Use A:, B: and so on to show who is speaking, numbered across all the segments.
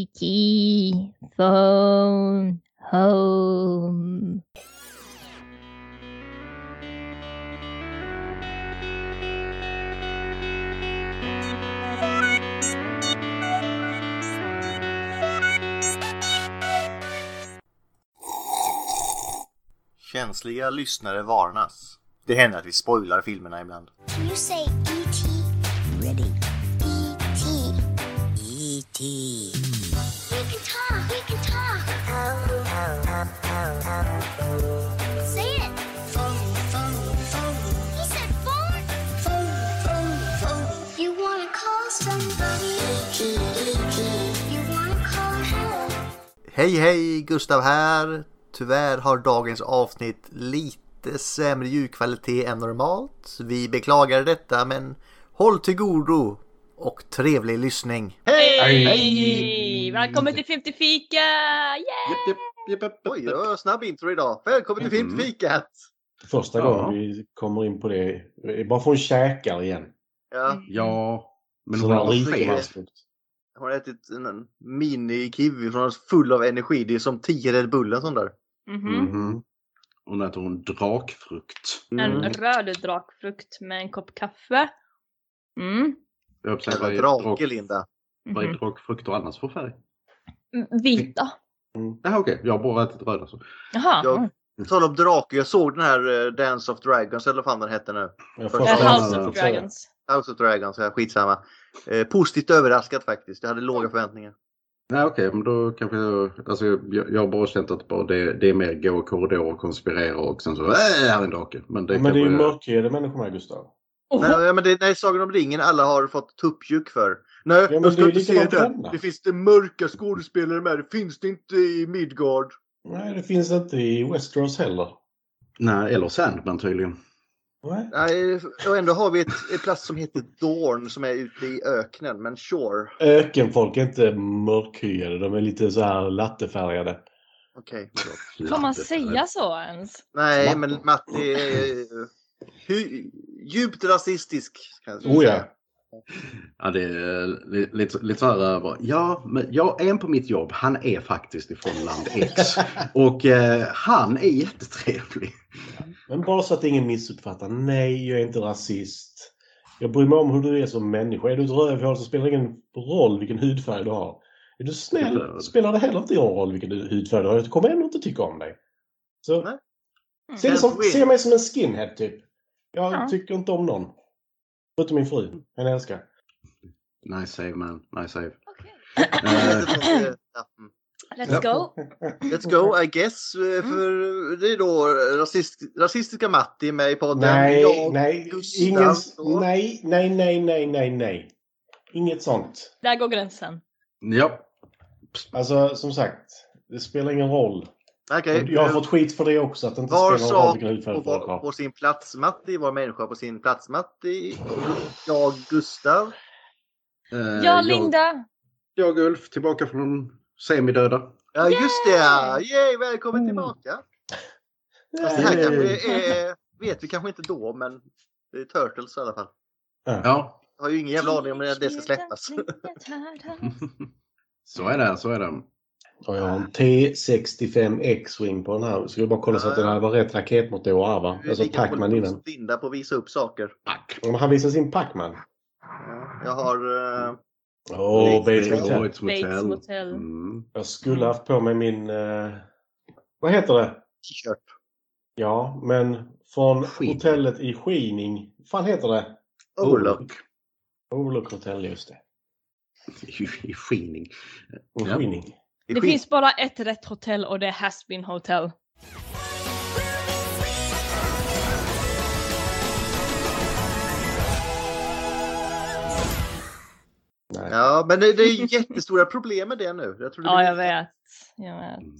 A: E.T. phone home.
B: Känsliga lyssnare varnas. Det händer att vi spoilar filmerna ibland.
C: Can you say E ET? Ready. ET. ET. We can talk. We can talk. Say it. Phone, phone, phone. He said phone. Phone, phone, phone. You wanna call somebody? ET, ET. You wanna call help?
B: Hej hej! Gustav här! Tyvärr har dagens avsnitt lite sämre ljudkvalitet än normalt. Vi beklagar detta men håll till godo och trevlig lyssning!
D: Hej!
A: Hej! Välkommen till 50 fika! Yeah!
D: Japp, japp, japp, japp, japp, japp.
B: snabb intro idag! Välkommen
D: till Mm.
B: Filmfikat!
E: Första
D: Ja.
E: gången vi kommer in på det är bara från käkar igen.
B: Ja,
D: Ja, men hon
E: Sådär
D: har
B: riktigt.
D: fel.
E: rikemanskort.
B: jag har ätit en mini-kiwi från oss full av energi. Det är som 10 Red Bull en sån där. Mm.
A: Mhm.
E: Mhm.
D: Hon äter en drakfrukt.
B: Mm.
A: En röd drakfrukt med en kopp kaffe. Mm.
D: Jag höll på att säga,
B: Jävla
D: vad är
B: drake
D: drak-
B: Linda!
D: vad är
A: Mhm.
D: drakfrukter annars för färg?
A: Mm, Vita.
D: Jaha okej, jag har bara ätit röda så.
A: Jaha. Mm.
B: Jag- På tal om Mm. drake, jag såg den här eh, Dance of Dragons eller vad fan den hette nu.
E: Jag
B: Första
A: Eh,
E: förstår
D: gången.
A: House
E: inte.
A: of Dragons.
B: House of Dragons, ja, skitsamma. Eh, positivt överraskat faktiskt. Jag hade låga förväntningar.
D: Nej okej, men då kanske jag... Alltså, jag, jag har bara känt att bara det, det är mer gå i korridor och konspirera och sen så... Äh, här är en drake! Men det,
E: Ja, Men det är ju
D: kanske-
E: mörkhyade människor med Gustav.
A: Oh,
B: Nej, men det, nej, Sagan om ringen alla har fått tuppjuck för. Nej,
E: men
B: jag ska
E: det är
B: inte
E: ju
B: se
E: likadant
B: det.
E: med dem.
B: Det finns det mörka skådespelare med. Det finns det inte i Midgard.
E: Nej, det finns inte i Westeros heller.
D: Nej, eller Sandman tydligen.
E: Nej.
B: Nej, och ändå har vi ett, en plats som heter Dorn som är ute i öknen. Men sure.
E: Ökenfolk är inte mörkhyade, de är lite så här lattefärgade.
B: Okej.
A: Får man
D: Latte.
A: säga så ens?
B: Nej,
E: Matti.
B: men Matti är eh, hu- djupt rasistisk. Kan jag
D: Mm.
B: säga.
E: Oh ja.
D: Ja, det är li- lite, lite så här, eh, bara, ja, men jag är en på mitt jobb, han är faktiskt ifrån land X. Och eh, han är jättetrevlig.
E: Men bara så att ingen missuppfattar. Nej, jag är inte rasist. Jag bryr mig om hur du är som människa. Är du ett rövhål så spelar det ingen roll vilken hudfärg du har. Är du snäll spelar det heller inte någon roll vilken hudfärg du har. Jag kommer ändå inte tycka om dig. Så,
B: Nej.
A: Mm.
E: se, det som, se mig som en skinhead typ. Jag
A: Ja.
E: tycker inte om någon. Förutom min fru. Henne älskar jag.
D: Nice save man, nice save.
A: Okej.
D: Eh,
B: Eh, ja, mm.
A: Let's go.
B: Let's go, I guess. Eh, För det är då rasist, rasistiska Matti med i podden.
E: Nej,
B: Jag-
E: nej,
B: Gustav,
E: ingen,
B: så.
E: nej, nej, nej, nej, nej, nej. Inget sånt.
A: Där går
B: Eh,
A: gränsen.
D: Ja,
E: Alltså, som sagt. Det spelar ingen roll.
B: Okej,
E: Jag har
B: eh,
E: fått skit för det också, att det inte
B: Var
E: spelar någon roll
B: sak
E: vilken hudfärg
B: och
E: folk
B: var
E: har.
B: på sin plats Matti, var människa på sin plats Matti. Jag Gustav.
D: eh,
A: Ja, Linda.
D: Jag, jag Ulf, tillbaka från semidöda.
B: Ja
A: Yay!
B: just det ja! Yay, välkommen
E: Mm.
B: tillbaka! Fast det
E: Nej.
B: här kanske är, vet vi kanske inte då men det är Turtles i alla fall.
E: Ja.
D: Ja,
B: Jag har ju ingen jävla aning om när det ska
A: Alltså,
B: släppas.
D: så är det, så är det.
E: Och jag har en T65 X-Wing på den här. Skulle bara kolla så att den här var rätt raketmotor här va?
B: Du är
E: Alltså
B: lika
E: Pacman
B: politisk
E: innan.
B: Linda på att visa upp saker.
D: Tack.
E: Om han visar sin Pacman.
B: Jag har... eh,
E: Åh, oh, Bates
D: Bates
E: Motel.
D: Bates
A: Bates
D: Motel.
A: Motel.
D: Mm.
E: Jag skulle haft på mig min... eh, vad heter det?
B: t-shirt.
E: Ja, men från
D: Skining.
E: hotellet i Skining. Vad fan heter det? Oh.
B: Overlock.
E: Overlook Hotel, just det.
D: I skining.
E: Och
D: Ja.
E: Skining.
B: Det,
A: Det
B: är skit.
A: finns bara ett rätt hotell och det är Hasbin Hotel.
E: Nej.
B: Ja, men det, det är jättestora problem med det nu. Jag tror det
A: Ja,
B: blir-
A: jag vet. Jag vet.
D: Mm.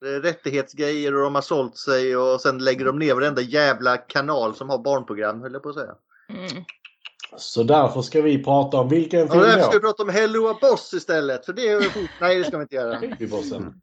B: Det är rättighetsgrejer och de har sålt sig och sen lägger de ner varenda jävla kanal som har barnprogram höll jag på att säga.
A: Mm.
E: Så därför ska vi prata om vilken
B: Och
E: film
B: därför ska vi
E: då?
B: prata om Hello a Boss istället. För det är ju- Nej, det ska vi inte göra.
E: Babybossen.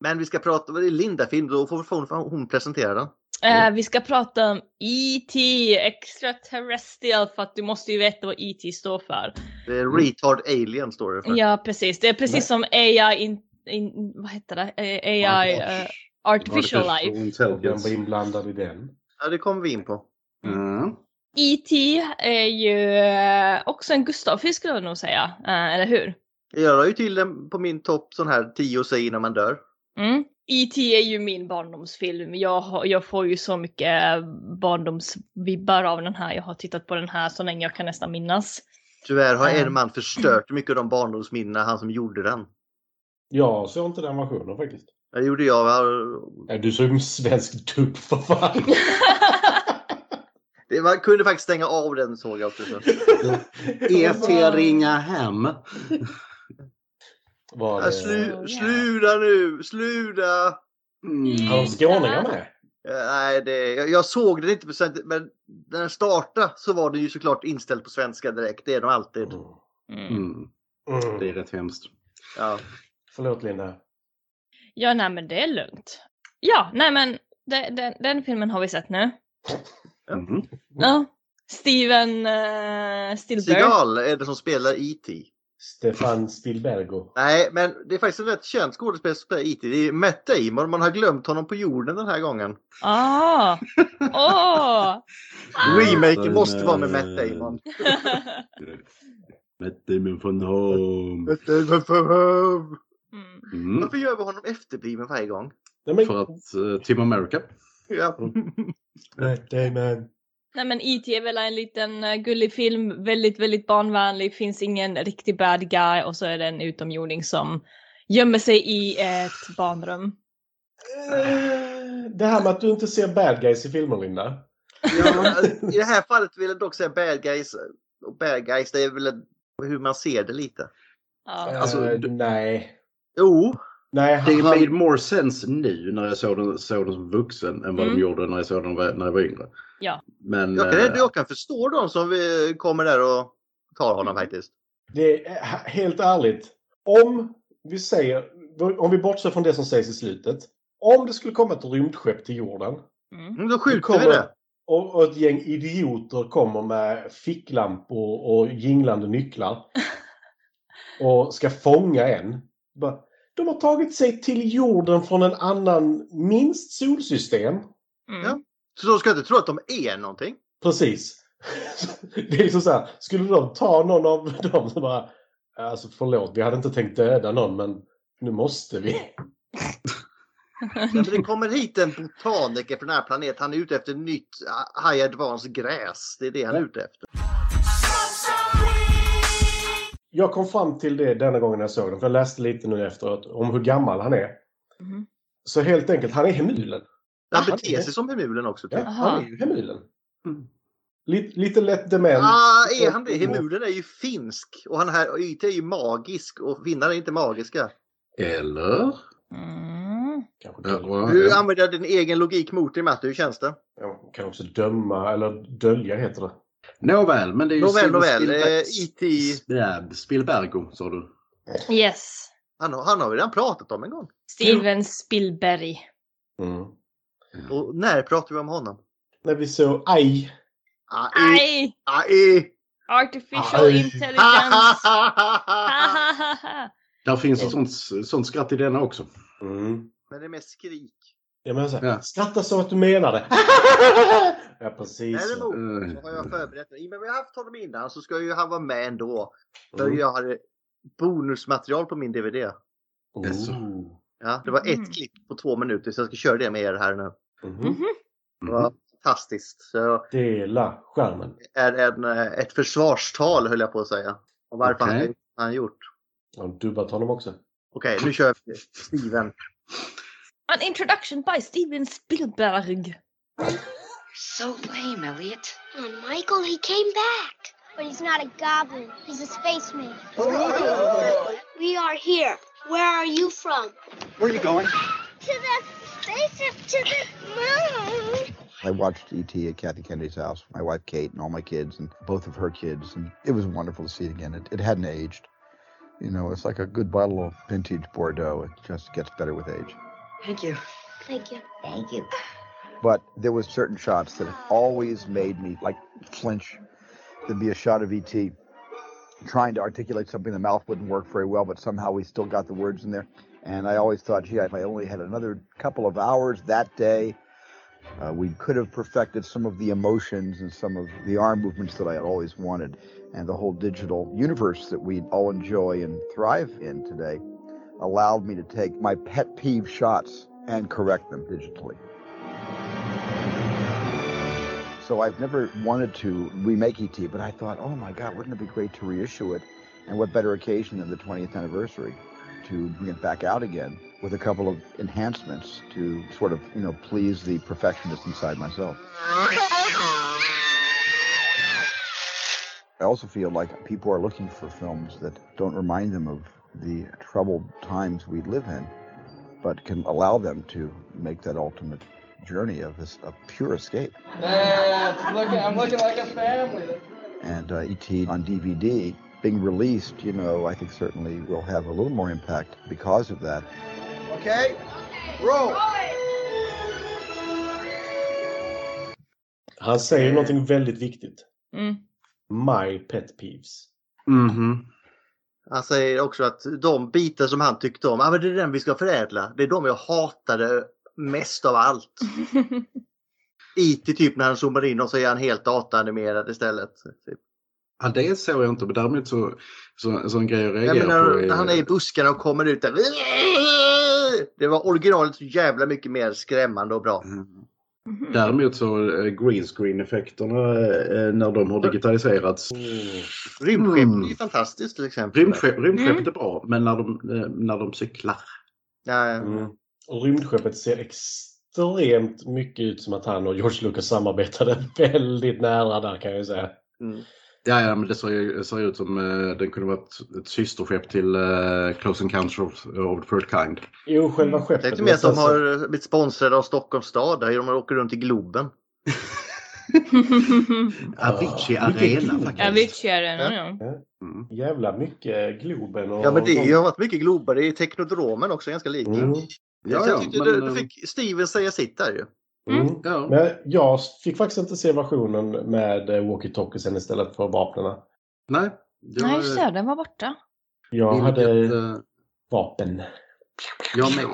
B: Men vi ska prata om det är Linda-film. Då får hon, hon presentera den.
A: Eh, vi ska prata om E.T. Extraterrestrial för att du måste ju veta vad E.T. står för.
B: Det är retard alien står det för.
A: Ja, precis. Det är precis som AI, in, in, vad heter det? Eh,
D: Oh
A: AI eh, Artificial Life.
E: Och vem var inblandad i den?
B: Ja, det kommer vi in på.
D: Mm.
A: E.T. E är ju eh, också en Gustavfilm skulle jag nog säga, Eh, eller hur?
B: Jag la ju till den på min topp sån här 10 säger innan man dör.
A: Mm. E.T. är ju min barndomsfilm. Jag, har- jag får ju så mycket barndomsvibbar av den här. Jag har tittat på den här så länge jag kan nästan minnas.
B: Tyvärr har
A: Mm.
B: en man förstört mycket av de barndomsminnena, han som gjorde den.
E: Jag såg inte den versionen faktiskt.
B: Det gjorde jag.
E: Nej, du såg en svensk tupp för fan.
B: Det- Man kunde faktiskt stänga av den såg jag också.
E: E
D: E.T. E ringa hem.
E: Var
B: Ja,
E: det...
B: slu,
A: ja.
B: sluta nu, sluta!
D: Mm.
E: Har de skåningar med?
B: Eh, Nej, det, jag, jag såg den inte på svenska, men när den startade så var den ju såklart inställd på svenska direkt. Det är de alltid.
E: Mm.
A: Mm.
D: Mm. Det är
E: Mm.
D: rätt hemskt.
B: Ja.
E: Förlåt Linda.
A: Ja, nej men det är lugnt. Ja, nej men det, den, den filmen har vi sett nu.
D: Mm.
A: Ja. Steven eh, Spielberg.
B: Sigal är det som spelar E.T.
E: Stefan Stilbergo.
B: Nej, men det är faktiskt en rätt känd skådespelare som spelar E.T. Det är Matt Damon. Man har glömt honom på jorden den här gången.
A: Ah. Åh!
D: Ah.
B: Remake måste vara med Matt
D: eh,
B: Damon.
D: Matt Damon från Home.
B: Matt Damon from home.
A: Mm.
D: Mm.
B: Varför gör vi honom efterbliven varje gång?
E: Nej, men...
D: För att eh, Team America.
B: Ja.
E: Nej, Damon.
A: Nej men E.T. är väl en liten eh, gullig film, väldigt, väldigt barnvänlig, finns ingen riktig bad guy och så är det en utomjording som gömmer sig i ett barnrum.
E: Eh, Det här med att du inte ser bad guys i filmer, Linda.
B: Ja, I det här fallet vill jag dock säga bad guys. Och bad guys, det är väl hur man ser det lite.
A: Ja.
D: Alltså,
E: Eh,
D: du-
E: Nej.
B: Jo,
E: Nej,
D: Det
E: han...
D: made more sense nu när jag såg den, såg den som vuxen än vad
A: Mm.
D: de gjorde när jag såg den när jag var yngre.
A: Ja.
D: Men,
B: jag kan,
D: eh,
B: jag kan förstå de som eh, kommer där och tar honom
E: Mm.
B: faktiskt.
E: Det är, eh, helt ärligt. Om vi säger, om vi bortser från det som sägs i slutet. Om det skulle komma ett rymdskepp till jorden.
A: Mm.
B: Mm, Då
E: då
B: skjuter
E: kommer-
B: vi det.
E: Och, och ett gäng idioter kommer med ficklampor och jinglande nycklar. Och ska fånga en. Bara, De har tagit sig till jorden från en annan, minst solsystem.
A: Mm.
B: Så de ska inte tro att de är någonting.
E: Precis. Det är liksom så här, skulle de ta någon av dem så bara, alltså förlåt, vi hade inte tänkt döda någon men nu måste vi.
B: Ja, men det kommer hit en botaniker från den här planeten. Han är ute efter nytt ah, high advance gräs. Det är det han är ute efter.
E: Jag kom fram till det denna gången jag såg den, för jag läste lite nu efteråt om hur gammal han är.
B: Mm.
A: Mhm.
E: Så helt enkelt, han är hemulen.
B: Han
E: Aha.
B: beter sig som Hemulen också.
E: Ja,
B: Typ.
E: han
A: Aha.
E: är ju hemulen.
D: Mm.
E: Lite, lite lätt dement.
B: Ah, är han det? Hemulen är ju finsk och han här och IT är ju magisk och finnar är inte magiska.
D: eh, Eller?
A: Mm.
E: Kanske,
D: Ja,
E: dölja-
D: och-
B: Du använder din egen logik mot dig Matte, hur känns det?
E: ja, kan också döma, eller dölja heter det.
D: Nåväl, men det är ju
B: Nåväl,
D: Steven
B: nåväl.
D: Spielberg-
B: Eh, IT,
D: Spab- Spielbergo sa du.
A: Yes.
B: han, har- han har vi redan pratat om en gång.
A: Steven Spielberg.
E: Mm.
B: Och när pratar vi om honom? E,
E: När vi såg AI.
B: AI,
A: Aj!
B: AI,
A: Artificial
E: Aj.
A: intelligence.
D: Där finns ett sånt, sånt skratt i denna också.
E: Mm.
B: Men det är mest skrik.
E: Jag menar så här,
D: Ja.
E: skratta som att du menar det. ja, precis.
B: Däremot
D: Mm.
B: så har jag förberett mig. I och med att vi har haft honom innan så ska ju han vara med ändå. För
E: Mm.
B: jag hade bonusmaterial på min DVD.
D: Jaså.
E: Oh.
B: Ja, det var ett
A: Mm.
B: klick på två minuter så jag ska köra det med er här nu.
E: Mhm.
A: Mhm.
B: Det
D: Mm.
B: var fantastiskt. Så jag
E: Dela skärmen.
B: är en, eh, ett försvarstal höll jag på att säga. Och varför
D: Okej.
B: han, har- han har gjort.
E: Jag har dubbat honom också.
B: Okej, nu kör vi. Steven.
A: An introduction by Steven Spielberg.
F: So lame, Elliot.
C: And Michael, he came back. But he's not a goblin. He's a spaceman. We are here. Where are you from?
G: Where are you going?
C: To the spaceship, to the moon.
G: I watched E.T. at Kathy Kennedy's house, my wife Kate, and all my kids, and both of her kids, and it was wonderful to see it again. It, it hadn't aged. You know, it's like a good bottle of vintage Bordeaux. It just gets better with age.
F: Thank you.
C: Thank you.
F: Thank you.
G: But there was certain shots that have always made me like flinch. There'd be a shot of ET trying to articulate something. The mouth wouldn't work very well, but somehow we still got the words in there. And I always thought, gee, if I only had another couple of hours that day, uh, we could have perfected some of the emotions and some of the arm movements that I had always wanted, and the whole digital universe that we all enjoy and thrive in today allowed me to take my pet peeve shots and correct them digitally. So I've never wanted to remake ET, but I thought, oh my God, wouldn't it be great to reissue it? And what better occasion than the 20th anniversary to bring it back out again with a couple of enhancements to sort of, you know, please the perfectionist inside myself. I also feel like people are looking for films that don't remind them of the troubled times we live in, but can allow them to make that ultimate journey of this, a pure escape.
H: That's looking, I'm looking like a family.
G: and uh, ET on DVD being released, you know, I think certainly will have a little more impact because of that.
H: Okay, roll.
E: Han säger någonting väldigt viktigt.
A: Mm.
E: My pet peeves.
D: Mhm.
B: Han säger också att de bitar som han tyckte om, ah, men det är den vi ska förädla. Det är de jag hatade mest av allt. IT typ när han zoomar in och så är han helt dataanimerad istället. Typ.
D: Ja, det såg jag inte, men däremot så, så, så en grej jag
B: Ja,
D: reagerar
B: men när,
D: på
B: när han är i buskarna och kommer ut där. Det var originalet så jävla mycket mer skrämmande och bra.
D: Däremot så eh, green screen effekterna eh, när de har digitaliserats.
B: Rymdskepp
D: Mm.
B: är ju fantastiskt till exempel.
D: Rymdskepp, rymdskeppet är bra, men när de, eh, när de cyklar.
B: Ja,
E: Mm. Och rymdskeppet ser extremt mycket ut som att han och George Lucas samarbetade väldigt nära där kan jag ju säga.
B: mm.
D: Ja, ja, men det ser, ju- ser ut som eh, den kunde vara ett, ett systerskepp till eh, Close Encounters of, of the First Kind.
E: Jo, själva skeppet.
B: Tänk dig Mm, mer att de
E: nästan så-
B: har blivit sponsrade av Stockholms stad. Där de åker runt i Globen.
D: Avicii
E: Ah, vilken
D: Arena
E: kul.
D: faktiskt.
A: Avicii är den, ja.
D: Mm.
E: Jävla mycket Globen och...
B: Ja men det har varit mycket Glober. Det är Teknodromen också ganska lik.
E: Mm.
D: Ja,
B: jag
D: ja,
B: tyckte
D: men,
B: du,
D: eh,
B: du fick Steven säga sitt där ju.
E: Mm.
D: ja.
E: Men jag fick faktiskt inte se versionen med eh, walkie-talkiesen istället för vapnen.
D: Nej. Jag,
A: Nej, just det. Den var borta.
E: Jag
D: vilket,
E: hade
D: eh,
E: vapen.
D: jag med.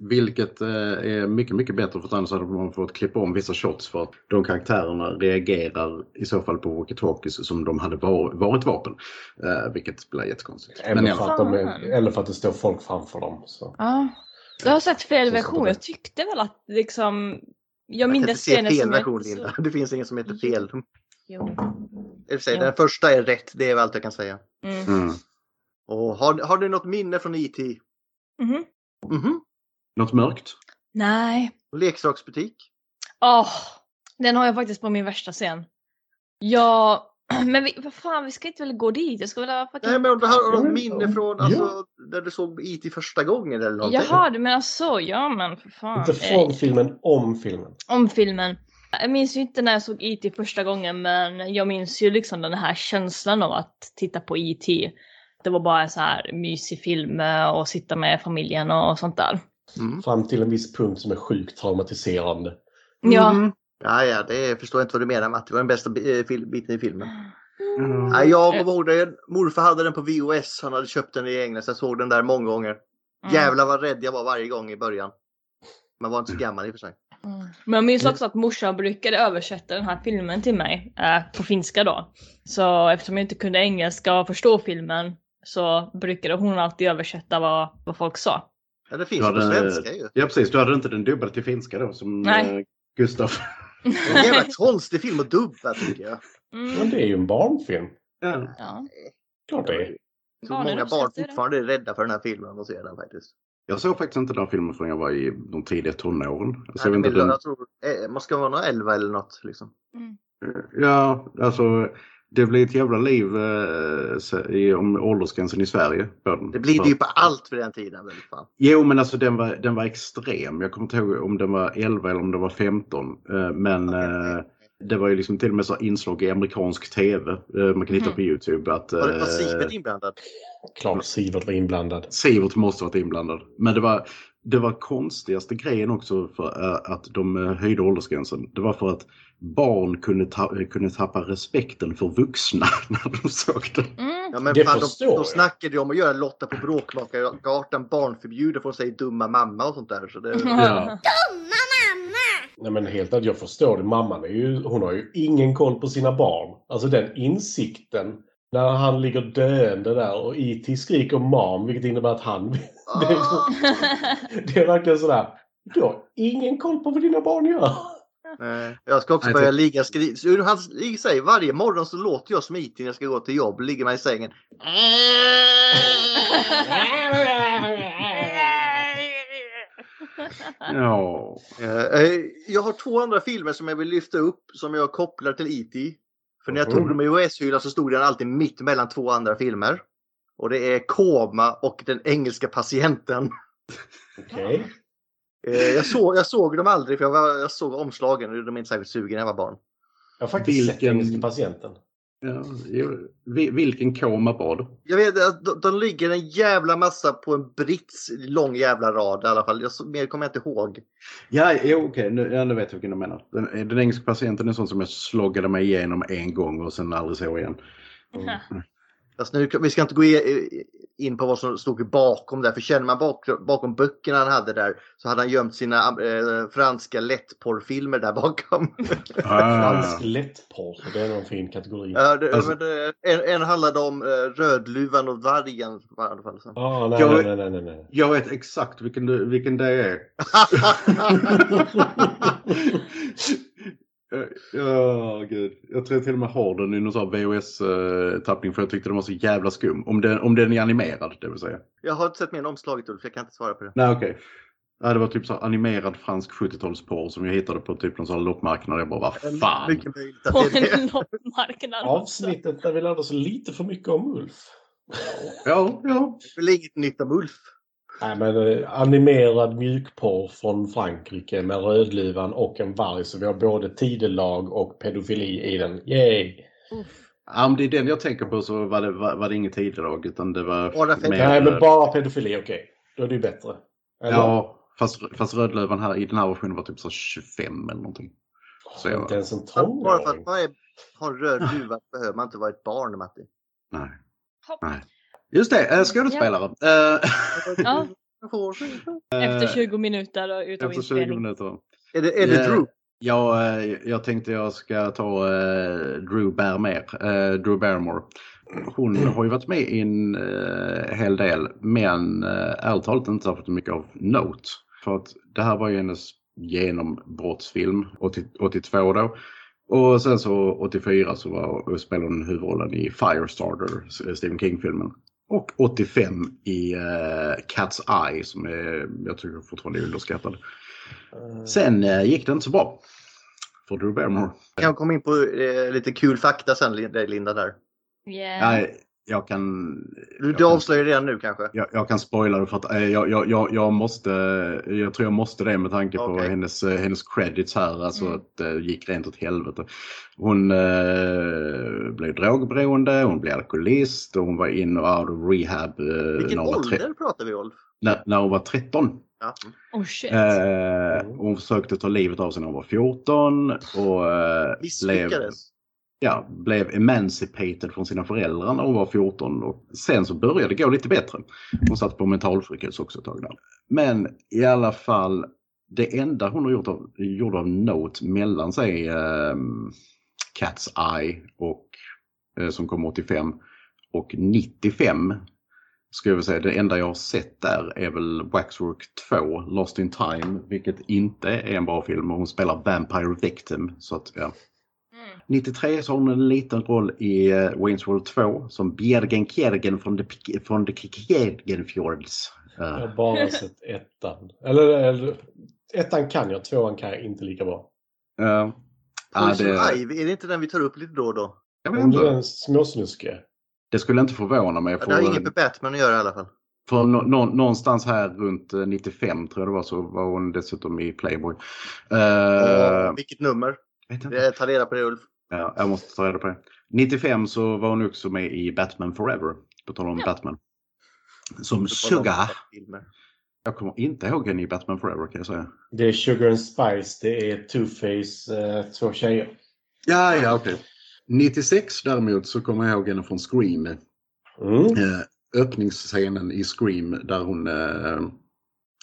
D: Vilket eh, är mycket, mycket bättre för att annars hade man fått klippa om vissa shots för att de karaktärerna reagerar i så fall på walkie-talkies som de hade var, varit vapen. Eh, vilket blir jättekonstigt. Men i
E: Eller
D: alla
E: för,
D: fall.
E: att de
A: Fan.
E: är, eller för att det står folk framför dem. Så.
A: Ja. Jag har sett fel
E: Så
A: version.
E: står det.
A: Jag tyckte väl att liksom... Jag
B: Man kan inte
A: minns
B: se
A: scenen
B: fel
A: som jag
B: version
A: inte såg.
B: Linda. Det finns ingen som heter fel.
A: Jo.
B: I och för sig,
A: Ja.
B: Den första är rätt, det är väl allt jag kan säga.
A: Mm.
D: Mm.
B: Och har, har du något minne från IT?
A: Mhm.
B: Mhm.
D: Något mörkt?
A: Nej.
B: Leksaksbutik?
A: Åh, den har jag faktiskt på min värsta scen. Ja, men vi, vad fan, vi ska inte väl gå dit? Jag ska väl ha fucking...
B: Nej men om du har
E: Ja,
B: något
E: men-
B: minne från alltså, när du såg IT första gången eller någonting?
A: Jaha, du menar så. Ja, men för fan.
E: Inte
A: Eh,
E: från filmen, om filmen.
A: om filmen. Jag minns ju inte när jag såg E.T. första gången men jag minns ju liksom den här känslan av att titta på E.T. Det var bara en så här mysig film eh, och sitta med familjen och sånt där.
B: Mm.
E: Fram till en viss punkt som är sjukt traumatiserande.
A: Ja.
D: Mm.
B: Ja, ja, det förstår jag inte vad du menar Matti. Det var den bästa bi- eh, fil- biten i filmen.
A: Ah.
D: Mm.
B: Nej, jag kommer ihåg det. Morfar hade den på VOS. Han hade köpt den i England så jag såg den där många gånger.
A: Mm.
B: Jävlar vad rädd jag var varje gång i början. Man var inte så gammal i och för sig.
A: Men jag minns också att morsan brukade översätta den här filmen till mig eh, på finska då. Så eftersom jag inte kunde engelska och förstå filmen så brukade hon alltid översätta vad, vad folk sa.
B: Ja, det finns
D: Ja,
B: ju på
D: det-
B: svenska ju.
D: Ja precis, du hade inte den dubbade till finska då som
A: Nej.
D: eh, Gustav.
B: Det är en jävla konstig film att dubba tycker jag.
E: Men det är ju en barnfilm.
D: Ja.
A: Mm. Ja.
E: Klart det är.
B: Jag tror många barn
A: uppskattar det.
B: fortfarande är rädda för den här filmen och ser den faktiskt.
D: Jag såg faktiskt inte den här filmen förrän jag var i de tidiga tonåren. Jag
B: Ja,
D: såg
B: men
D: inte den.
B: jag tror, eh, man ska vara några 11 eller något. Liksom.
D: Ja, alltså det blir ett jävla liv eh, se- i- om åldersgränsen i Sverige. på den.
B: Det blir typ- det ju
D: Ja.
B: på allt för den tiden. Väl, fan.
D: Jo, men alltså den var, den var extrem. Jag kommer inte ihåg om den var 11 eller om den var 15. eh, Men
B: Okej.
D: eh, Det var ju liksom till och med så här inslag i amerikansk tv eh, man kan hitta på Youtube. Att,
B: Mm. Var det var
D: eh,
B: Sivert inblandad?
E: Klart Sivert var inblandad.
D: Sivert måste varit inblandad. Men det var, det var konstigaste grejen också för eh, att de eh, höjde åldersgränsen. Det var för att barn kunde, ta, eh, kunde tappa respekten för vuxna när de såg det.
A: Mm.
B: Ja, men
E: Det
B: fan,
E: förstår
B: de, de
E: jag.
B: snackade ju om att göra Lotta på Bråkmakargatan barnförbjudet för att säga dumma mamma och sånt där. Så det,
D: Ja.
C: Dumma mamma!
E: Nej men helt att jag förstår det. Mamman är ju, hon har ju ingen koll på sina barn. Alltså den insikten när han ligger döende där och IT skriker mam vilket innebär att han...
B: Ah!
E: Det är verkligen sådär. Du har ingen koll på vad dina barn gör.
B: Nej, Jag ska också
D: Nej,
B: börja
D: typ-
B: ligga skri... så Ur hans ligg säger varje morgon så låter jag som IT när jag ska gå till jobb. Ligger man i sängen.
D: ja.
B: Eh, eh, Jag har två andra filmer som jag vill lyfta upp som jag kopplar till IT. För när jag
E: Mhm.
B: tog dem i VHS-hyllan så stod den alltid mitt mellan två andra filmer. Och det är Koma och Den engelska patienten.
E: Okej.
B: Eh, Jag såg, jag såg dem aldrig för jag, var, jag såg omslagen och de är inte särskilt sugen när jag var barn.
E: Jag har faktiskt sett
D: Vilken-
E: engelska patienten.
D: ja jo. Vi- vilken koma var det?
B: Jag vet att de, de ligger en jävla massa på en brits lång jävla rad i alla fall. Jag, så- mer kommer jag inte ihåg.
D: Ja, jo, okej, nu, ja, nu vet jag vilken du menar. Den, den engelska patienten är sån som jag sloggade mig igenom en gång och sen aldrig såg igen.
B: Mm. Fast nu, vi ska inte gå i- in på vad som stod bakom där, för känner man bak, bakom böckerna han hade där så hade han gömt sina eh, franska lättporrfilmer där bakom.
D: Mm. Ah.
E: Fransk lättporr. Det är en fin kategori. Ja,
B: Ja, det,
D: Alltså-
B: men, det- en, en handlade om eh, Rödluvan och vargen. i alla fall.
E: ah, nej,
D: Jag-
E: nej, nej, nej, nej.
D: Jag vet exakt vilken, du- vilken det är. Ja, gud. Jag tror jag till och med har den i någon sån här VHS-tappning eh, för jag tyckte den var så jävla skum. Om den, om den är animerad, det vill säga.
B: Jag har inte sett mer än omslaget Ulf, jag kan inte svara på det.
D: Nej, okej. Ja, det var typ så här animerad fransk 70-talsporr som jag hittade på typ någon sån här loppmarknad. Jag bara,
B: Mm,
D: vad fan.
B: Mycket möjligt att
A: På
B: det är det.
A: en loppmarknad.
E: Avsnittet där vi lärde oss lite för mycket om Ulf.
D: Ja, ja.
B: Det är väl inget nytt om Ulf.
E: Nej, men eh, animerad mjukporr från Frankrike med Rödluvan och en varg. Så vi har både tidelag och pedofili i den. Yay!
D: Ja, men det är den jag tänker på så var det, var, var det inget tidelag utan det var
B: Ja, därför-
E: Nej, men bara pedofili, okej. Då är det ju bättre. Eller?
D: Ja, fast, fast Rödlöven här i den här versionen var typ så 25 eller någonting. så jag-
E: Inte ens en
B: Bara för att
E: tonåring.
B: man är, har en röd duva behöver man inte vara ett barn, Matti.
D: Nej.
A: Hopp.
D: Nej. Just det, eh, skådespelare. Eh,
A: Ja,
D: eh,
A: efter 20 minuter och utav
D: efter 20
A: inspelning.
D: minuter.
B: Är det, är det
D: Eh,
B: Drew?
D: Ja, eh, jag tänkte jag ska ta eh, Drew Barmore. Eh, Drew Barmore. Hon har ju varit med i en eh, hel del, men eh, ärligt talat inte särskilt mycket av note. För att det här var ju hennes genombrottsfilm, 80, 82 då. Och sen så 84 så var, och spelade hon huvudrollen i Firestarter, Stephen King-filmen. Och 85 i eh, Cat's Eye som är, jag tycker fortfarande är underskattad. Sen eh, gick det inte så bra för Drew Barrymore.
B: Kan jag komma in på eh, lite kul fakta sen, Lin- Linda? Där.
A: Yeah.
D: Jag, jag kan...
B: Du,
D: jag
B: du
D: kan-
B: avslöjar redan nu kanske?
D: Jag, jag kan spoila det för att eh, jag, jag, jag, jag måste, jag tror jag måste det med tanke på
B: Okej.
D: hennes, eh, hennes credits här. Alltså
A: Mm.
D: att det gick rent åt helvete. Hon eh, blev drogberoende, hon blev alkoholist och hon var in och out of rehab eh,
B: Vilken
D: när, hon var tre,
B: ålder pratar vi om?
D: när, när hon var 13.
B: Ja.
A: Oh shit.
D: Eh, och hon försökte ta livet av sig när hon var 14 och eh, blev,
B: Misslyckades.
D: ja, blev emancipated från sina föräldrar när hon var 14 och sen så började det gå lite bättre. Hon satt på mentalsjukhus också ett tag där. Men i alla fall, det enda hon har gjort av, gjort av note mellan sig ehm, Cat's Eye och, eh, som kom 85 och 95 skulle jag vilja säga, det enda jag har sett där är väl Waxwork 2, Lost in Time, vilket inte är en bra film. och Hon spelar Vampire Victim. Så att, ja.
A: Mm.
D: 93 så har hon en liten roll i eh, Wayne's World 2 som Bjergen Kjergen från The, Pik- från the Kjergenfjords.
E: Jag
D: Eh,
E: har bara sett ettan. Eller, eller ettan kan jag, tvåan kan jag inte lika bra.
D: eh, ja,
B: Poison
D: det,
B: Ivy, är det inte den vi tar upp lite då och då?
D: jag vet
E: Om du är
D: inte,
E: en småsnuske.
D: det skulle inte förvåna mig.
B: Ja, Det har
D: för-
B: inget med Batman att göra i alla fall.
D: För nå, nå, någonstans här runt eh, 95 tror jag det var så var hon dessutom i Playboy. Eh,
B: Vilket nummer?
D: Vet inte.
B: Eh, Ta reda på det Ulf.
D: Ja, jag måste ta reda på det. 95 så var hon också med i Batman Forever, på tal om
A: Ja.
D: Batman. Som Suga. Jag kommer inte ihåg henne i Batman Forever kan jag säga.
E: Det är Sugar and Spice, det är Two-Face, eh, två tjejer.
D: Ja, ja, okej. 96 däremot så kommer jag ihåg henne från Scream. Eh,
E: Mm.
D: öppningsscenen i Scream där hon, eh,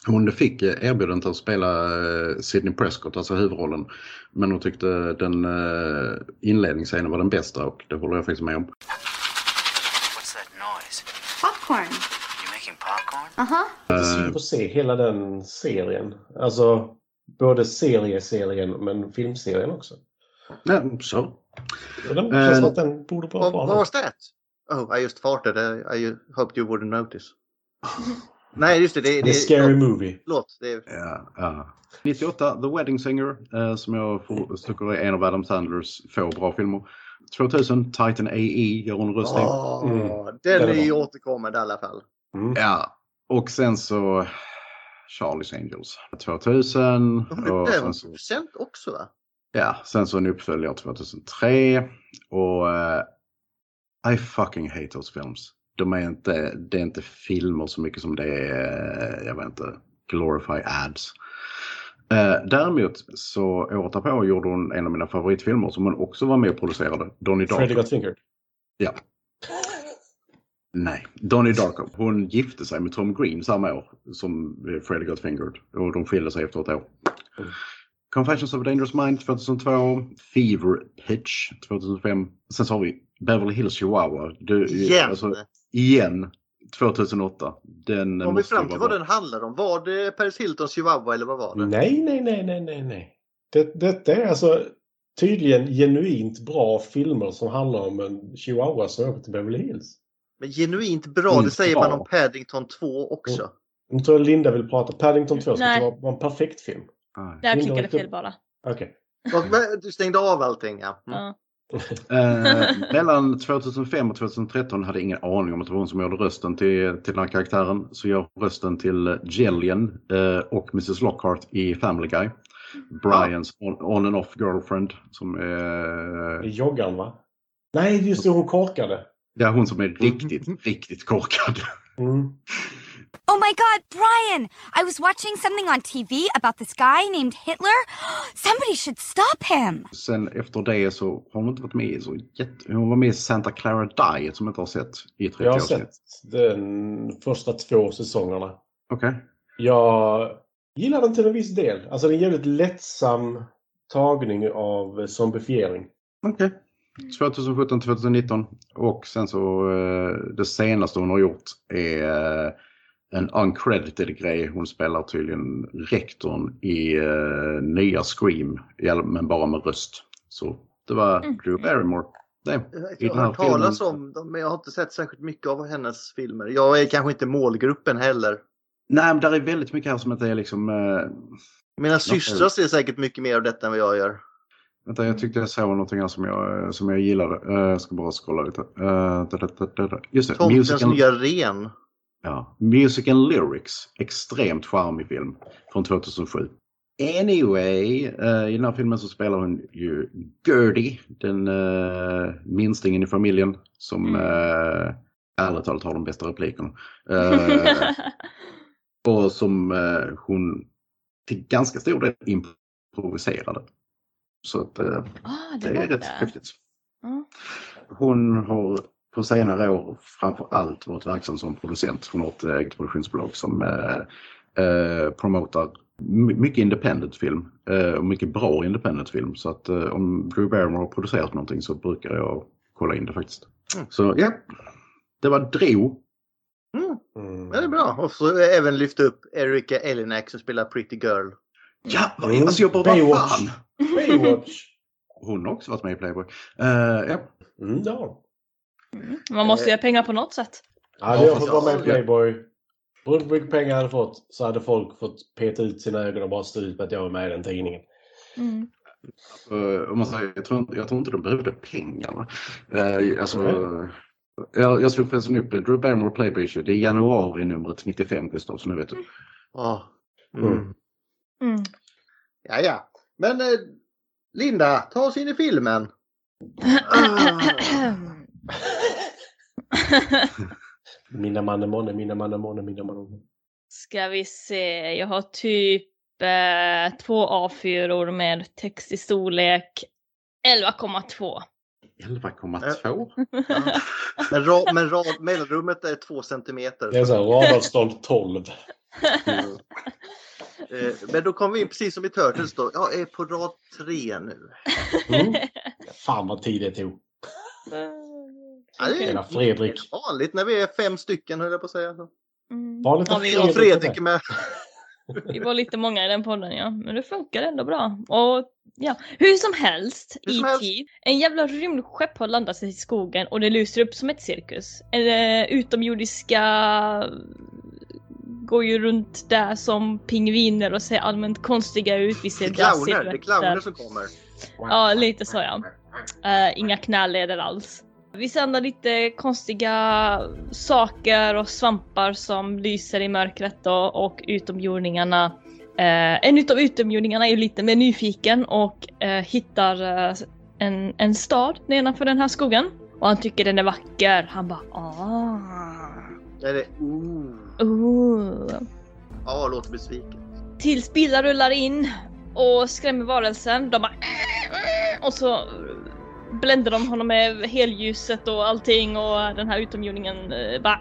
D: hon fick eh, erbjudandet att spela eh, Sidney Prescott, alltså huvudrollen. Men hon tyckte den eh, inledningsscenen var den bästa och det håller jag faktiskt med om.
I: What's that noise?
C: Popcorn.
I: You making popcorn?
C: Uh huh.
E: Det är synd att se hela den serien. Alltså både serieserien men filmserien också.
D: Nej, så.
E: Och Den känns som
D: Eh,
E: att den borde vara
B: Vad
E: bra.
B: vad
E: nu.
B: was that? Oh, I just farted. I, I hoped you wouldn't notice. Nej, just det. Det,
E: Det är
B: det,
E: Scary Movie.
B: Låt. Det är,
D: Ja, ja. 98, The Wedding Singer, eh, som jag får- tycker är en av Adam Sandlers få bra filmer. 2000, Titan A.E. gör hon röst i.
B: Åh,
E: Mm.
B: Ah, Den är
E: Den är
B: ju
E: bra.
B: återkommande i alla fall.
E: Mm.
D: Ja, och sen så Charlie's Angels 2000.
B: De blev
D: Och sen så,
B: present också va?
D: ja, sen så en uppföljare 2003. Och eh, I fucking hate those films. De är inte, det är inte filmer så mycket som det är, eh, jag vet inte, glorify ads. Eh, däremot så året därpå gjorde hon en av mina favoritfilmer som hon också var med och producerade, Donnie
E: Freddy
D: Darko.
E: Got Fingered.
D: Ja. Nej, Donnie Darko. Hon gifte sig med Tom Green samma år som eh, Freddy Got Fingered och de skilde sig efter ett år.
E: Mm.
D: Confessions of a Dangerous Mind 2002, Fever Pitch 2005. Sen så har vi Beverly Hills Chihuahua. Du,
B: Igen.
D: alltså, igen 2008. Den
B: Kom vi
D: måste ju
B: fram till
D: vara
B: vad
D: bra.
B: den handlar om? Var det Paris Hiltons Chihuahua eller vad var det?
E: Nej, nej, nej, nej, nej, nej. Det, detta är alltså tydligen genuint bra filmer som handlar om en chihuahua som åker till Beverly Hills.
B: Men genuint bra, det
D: Inte
B: säger man
D: bra.
B: om Paddington 2 också.
E: Nu tror jag Linda vill prata. Paddington 2 skulle
A: Nej.
E: vara, vara en perfekt film.
D: Nej.
A: Där
E: Linda
A: klickade
E: åkte upp.
A: fel bara.
E: Okej.
B: Vad- vad- Du stängde av allting ja. Mm.
A: Ja.
D: Eh, mellan 2005 och 2013 hade jag ingen aning om att det var hon som gjorde rösten till, till den här karaktären. Så jag gjorde rösten till Jillian eh, och Mrs Lockhart i Family Guy. Brians on, on and off girlfriend. Som
E: Det är
D: är,
E: joggaren va? Nej, just det. Hon korkade.
D: det är hon som är
E: Mm-hmm.
D: riktigt, riktigt korkad.
E: Mm.
J: Oh my god, Brian! I was watching something on TV about this guy named Hitler. Somebody should stop him!
D: Sen efter det så har hon inte varit med i så jätte... Hon var med i Santa Clara Diet som jag inte har sett i 30
E: Jag har
D: avsnitt.
E: sett den första två säsongerna.
D: Okej.
E: Jag gillar den till en viss del. Alltså det är en jävligt lättsam tagning av zombifiering.
D: Okej. 2017, 2019 och sen så eh, det senaste hon har gjort är eh, en uncredited grej. Hon spelar tydligen rektorn i eh, nya Scream, i alla- men bara med röst. Så det var
A: Mm.
D: Drew Barrymore. Nej. I
B: Jag
D: den
B: har
D: här
B: hört talas
D: filmen-
B: om dem, men jag har inte sett särskilt mycket av hennes filmer. Jag är kanske inte målgruppen heller.
D: Nej, men där är väldigt mycket här som inte är liksom... Eh,
B: Mina systrar ser säkert mycket mer av detta än vad jag gör.
D: vänta, jag tyckte jag såg någonting här som jag, eh, som jag gillade. Eh, jag ska bara scrolla lite. Eh, da, da, da, da, da. Just det,
B: Tomtens
D: musical-
B: nya ren.
D: Ja. Music and Lyrics, extremt charmig film från 2007. Anyway, eh, i den här filmen så spelar hon ju Gertie, den eh, minstingen i familjen som
A: Mm.
D: eh, ärligt talat har de bästa replikerna. Eh, och som eh, hon till ganska stor del improviserade. Så att eh,
A: ah,
D: det
A: det var
D: är rätt
A: det.
D: häftigt.
A: Ja.
D: Hon har på senare år framför allt varit verksam som producent. Hon har ett eget produktionsbolag som eh, eh, promotar my- mycket independent film eh, och mycket bra independent film. Så att eh, om Drew Barrymore har producerat någonting så brukar jag kolla in det faktiskt. Så ja, det var Drew.
E: Mm.
B: Ja, det är bra. Och så även lyfta upp Erika Elinak som spelar Pretty Girl.
D: Ja,
E: Mm.
D: alltså jag bara vad
E: Baywatch.
D: fan!
E: Baywatch.
D: Hon har också varit med i Playboy. Eh, ja.
E: Mm, ja.
A: Man måste ju ha pengar på något sätt.
E: Hade
B: Ja,
E: jag fått vara med i
B: fast-
E: Playboy, hur mycket pengar jag hade fått, så hade folk fått peta ut sina ögon och bara stå ut med att jag var med i den tidningen.
A: Mm.
D: Eh, om man säger, jag, tror, inte- jag tror inte de behövde pengarna. Eh, alltså, eh, jag, jag slog förresten upp det. Drew Barrymore Playboy Issue. Det är januari numret 95 Gustav, så nu vet du.
B: Ja.
E: Mm.
A: Mm.
B: Ja, ja. Men eh, Linda, ta oss in i filmen. Ah.
E: Mina mannen månne, mina mannen månne, mina mannen månne.
A: Ska vi se, jag har typ eh, två A4 med text i storlek 11,2.
D: 11,2?
B: Ja. Men, ra, men ra, mellanrummet är två centimeter.
E: Det är så här radarstolp 12.
B: Eh, Men då kommer vi in precis som i Turtles då. Jag är på rad tre nu.
E: Mm. Fan vad tid det tog.
B: Ja, det
E: Hela
B: är
E: Fredrik.
B: vanligt när vi är fem stycken höll jag på att säga.
A: Mm.
E: Vanligt
A: Ja,
E: att
A: vi-
B: Och Fredrik är med.
A: Vi var lite många i den podden ja, men det funkar ändå bra. Och ja, hur som helst,
B: Hur som
A: E.T. En jävla rymdskepp har landat i skogen och det lyser upp som ett cirkus. Eller utomjordiska går ju runt där som pingviner och ser allmänt konstiga ut. Vi
B: Det
A: ser
B: är
A: bara
B: clowner, det är clowner
A: silhuetter.
B: som kommer.
A: Ja, lite så ja. Eh, inga knäleder alls. Vi sänder lite konstiga saker och svampar som lyser i mörkret då, och utomjordingarna. Eh, en utav utomjordingarna är ju lite mer nyfiken och eh, hittar eh, en, en stad nedanför den här skogen. Och han tycker den är vacker. Han bara ah,
B: Är det, ooh.
A: ooh.
B: Ja, låter besviken.
A: Tills bilar rullar in och skrämmer varelsen. De bara... Och så bländar de honom med helljuset och allting och den här utomjordingen eh, bara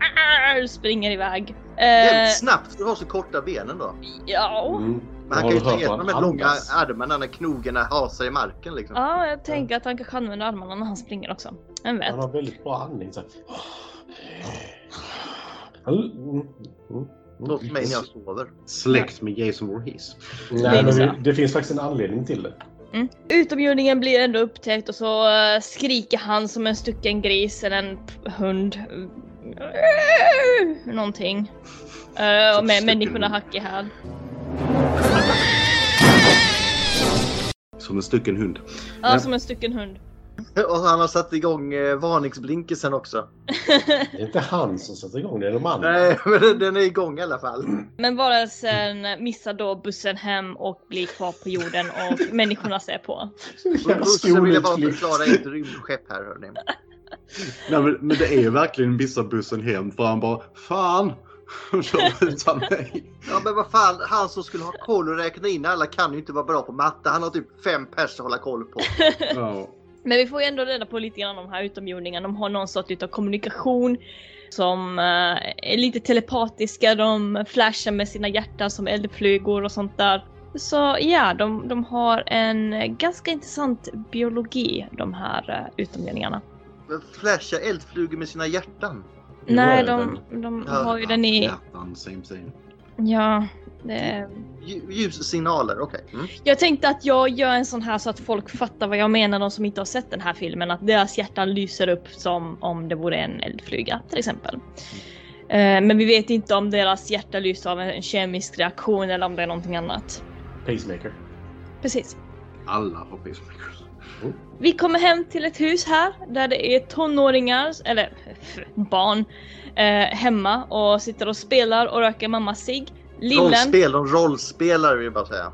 A: springer iväg. Eh,
B: Jävligt snabbt, du har så korta benen då.
A: ja,
E: Mm.
B: Men han kan ju ta igenom de här långa armarna när knogarna hasar i marken liksom.
A: ja, jag tänker att han kanske använder armarna när han springer också. Vem vet?
E: Han har väldigt bra andning. Så. här. Han- Mm. Mm.
B: Låter mig när jag sover.
D: Släkt med Jason Voorhees.
E: Nej, men
A: så.
E: det, det finns faktiskt en anledning till det.
A: Mm. Utomjordingen blir ändå upptäckt och så eh, skriker han som en stucken gris eller en p- hund. Någonting. Eh, och
D: Som
A: med
D: stucken
A: människorna
D: hund.
A: hack i häl.
D: Som en stycken hund.
A: Ja,
D: Ja.
A: som en stycken hund.
B: Och han har satt igång eh, varningsblinkersen också.
E: Det är inte han som sätter igång det, är de andra.
B: Nej, men den- den är igång i alla fall.
A: Men varelsen missar då bussen hem och blir kvar på jorden och människorna ser på.
E: Jävla
B: Bussen vill jag bara
E: skolutklipp.
B: förklara är ett rymdskepp här hörni.
D: Nej, men, men det är ju verkligen vissa bussen hem för han bara Fan! Och kör utan mig.
B: Ja men vad fan, han som skulle ha koll och räkna in alla kan ju inte vara bra på matte. Han har typ fem pers att hålla koll på.
D: Ja.
A: Men vi får ju ändå reda på lite grann om de här utomjordingarna. De har någon sorts utav kommunikation som eh, är lite telepatiska. De flashar med sina hjärtan som eldflygor och sånt där. Så ja, de, de har en ganska intressant biologi, de här eh, utomjordingarna.
B: Flashar eldflugor med sina hjärtan.
E: I
A: Nej,
E: röven.
A: de, de har ju den i...
D: Hjärtan, same same.
A: Ja, det...
B: Lju- Ljussignaler, okej. Mm.
A: Jag tänkte att jag gör en sån här så att folk fattar vad jag menar, de som inte har sett den här filmen. Att deras hjärtan lyser upp som om det vore en eldflyga till exempel. Eh, Men vi vet inte om deras hjärta lyser av en kemisk reaktion eller om det är någonting annat.
E: Pacemaker.
A: Precis.
D: Alla har pacemakers.
A: Vi kommer hem till ett hus här där det är tonåringar, eller barn, eh, hemma och sitter och spelar och röker mamma sig. Lillen,
B: Rollspel, de rollspelar vill jag bara säga.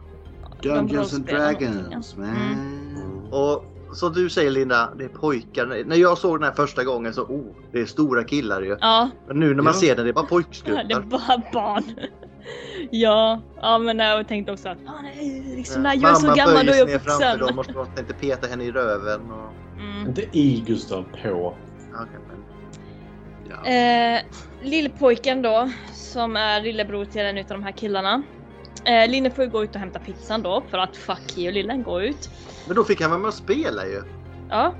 D: Dungeons and
A: rollspelar någonting,
D: Dragons, man.
G: mm.
B: Och som du säger Linda, det är pojkar. När jag såg den här första gången så, oh, det är stora killar ju.
A: ja,
B: Men nu när man
D: Ja.
B: ser den, det är bara
A: Ja, Det är
B: pojkskruttar.
A: bara barn. Ja, ja men jag tänkte också att fan, det är liksom, när jag är
B: Mamma
A: så gammal då är jag
B: böjer sig ner framför
A: vuxen.
B: dem och måste inte peta henne i röven. Och...
A: Mm.
E: Inte i Gustav, på.
B: Ja, okej, men...
D: Ja.
A: Eh, lillpojken då, som är lillebror till en utav de här killarna. Eh, Linne får ju gå ut och hämta pizzan då för att fuck you lillen, gå ut.
B: men då fick han vara med och spela ju.
A: Ja,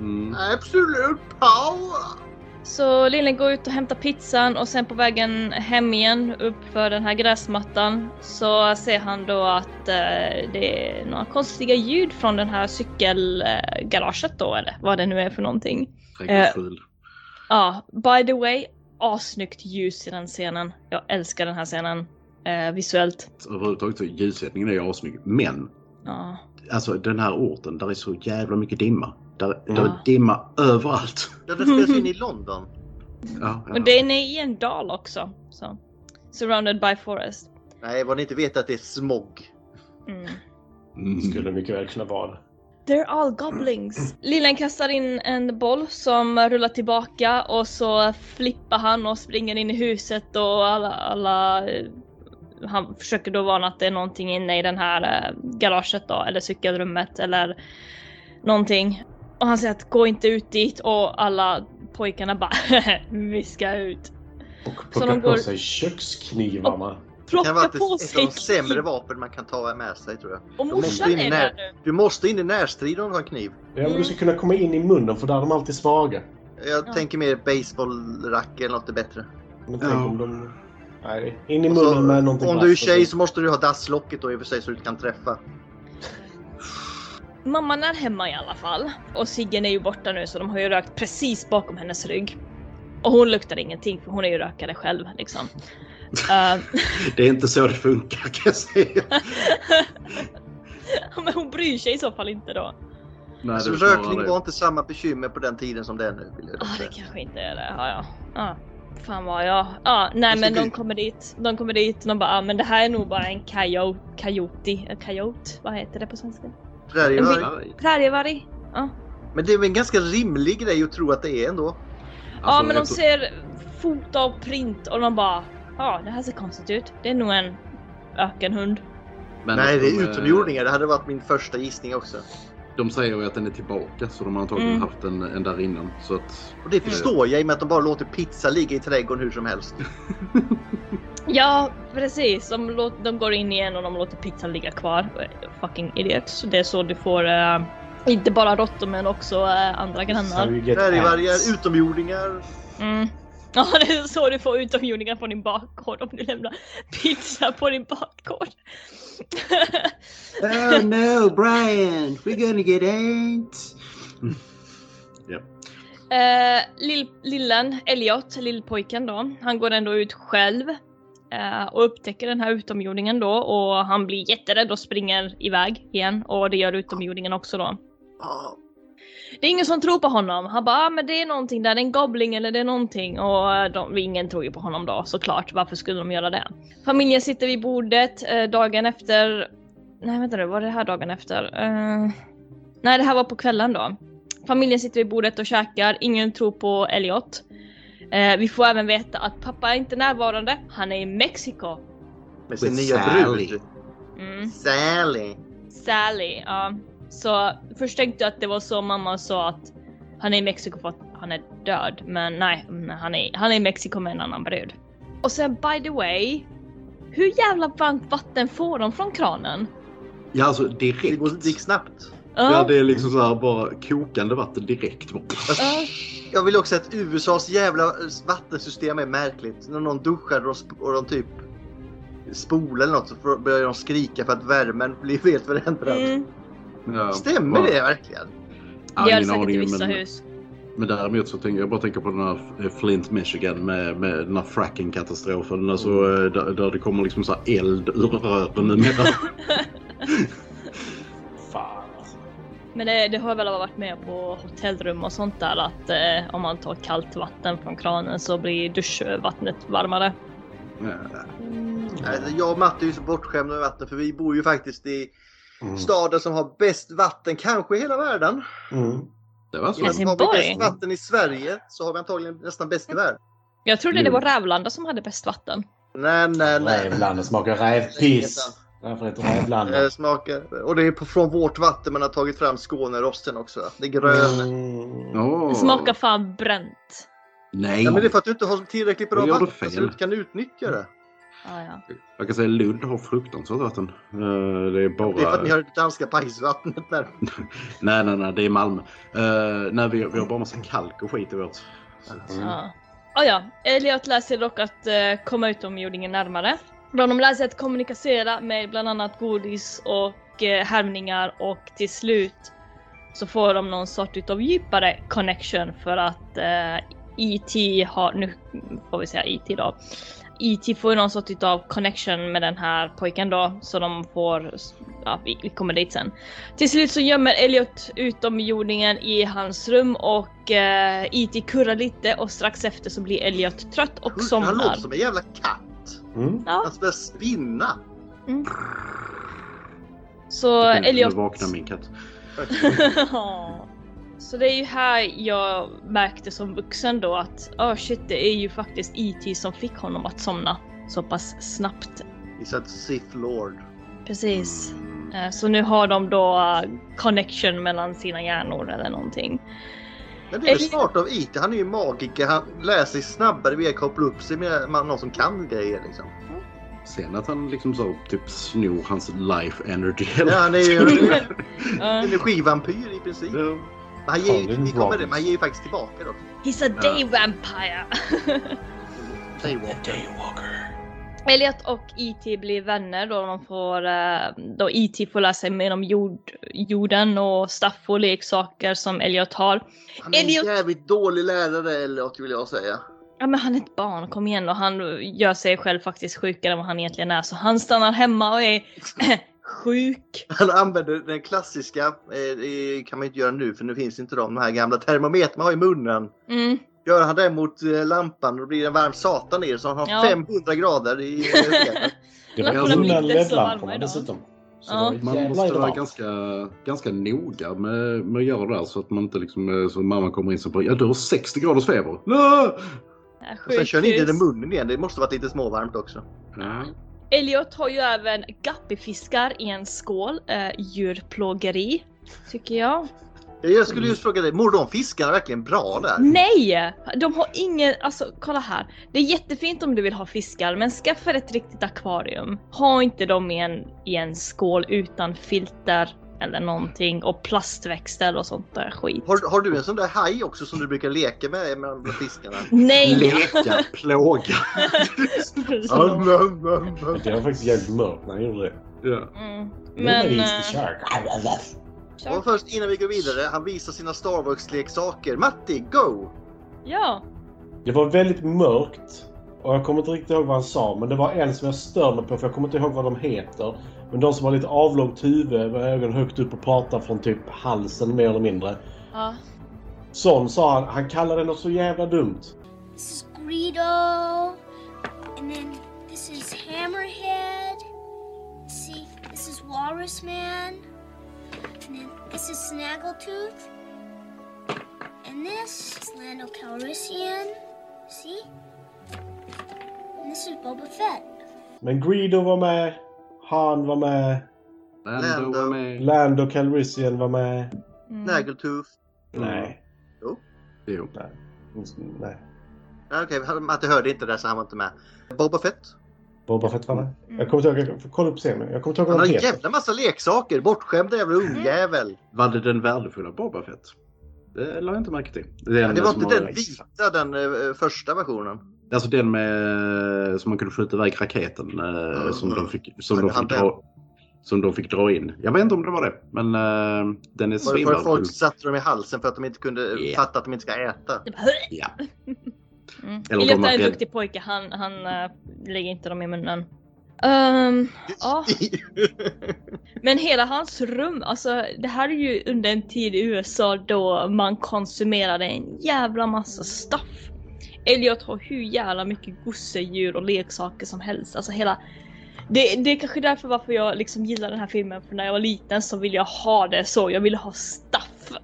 D: Mm.
B: Absolut power!
A: så lillen går ut och hämtar pizzan och sen på vägen hem igen upp för den här gräsmattan så ser han då att eh, det är några konstiga ljud från den här cykelgaraget eh, garaget då eller vad det nu är för någonting.
D: Trädgårdsful.
A: Ja, by the way, assnyggt ljus i den scenen. Jag älskar den här scenen eh, visuellt.
D: Överhuvudtaget så ljussättningen är ju assnygg. Men
A: Ja.
D: alltså den här orten, där är så jävla mycket dimma. Där, där
A: Ja.
D: är dimma överallt.
B: Ja, den spelas in i London.
D: Ja, ja.
A: Och den är i en dal också. Så. Surrounded by forest.
B: Nej, vad ni inte vet är att det är smog.
A: Mm.
D: Mm.
E: Skulle mycket väl kunna vara det.
A: They're all goblins. Lillen kastar in en boll som rullar tillbaka och så flippar han och springer in i huset och alla, alla eh, han försöker då varna att det är någonting inne i den här eh, garaget då, eller cykelrummet eller någonting. Och han säger att gå inte ut dit och alla pojkarna bara vi ska ut.
E: Och
A: Så
E: plockar
A: de
E: på
A: går-
E: sig köksknivarna.
B: Det kan vara
A: Plocka
B: ett,
A: på
B: ett
A: sig
B: av de sämre vapen man kan ta med sig tror jag.
A: Och
B: De
A: morsan
B: måste in i
A: är
B: när-
A: där nu.
B: Du måste in i närstrid om du har kniv.
E: Ja, men du ska kunna komma in i munnen för där är de alltid svaga.
B: Jag
A: Ja.
B: tänker mer baseballracke eller något är bättre.
E: Men tänk
D: Ja.
E: om de... Nej, in i
B: Och
E: munnen
B: så,
E: med någonting
B: om du är
E: vasst och
B: tjej
E: så-
B: så måste du ha dasslocket då i och för sig så du kan träffa.
A: Mamman är hemma i alla fall. Och Siggen är ju borta nu så de har ju rökt precis bakom hennes rygg. Och hon luktar ingenting för hon är ju rökare själv liksom. Eh,
D: Det är inte så det funkar kan jag säga.
A: men hon bryr sig i så fall inte då.
D: Nej,
B: Alltså,
D: det är snarare
B: rökning
D: det.
B: var inte samma bekymmer på den tiden som det är nu. Vill jag
A: Ja,
B: säga.
A: Ah, det kanske inte är det. Ja, ja. ja. Fan vad jag... Ja, nej
B: Fast
A: men
B: det
A: de
B: blir-
A: kommer dit. De kommer dit och de bara, ah, men det här är nog bara en coyote. Coyote? En Coyote? Vad heter det på svenska?
B: Prärievarg.
A: En
D: Alltså,
A: Prärievarg?
B: Men det är väl en ganska rimlig grej att tro att det är ändå.
A: Ja,
D: Alltså,
A: men de
D: ett-
A: ser fota och print och de bara, ja, det här ser konstigt ut. Det är nog en ökenhund.
D: men
B: Nej,
D: att
B: det
D: de, eh,
B: är utomjordingar. Det hade varit min första gissning också.
D: De säger ju att den är tillbaka så de har antagligen
A: Mm.
D: haft en, en där innan. Så att,
B: Och det förstår jag i och med att de bara låter pizza ligga i trädgården hur som helst.
A: Ja, precis. De, låt, de går in igen och de låter pizzan ligga kvar. Fucking idiots. Det är så du får eh, inte bara råttor men också eh, andra grannar.
E: Surrogate ants.
B: Prärievargar, utomjordingar.
A: Mm. Ja, det är så du får utomjordingar på din bakgård om du lämnar pizza på din bakgård.
D: Oh no Brian, we're gonna get ants!
A: Eh, lill, lillen, Elliot, lillpojken då, han går ändå ut själv eh, och upptäcker den här utomjordingen då och han blir jätterädd och springer iväg igen och det gör utomjordingen också då.
B: Ah,
A: Det är ingen som tror på honom. Han bara, ah, men det är någonting där, det är en gobbling eller det är någonting. Och eh, de, ingen tror ju på honom då såklart. Varför skulle de göra det? Familjen sitter vid bordet eh, dagen efter. Nej vänta nu, var det här dagen efter? Eh, nej, det här var på kvällen då. Familjen sitter vid bordet och käkar. Ingen tror på Elliot. Eh, vi får även veta att pappa är inte närvarande. Han är i Mexiko.
B: Med sin
D: With
B: nya
D: Sally.
B: brud.
A: Mm.
B: Sally.
A: Sally, ja. Så först tänkte jag att det var så mamma sa att han är i Mexiko för att han är död. Men nej, mm, han är, han är i Mexiko med en annan brud. Och sen by the way, hur jävla varmt vatten får de från kranen?
D: Ja, alltså
B: Det går-
D: direkt.
B: det gick snabbt.
D: Ja,
A: Ja,
D: det är liksom så här bara kokande vatten direkt.
A: ja.
B: Jag vill också att USAs jävla vattensystem är märkligt. När någon duschar och de, sp- och de typ spolar eller något så får- börjar de skrika för att värmen blir helt förändrad.
A: Mm.
D: Ja.
B: Stämmer det verkligen?
D: Ja,
A: Det gör det
D: ingen
A: säkert i
D: aning,
A: vissa
D: men-
A: hus.
D: Men däremot så tänker jag bara tänker på den här eh, Flint, Michigan med, med den här fracking-katastrofen. Alltså,
B: Mm.
D: eh, där, där det kommer liksom så här eld ur rören numera.
E: Fan alltså.
A: Men det, det har jag väl varit med på hotellrum och sånt där att eh, om man tar kallt vatten från kranen så blir duschvattnet varmare.
D: Ja.
B: Alltså, Jag och Matte är ju så bortskämda med vatten för vi bor ju faktiskt i
E: Mm.
B: staden som har bäst vatten kanske i hela världen.
E: Mm.
D: Det var så.
A: Helsingborg.
B: Har vi bäst vatten i Sverige så har vi antagligen nästan bäst i världen.
A: Jag trodde det var Rävlanda som hade bäst vatten.
B: Nej, nej, nej.
E: Rävlanda smakar rävpiss. Därför heter det Rävlanda.
B: Eh, Smakar. Och det är på- från vårt vatten man har tagit fram Skånerosten också. Det är grön.
E: Mm.
A: Det
D: Åh.
A: smakar fan bränt.
D: Nej!
B: Ja, men det är för att du inte har tillräckligt bra
D: Vad gör du
B: vatten så
D: fel?
B: du inte kan utnyttja det.
A: Ja, ja.
D: Jag kan säga Lund har fruktansvärt vatten. Eh, Det är bara...
B: Det är för att ni har det danska pajsvattnet där.
D: Nej, nej, nej, det är Malmö. Uh, nej, vi, vi har bara massa kalk och skit i vårt.
E: Mm.
A: Ja. Ah, ja. Elliot lär sig dock att eh, komma utomjordingen närmare. Bland de lär sig att kommunicera med bland annat godis och eh, härmningar och till slut så får de någon sort utav djupare connection för att eh, E.T. har, nu får vi säga E.T. då. E.T. får ju någon sort utav connection med den här pojken då så de får, ja vi, vi kommer dit sen. Till slut så gömmer Elliot utomjordingen i hans rum och eh, E.T. kurrar lite och strax efter så blir Elliot trött och
B: Han
A: somnar.
B: låter som en jävla katt.
E: Mm.
A: Ja,
B: Han börjar spinna.
A: så
D: Nu
A: Elliot...
D: vaknar min katt.
A: Ja. Så det är ju här jag märkte som vuxen då att oh shit, det är ju faktiskt E.T. som fick honom att somna så pass snabbt.
B: He's a Sith Lord.
A: Precis. Eh, Så nu har de då eh, connection mellan sina hjärnor eller någonting.
B: Men det är ju smart av IT. Han är ju magiker. Han lär sig snabbare via att koppla upp sig med med någon som kan grejer liksom.
D: Sen att han liksom så typ snor hans life energy.
B: Ja, han är ju en
A: Eh,
B: energivampyr i princip.
D: Ja.
B: Men han ger,
E: Fan,
B: ju,
E: det är
B: vi kommer
E: bra.
B: det, men han ger ju faktiskt tillbaka då.
A: He's a day vampire!
B: Daywalker.
A: Elliot och E.T. blir vänner då de får, eh, då E.T. får lära sig mer om jord, jorden och staff och leksaker som Elliot har.
B: Han är
A: Idiot.
B: en jävligt dålig lärare Elliot vill jag säga.
A: Ja men han är ett barn, kom igen och han gör sig själv faktiskt sjukare än vad han egentligen är så han stannar hemma och är sjuk.
B: Han använder den klassiska, eh, det kan man ju inte göra nu för nu finns inte de, de här gamla termometern man har i munnen.
A: Mm.
B: Gör han det mot eh, lampan då blir det en varm satan i det så han har
A: Ja.
B: 500 grader i eh, feber.
E: Det
A: Varför
E: var
D: de
E: undan
A: inte så varma
E: LED-lamporna
A: idag?
E: dessutom. Så
A: Ja.
E: det var
D: Man
E: jävla
D: måste vara
E: varmt.
D: ganska, ganska noga med, med att göra det här så att man inte liksom, eh, så mamma kommer in och bara ja du har 60 graders feber. Ah!
A: är
B: Och sen kör ni in den i
A: sjukhus.
B: munnen igen, det måste varit lite småvarmt också.
D: Ja.
A: Elliot har ju även guppifiskar i en skål, eh, djurplågeri tycker jag.
B: Jag skulle just fråga dig, mår de fiskarna verkligen bra där?
A: Nej! De har ingen, alltså kolla här. Det är jättefint om du vill ha fiskar men skaffa ett riktigt akvarium. Ha inte dem i en, i en skål utan filter eller någonting och plastväxter och sånt där skit.
B: Har, har du en sån där haj också som du brukar leka med mellan fiskarna?
A: Nej!
D: Leka, plåga.
A: Som-
E: Det var faktiskt jävligt mörkt när han gjorde det.
D: Ja.
A: mm.
E: Nobody
A: Men...
E: is the
A: eh,
E: shark.
B: Och först innan vi går vidare, han visar sina Star Wars-leksaker. Matti,
A: Mm.
B: go!
A: Ja.
E: Det var väldigt mörkt. Och jag kommer inte riktigt ihåg vad han sa, men det var en som jag stör mig på för jag kommer inte ihåg vad de heter. Men de som har lite avlångt huvud med ögonen högt upp och pratar från typ halsen mer eller mindre.
A: ja.
E: Sån sa han, han kallade något så jävla dumt.
C: This is Greedo. And then this is Hammerhead. See, this is Walrus Man. And then this is Snaggletooth. And this is Lando Calrissian. See? And this is Boba Fett.
E: Men Greedo var med. Han var med.
D: Lando var med.
E: Lando Calrissian var med.
A: Mm.
B: Snaggletooth.
E: Nej.
D: Jo.
B: Mm.
E: Nej.
B: Ja, Okej, han- Matti hörde inte det så han var inte med. Boba Fett.
E: Boba Fett var med. Jag kommer inte ihåg. Jag får kolla upp sen. Jag kommer inte ihåg
B: Mm. Han
E: vad
B: har
E: de
B: en
E: heter.
B: jävla massa leksaker. Bortskämd jävla
A: Mm.
B: ungjävel.
D: Var det den värdefulla Boba Fett? Det la jag inte märke till. Det,
B: Det var inte den vita, den eh, första versionen.
D: Alltså den med, eh, som man kunde skjuta iväg raketen eh,
B: Mm.
D: som, de fick, som,
B: Men
D: de
B: han
D: fick dra, som de fick dra in. Jag vet inte om det var det, men eh,
B: Var
D: den är
B: det för att
D: svinvärdefull.
B: folk satte dem i halsen för att de inte kunde
D: Ja.
B: fatta att de inte ska äta?
A: Det bara, "Hö!"
D: Ja.
A: Mm.
D: Eller om
A: Elliot
D: de
A: är en
D: har-
A: duktig pojke, han, han eh, lägger inte dem i munnen. Ehm, ja. Men hela hans rum, alltså det här är ju under en tid i USA då man konsumerade en jävla massa stuff. Elliot har hur jävla mycket gosedjur och leksaker som helst. Alltså hela... Det, det är kanske därför varför jag liksom gillar den här filmen, för när jag var liten så ville jag ha det så. Jag ville ha stuff.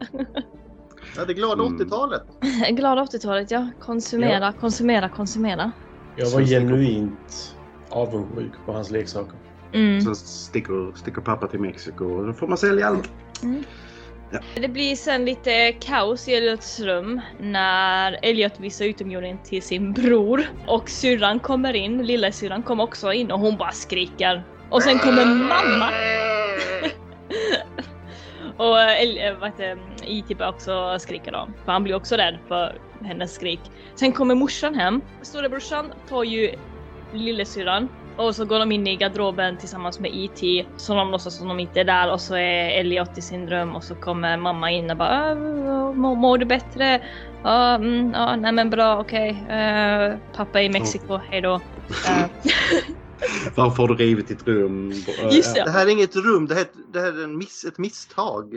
B: Ja, det glada
D: Mm.
B: 80-talet.
A: Glada 80-talet ja. Konsumera, konsumera, konsumera.
E: Jag var genuint avundsjuk på hans leksaker.
A: Mm.
D: Sen sticker, sticker pappa till Mexiko och då får man sälja allt.
A: Det blir sen lite kaos i Elliots rum när Elliot visar utomjordingen till sin bror och syrran kommer in, lilla syrran kommer också in och hon bara skriker. Och sen kommer mamma! och eh, El- eh, vad heter det, E.T. börjar också skrika då, för han blir också rädd för hennes skrik. Sen kommer morsan hem. Storebrorsan tar ju lillasyrran och så går de in i garderoben tillsammans med E.T. Så de låtsas som de inte är där och så är Elliot i sin rum och så kommer mamma in och bara "Äh, mår, mår du bättre? Ja, mm, ja, nej men bra, okej. Eh, pappa är i Mexiko, hejdå. Eh,
D: Varför har du rivit ditt rum? Eh,
A: Just det.
B: Det här är inget rum, det här, det här är en miss, ett misstag.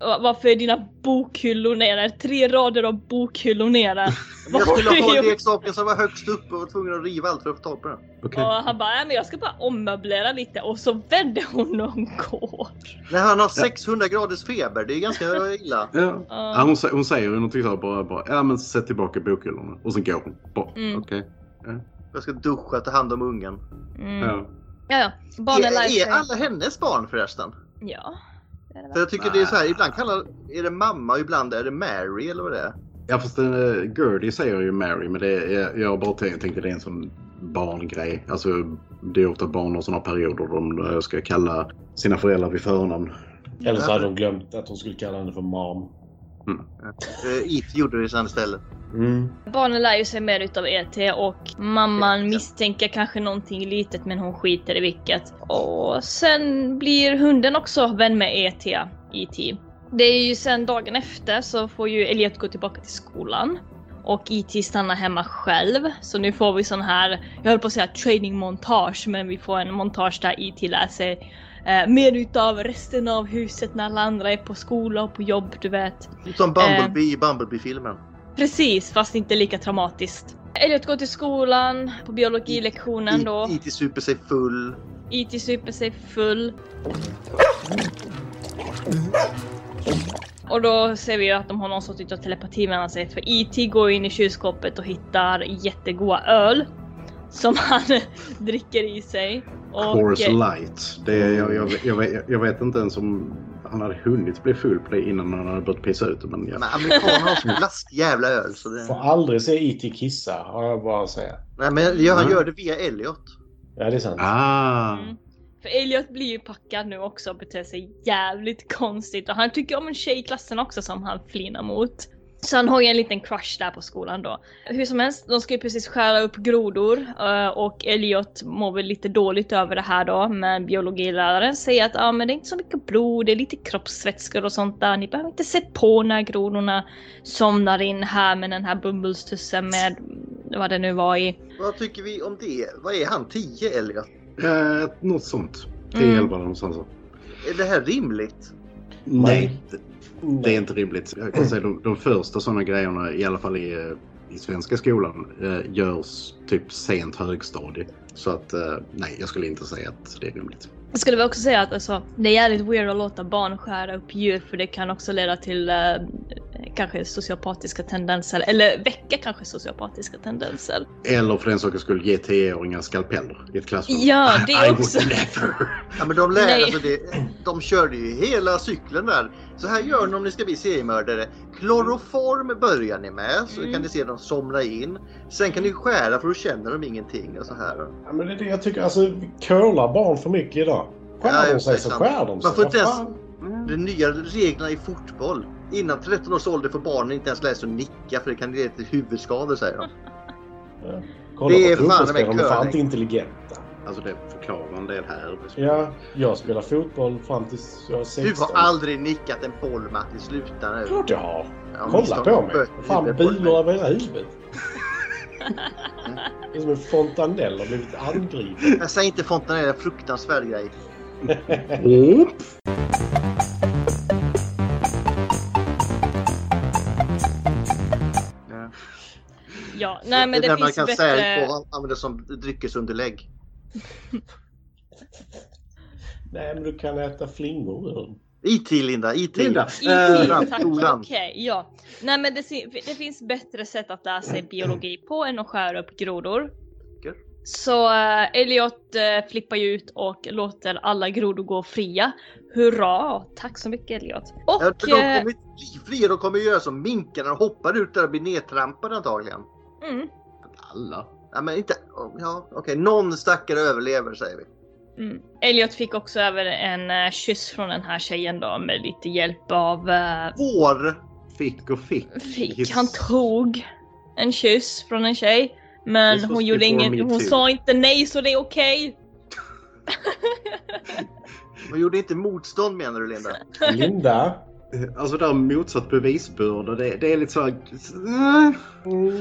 A: Va- Varför är dina bokhyllor nere? Tre rader av bokhyllor nere.
B: Jag
A: Varför
B: skulle ha
A: är-
B: leksaken som var högst upp och var tvungen att riva allt för att få tag på den.
D: Okej.
A: Och han bara, "Nej, men jag ska bara ommöblera lite och så vände hon om gå.
B: När han har 600 graders feber, det är ganska illa.
D: Äh, Ja. Ja, hon, sä- hon säger ju någonting så här bara, bara ja men sätt tillbaka bokhyllorna. Och sen går hon. Bara,
A: Mm.
D: Okej.
B: Jag ska duscha, ta hand om ungen.
A: Mm.
D: Ja.
A: Ja, ja. Barn är
B: Är, är
A: lifesaver.
B: alla hennes barn förresten?
A: Ja. det är det
B: För
A: väl.
B: jag tycker det är så här, ibland kallar är det mamma och ibland är det Mary eller vad det är.
D: ja fast uh, Gertie säger ju Mary men det är, jag bara tänkte, tänkte det är en sån barngrej. Alltså det är ofta barn har såna perioder där de eh, ska kalla sina föräldrar vid förnamn.
E: Eller så hade hon glömt att hon skulle kalla henne för mam.
B: Eh, It gjorde det sen istället.
E: Mm.
A: Barnen lär ju sig mer utav ET och mamman misstänker kanske någonting litet men hon skiter i vilket. Och sen blir hunden också vän med E ET. ET. Det är ju sen dagen efter så får ju Elliot gå tillbaka till skolan. Och E.T. stannar hemma själv. Så nu får vi sån här, jag höll på att säga training montage, men vi får en montage där E.T. lär sig eh, mer utav resten av huset när alla andra är på skola och på jobb, du vet.
B: Som Bumblebee i Bumblebee-filmen.
A: Precis, fast inte lika traumatiskt. Elliot går till skolan på biologilektionen då.
B: It, IT E super sig full.
A: IT super sig full. Och då ser vi ju att de har någon sorts utav telepati mellan sig för IT går in i kylskåpet och hittar jättegoda öl som han dricker i sig. Och,
D: Coors Light. Det, är- jag, jag, jag, vet, jag vet inte ens om han hade hunnit bli full på det innan han hade börjat pissa ut det, men ja.
B: Men amerikaner har så blask jävla öl. Så
E: Får
B: det...
E: aldrig se IT kissa, har jag bara att säga.
B: Nej men jag, han
D: Mm.
B: gör det via Elliot.
E: Ja, det är sant.
D: Ah.
A: Mm. För Elliot blir ju packad nu också och beter sig jävligt konstigt och han tycker om en tjej i klassen också som han flinar mot. Så han har ju en liten crush där på skolan då. Hur som helst, de ska ju precis skära upp grodor eh, och Elliot mår väl lite dåligt över det här då men biologiläraren säger att ah, men det är inte så mycket blod, det är lite kroppsvätskor och sånt där. Ni behöver inte se på när grodorna somnar in här med den här bumbelstussen med vad det nu var i.
B: Vad tycker vi om det? Vad är han? 10 Elliot?
D: Eh, något sånt. 10-11
A: Mm.
D: någonstans.
B: Är det här rimligt?
D: Nej, det, det är inte rimligt. Jag kan säga de, de första sådana grejerna, i alla fall i, eh, i svenska skolan, eh, görs typ sent högstadie. Så att eh, nej, jag skulle inte säga att det är rimligt.
A: Jag skulle väl också säga att alltså, det är jävligt weird att låta barn skära upp djur för det kan också leda till eh, kanske sociopatiska tendenser eller väcka kanske sociopatiska tendenser.
D: Eller för den saken skulle ge 10-åringar skalpeller i ett klassrum.
A: Ja, det
D: I, I
A: också.
D: would never.
B: Ja men de lär,
A: Nej.
B: alltså det, de körde ju hela cykeln där. Så här gör ni om ni ska bli seriemördare. Kloroform börjar ni med så
A: Mm.
B: kan ni se dem somna in. Sen kan ni skära för då känner de ingenting och så här.
E: Ja, men det är det jag tycker. Alltså, vi curlar barn för mycket idag.
B: Ja,
E: Skär
B: jag
E: de sig
B: vet
E: så
B: sant.
E: skär de sig.
B: Man får inte
E: Vad
B: ens-
E: fan?
B: De nya reglerna i fotboll. Innan 13 års ålder får barnen inte ens lära sig att nicka för det kan leda till huvudskador säger de.
E: Kolla
B: Det är
E: på
B: fan
E: fotbollsspelare,
B: med
E: de är fan
B: curling.
E: inte intelligenta.
D: Alltså det förklarar en del här.
E: Ja, jag spelar fotboll fram tills jag var 16.
B: Du har aldrig nickat en boll Matti, sluta nu.
E: Klart jag har!
B: Ja,
E: Kolla
B: misstag.
E: på mig!
B: Böt-
E: Vad Fan,
B: huvudet på
E: bulor
B: mig.
E: över hela huvudet. Det är som en fontanell har blivit angripen.
B: Jag säger inte fontanell, det är en fruktansvärd grej.
A: Ja, nej men det,
B: där
A: finns
B: man kan
A: bättre...
B: sälja och använda som dryckesunderlägg.
E: Nej, men du kan äta flingor ur den.
B: IT Linda, IT!
D: Linda.
A: IT,
B: Eh,
A: tack,
B: skolan.
A: okej, ja. Nej men det, si- det finns bättre sätt att lära sig biologi på än att skära upp grodor.
B: Okej.
A: Så eh, Elliot eh, flippar ju ut och låter alla grodor gå fria. Hurra! Tack så mycket Elliot. Och...
B: Ja, för de
A: eh,
B: kommer inte bli fria, de kommer göra som minkarna och hoppar ut där och blir nedtrampade antagligen.
A: mm.
D: Alla.
B: Ja, men inte... Ja, okej. Någon stackare överlever säger vi.
A: Mm. Elliot fick också över en eh, kyss från den här tjejen då med lite hjälp av eh,
B: Vår!
D: Fick och fick.
A: fick.
D: Hiss.
A: Han tog en kyss från en tjej. Men
D: This was
A: hon gjorde
D: before
A: inget,
D: me
A: hon
D: too.
A: sa inte nej så det är okej.
B: De gjorde inte motstånd menar du Linda?
E: Linda!
D: Alltså där motsatt bevisbörda, det, det är lite så här...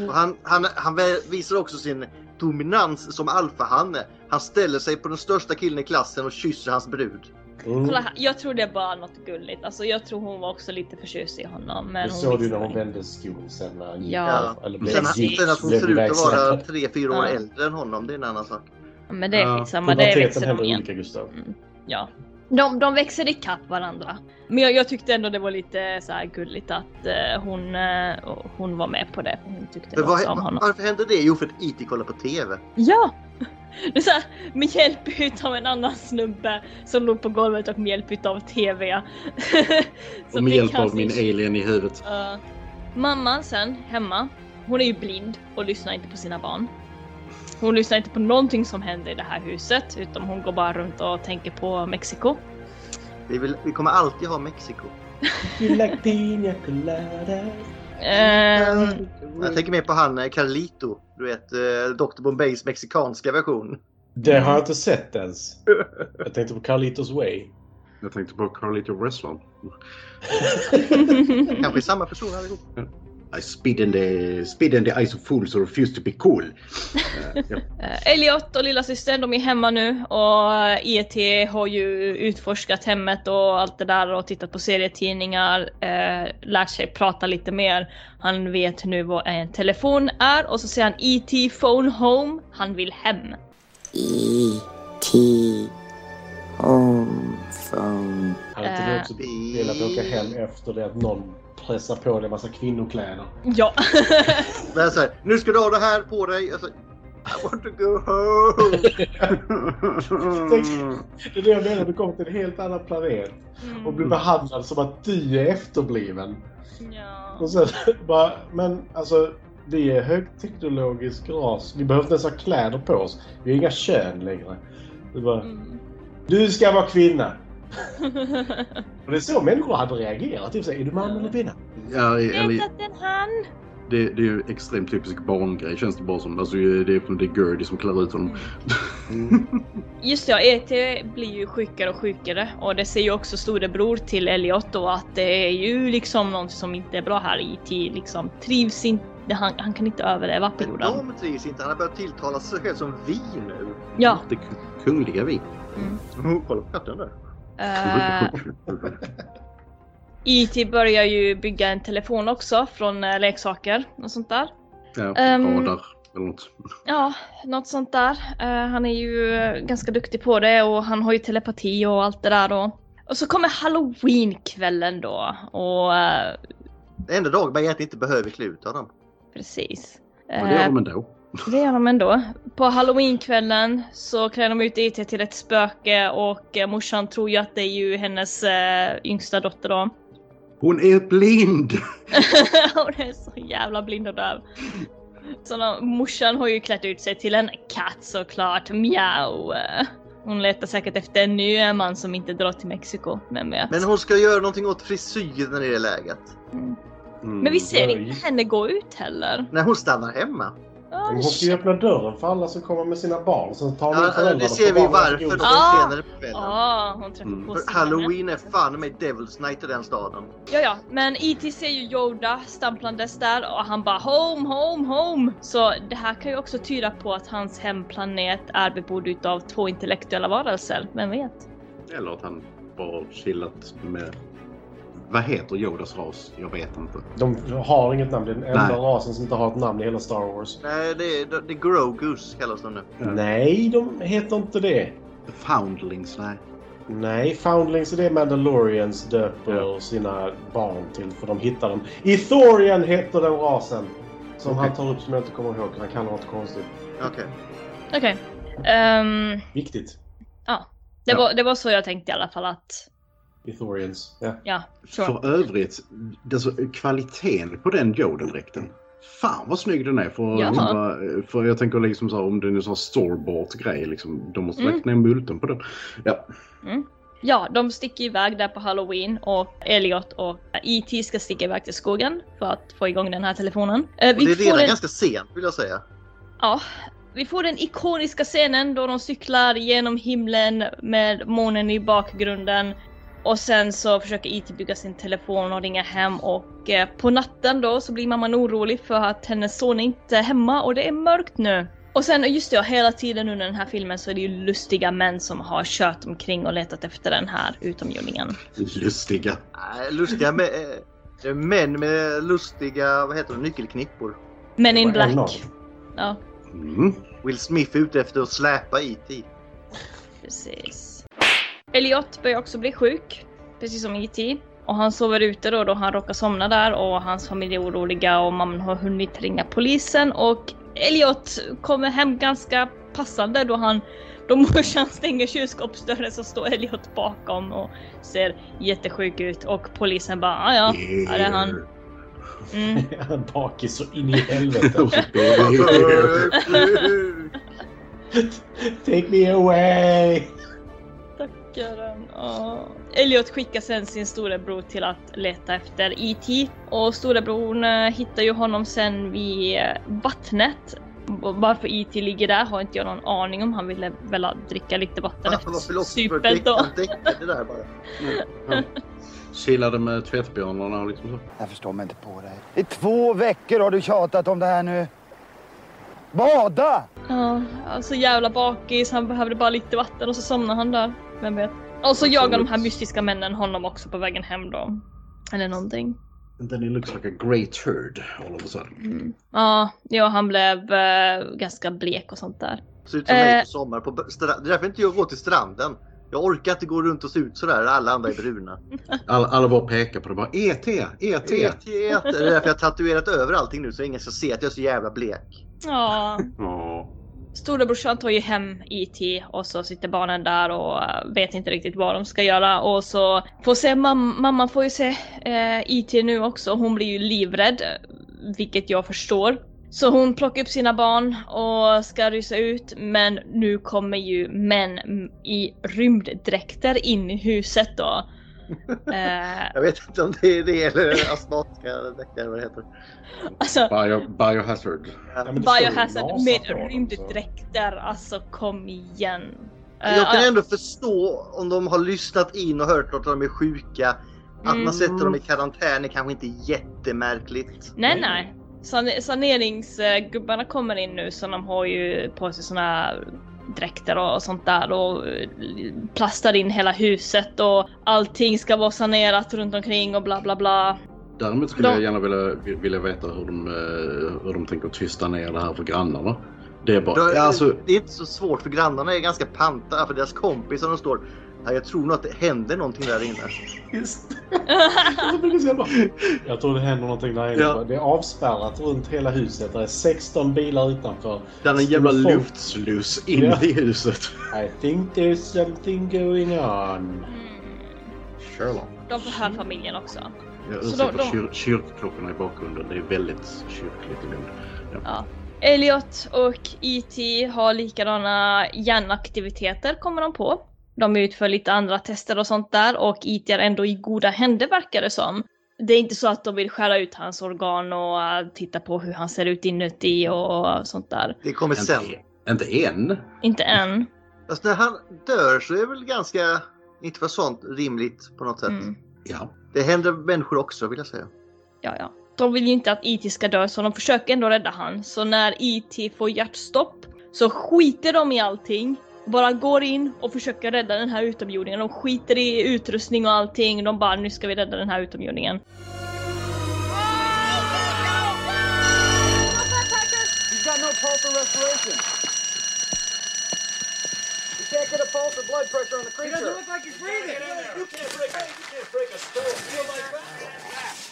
B: Och han, han, han vä- visar också sin dominans som alfahanne. Han ställer sig på den största killen i klassen och kysser hans brud.
E: Mm.
A: Kolla här, jag tror det är bara något gulligt. Alltså jag tror hon var också lite förtjust i honom. Men
E: Det
A: hon
E: såg du
A: visste
E: när hon
A: inte.
E: vände skon sen när han gick
A: Ja.
E: av- eller blev
B: Sen,
E: gick-
B: sen att hon
E: blev
B: ser ut att vara
E: ivägslappad.
B: 3-4 år
A: Ja.
B: äldre än honom, det är en annan sak.
A: Ja, Men det är
D: Ja,
A: skitsamma, det
E: Puberteten
A: växer de
E: händer
A: igen. Mm.
E: olika Gustav.
A: Ja. De, de växer ikapp varandra. Men jag, jag tyckte ändå det var lite så här gulligt att eh, hon, eh, hon var med på det. Hon tyckte
B: Men
A: också
B: vad,
A: om honom.
B: varför hände det? Jo, för att IT kollar på TV.
A: Ja! Det är så här, med hjälp utav en annan snubbe som låg på golvet och med hjälp utav TV. Så
D: Och med
A: fick
D: hjälp
A: han
D: av
A: sin-
D: min alien i huvudet.
A: Ja. mamman sen, hemma, hon är ju blind och lyssnar inte på sina barn. Hon lyssnar inte på någonting som händer i det här huset, utan hon går bara runt och tänker på Mexiko.
B: Vi, vill, vi kommer alltid ha Mexiko.
E: You like piña colada.
A: Ehm,
E: Mm.
B: Jag tänker mer på han eh, Carlito. Du vet, eh, Dr. Bombays mexikanska version.
E: Det har jag inte sett ens. Jag tänkte på Carlitos Way.
D: Jag tänkte på Carlito Wrestlon.
B: Kanske samma person allihop.
D: I spit in the, spit in the ice of fools who refuse to be cool. Eh, ja.
A: Eh, Elliot och lilla syster, de är hemma nu och eh, ET har ju utforskat hemmet och allt det där och tittat på serietidningar, eh, lärt sig prata lite mer. Han vet nu vad en telefon är och så säger han ET phone home, han vill hem.
K: E.T. Home phone.
E: Hade inte du
A: Äh.
E: också velat åka hem efter det att någon pressar på dig en massa kvinnokläder?
A: Ja.
B: Det är så här, nu ska du ha det här på dig. Alltså, I want to go home.
E: Det är det jag menar, du kommer till en helt annan planet
A: Mm,
E: och blir behandlad som att du är efterbliven.
A: ja.
E: Och sen bara, men alltså vi är högteknologisk ras. Vi behöver inte ens ha kläder på oss. Vi är inga kön längre. Det är bara,
A: Mm.
E: du ska vara kvinna! Och det är så människor hade reagerat. Typ så här, är du man eller kvinna?
D: ja, eller,
A: Vet att den han.
D: det, det är ju extremt typisk barngrej känns det bara som. Alltså, det är som det är Gertie som klär ut honom.
A: Just ja, ET blir ju sjukare och sjukare och det säger ju också storebror till Elliot då att det är ju liksom något som inte är bra här. ET liksom trivs inte, han, han kan inte överleva på
B: Men
A: jorden.
B: de trivs inte. Han har börjat tilltala sig själv som vi nu.
A: Ja.
D: Det kungliga vi.
B: Oh, kolla på katten där.
A: eh, ET börjar ju bygga en telefon också från eh, leksaker och sånt där.
D: ja,
A: Ehm.
D: radar eller något.
A: Ja, något sånt där. Eh, han är ju eh, ganska duktig på det och han har ju telepati och allt det där då. Och så kommer halloweenkvällen då och eh,
B: Det enda Dagberg egentligen inte behöver klä ut honom.
A: precis.
D: Men det gör
A: Eh,
D: de ändå.
A: Det gör de ändå. På halloweenkvällen så klär de ut IT till ett spöke och eh, morsan tror ju att det är ju hennes eh, yngsta dotter då.
D: Hon är blind!
A: Hon är så jävla blind och döv. Så de, morsan har ju klätt ut sig till en katt såklart, mjau. Eh, Hon letar säkert efter en ny man som inte drar till Mexiko, vem vet.
B: Men hon ska göra någonting åt frisyren i det läget.
D: Mm.
A: Men vi ser
E: oj.
A: inte henne gå ut heller.
B: När hon stannar hemma.
A: Ja,
E: Men
A: det
E: Hon ska ju öppna dörren för alla som kommer med sina barn. Sen tar
B: Ja,
E: ja, föräldrarna
B: det ser vi
E: på barnen.
B: varför de
A: Ah!
B: senare på kvällen.
A: Ja, hon träffar
D: Mm.
A: på
B: För
A: sin vän.
B: Halloween är fan med Devil's Night i den staden.
A: Ja, ja, men IT ser ju Yoda stamplandes där och han bara home, home, home. Så det här kan ju också tyda på att hans hemplanet är bebodd utav två intellektuella varelser. Vem vet?
D: Mm, Eller att han bara chillat med... Vad heter Yodas ras? Jag vet inte.
E: De har inget namn. Det är den enda
D: Nej.
E: rasen som inte har ett namn i hela Star Wars.
B: Nej, det är, det är Grogus kallas de nu.
D: Ja.
E: Nej, de heter inte det.
D: The Foundlings, nej.
E: Nej, Foundlings är det Mandalorians döper
D: Ja.
E: sina barn till för de hittar dem. Ithorian heter den rasen. Som
D: Okej.
E: han tar upp som jag inte kommer ihåg. Han kallar något konstigt.
B: Okej.
A: Okej. Ehm,
E: Viktigt.
A: det,
D: Ja.
A: var, det var så jag tänkte i alla fall att,
E: Ithorians. Ja.
A: ja, sure.
D: För övrigt, alltså, kvaliteten på den Yoda-dräkten. Fan vad snygg den är! För,
A: Ja.
D: liksom bara- för jag tänker liksom så här, om det är en sån här store-bought grej, liksom, de måste
A: Mm.
D: räkna ner multen på den. Ja,
A: Ja, de sticker iväg där på halloween och Elliot och IT ska sticka iväg till skogen för att få igång den här telefonen. Eh,
B: Och det är
A: får
B: redan
A: en-
B: ganska sent vill jag säga.
A: Ja, vi får den ikoniska scenen då de cyklar genom himlen med månen i bakgrunden. Och sen så försöker IT bygga sin telefon och ringa hem och eh, på natten då så blir mamman orolig för att hennes son är inte är hemma och det är mörkt nu. Och sen just det, ja, hela tiden under den här filmen så är det ju lustiga män som har kört omkring och letat efter den här utomjordingen.
D: Lustiga.
B: Nej, lustiga med, eh, män med lustiga, vad heter det, nyckelknippor.
A: Men in black. Ja,
D: Mm.
B: Will Smith är ute efter att släpa E E.T.
A: precis. Elliot börjar också bli sjuk, precis som E.T. Och han sover ute då, då han råkar somna där och hans familj är oroliga och mamman har hunnit ringa polisen och Elliot kommer hem ganska passande då han då morsan stänger kylskåpsdörren så står Elliot bakom och ser jättesjuk ut och polisen bara "Ah, ja, ja, det är han. Mm.
E: Han är bakis så in i helvete. Take me away!
A: Stackaren. ja. Elliot skickar sen sin storebror till att leta efter E.T. Och storebror eh, hittar ju honom sen vid eh, vattnet. Och Varför E.T. ligger där har inte jag någon aning om. Han ville väl dricka lite vatten
B: Han var
A: supet då.
B: filosofer, där bara.
D: Kilade med tvättbjörnarna och liksom så.
G: Jag förstår mig inte på dig. I två veckor har du tjatat om det här nu. Bada!
A: Ja, alltså jävla bakis. Han behövde bara lite vatten och så somnar han där. Vem vet? Och så jagar de här mystiska männen honom också på vägen hem då. Eller någonting.
D: And then he looks like a great herd all of a sudden.
A: Ja, ja han blev eh, ganska blek och sånt där.
B: Ser ut som mig
A: Eh.
B: på sommar på b- stra- Det är därför inte jag går till stranden. Jag orkar inte gå runt och se ut sådär. Alla andra är bruna.
D: Alla, alla bara pekar på det bara E E.T. E.T.
B: Det är därför jag har tatuerat över allting nu så ingen ska se att jag är så jävla blek.
A: Ja.
D: Ja.
A: Storebrorsan tar ju hem IT och så sitter barnen där och eh, vet inte riktigt vad de ska göra och så får se mam- mamman får ju se eh, IT nu också. Hon blir ju livrädd, eh, vilket jag förstår. Så hon plockar upp sina barn och ska rysa ut men nu kommer ju män mm, i rymddräkter in i huset då. Eh,
B: Jag vet inte om det är det eller astmatiska däckare vad det heter.
A: alltså,
D: Bio, biohazard.
A: Biohazard med rymddräkter, alltså kom igen. Eh,
B: Jag kan
A: ja.
B: ändå förstå om de har lyssnat in och hört att de är sjuka. Att
A: Mm.
B: man sätter dem i karantän är kanske inte jättemärkligt.
A: Nej, nej. San- saneringsgubbarna kommer in nu så de har ju på sig såna dräkter och sånt där och eh, plastar in hela huset och allting ska vara sanerat runt omkring och bla bla bla.
D: Däremot skulle
A: De-
D: jag gärna vilja, vilja veta hur de, eh, hur de tänker tysta ner det här för grannarna. Det är bara...
B: Då-
D: ja, alltså,
B: Det är inte så svårt för grannarna är ganska panta för deras kompisar de står "Ja, jag tror nog att det händer någonting där inne.
E: Just Mm. Jag tror det händer någonting där inne.
D: Ja.
E: Det är avspärrat runt hela huset. Det är 16 bilar utanför.
D: det är en jävla
E: Folk-
D: luftsluss in
E: Ja.
D: i huset.
E: I think there's something going on.
D: Sherlock.
A: De förhör familjen också.
D: Jag
A: Så
D: ursäktar
A: då- då-
D: kyr, kyrkklockorna i bakgrunden. Det är väldigt kyrkligt ibland.
A: Ja. Elliot och E.T. har likadana hjärnaktiviteter kommer de på. De utför lite andra tester och sånt där och E.T. är ändå i goda händer verkar det som. Det är inte så att de vill skära ut hans organ och eh, titta på hur han ser ut inuti och sånt där.
B: Det kommer
D: Inte-
B: sen.
D: Inte än.
A: Inte än.
B: Fast när han dör så är det väl ganska, inte för sånt, rimligt på något sätt.
A: Mm.
D: Ja.
B: Det händer människor också vill jag säga.
A: Ja, ja. De vill ju inte att E.T. ska dö så de försöker ändå rädda han. Så när E.T. får hjärtstopp så skiter de i allting. Bara går in och försöker rädda den här utomjordingen. De skiter i utrustning och allting. De bara nu ska vi rädda den här utomjordingen.
H: He's got no pulse or respiration. You can't get a pulse or blood pressure on the creature. He doesn't look like he's breathing. You can't break a, you can't break a stone. Feel like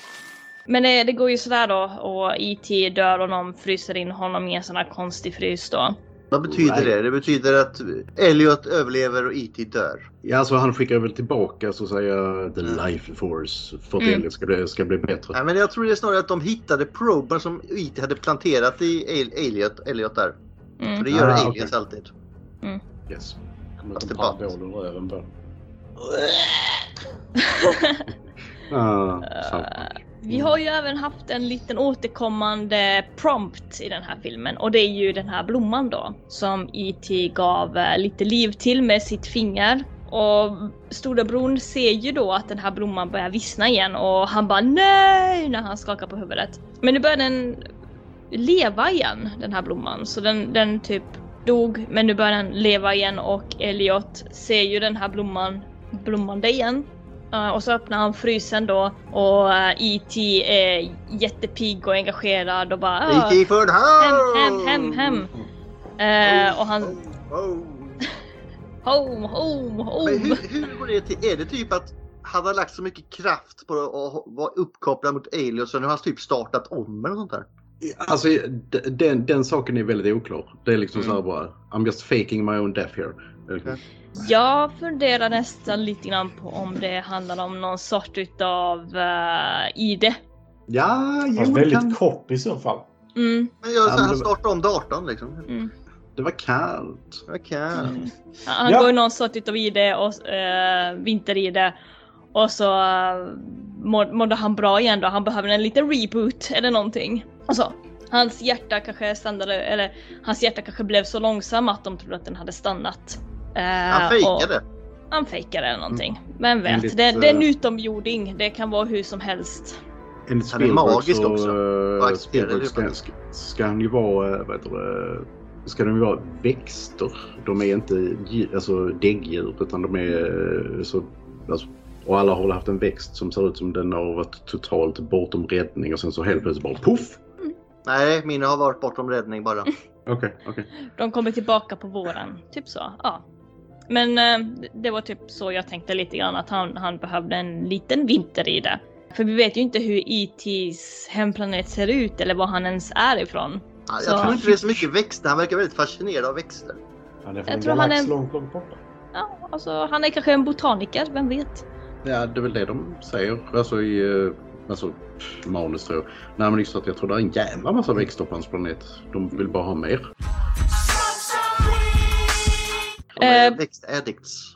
A: Men eh, det går ju sådär då och E.T. dör och de fryser in honom i en sån här konstig frys då.
B: Vad betyder
D: Right.
B: det? Det betyder att Elliot överlever och E.T. dör.
D: Ja, alltså han skickar väl tillbaka så att säga the life force för att
A: Mm.
D: Elliot ska bli, ska bli bättre.
B: Nej, men jag tror det är snarare att de hittade proben som E.T. hade planterat i El- Elliot, Elliot där. För
A: Mm.
B: det gör
D: Ah,
B: aliens alltid.
D: Yes.
E: Kommer
B: Fast
E: ut
B: det
E: en
B: bara-
E: parabol ur röven på den.
D: Ah,
A: Eh, Vi har ju även haft en liten återkommande prompt i den här filmen och det är ju den här blomman då som E.T. gav eh, lite liv till med sitt finger. Och storebrorn ser ju då att den här blomman börjar vissna igen och han bara NEJ! när han skakar på huvudet. Men nu börjar den leva igen, den här blomman. Så den, den typ dog, men nu börjar den leva igen och Elliot ser ju den här blomman blommande igen. Eh, och så öppnar han frysen då och eh, E.T. är jättepigg och engagerad och bara "Ah,
B: E.T. for
A: hem, hem,
B: home!"
A: hem, hem. Eh, och han... Home, home, home!
B: Oh, Men hur, hur går det till? Är det typ att han har lagt så mycket kraft på att vara uppkopplad mot aliens så nu har han typ startat om eller sånt där?
D: Alltså, d- den, den saken är väldigt oklar. Det är liksom så här bara, I'm just faking my own death here. Det är liksom-
A: Jag funderar nästan lite grann på om det handlar om någon sort utav eh, ide.
D: Ja,
E: Fast
A: jo, det
E: väldigt
A: kan-
E: kort i så fall.
A: Mm.
B: Men jag,
E: Ja,
B: så,
E: men
B: han
E: det-
B: startade om datorn liksom.
D: Det var kallt.
B: Det var
E: Mm.
B: kallt.
A: Han
B: Ja.
A: går någon sort utav ide och eh, vinteride. Och så uh, mådde han bra igen då. Han behöver en liten reboot eller någonting. Och så. Hans hjärta kanske stannade, eller hans hjärta kanske blev så långsam att de trodde att den hade stannat. Eh,
B: Han fejkade.
A: och- Han fejkade eller någonting. Vem vet?
D: Enligt,
A: det, det är en
D: eh,
A: utomjording. Det kan vara hur som helst.
D: Enligt
B: Han är
D: Spielberg
B: magisk
D: så,
B: också.
D: eh,
B: Och accepterar
D: Spielberg
B: det
D: ska,
B: faktiskt.
D: ska han ju vara, eh, vad heter det, ska de ju vara växter. De är inte djur, alltså däggdjur utan de är eh, så, alltså, och alla har väl haft en växt som ser ut som den har varit totalt bortom räddning och sen så helt plötsligt bara poff!
B: Nej, mina har varit bortom räddning bara.
D: Okej, okej.
A: De kommer tillbaka på våren. Typ så. Ja. Men eh, det var typ så jag tänkte lite grann att han, han behövde en liten vinter i det. För vi vet ju inte hur E.T.s hemplanet ser ut eller var han ens är ifrån.
B: Ja,
A: Så-
B: Jag tror inte det är så mycket växter. Han verkar väldigt fascinerad av växter.
E: Han är
A: från Jag en tror han galax är-
E: långt, långt borta.
A: Ja, alltså, han är kanske en botaniker, vem vet?
D: Ja, det är väl det de säger. Alltså i eh, alltså, pff, manus tror jag. Nej, men just att jag tror det är en jävla massa växter på hans planet. De vill bara ha mer.
B: De
A: Eh,
B: är växtaddicts.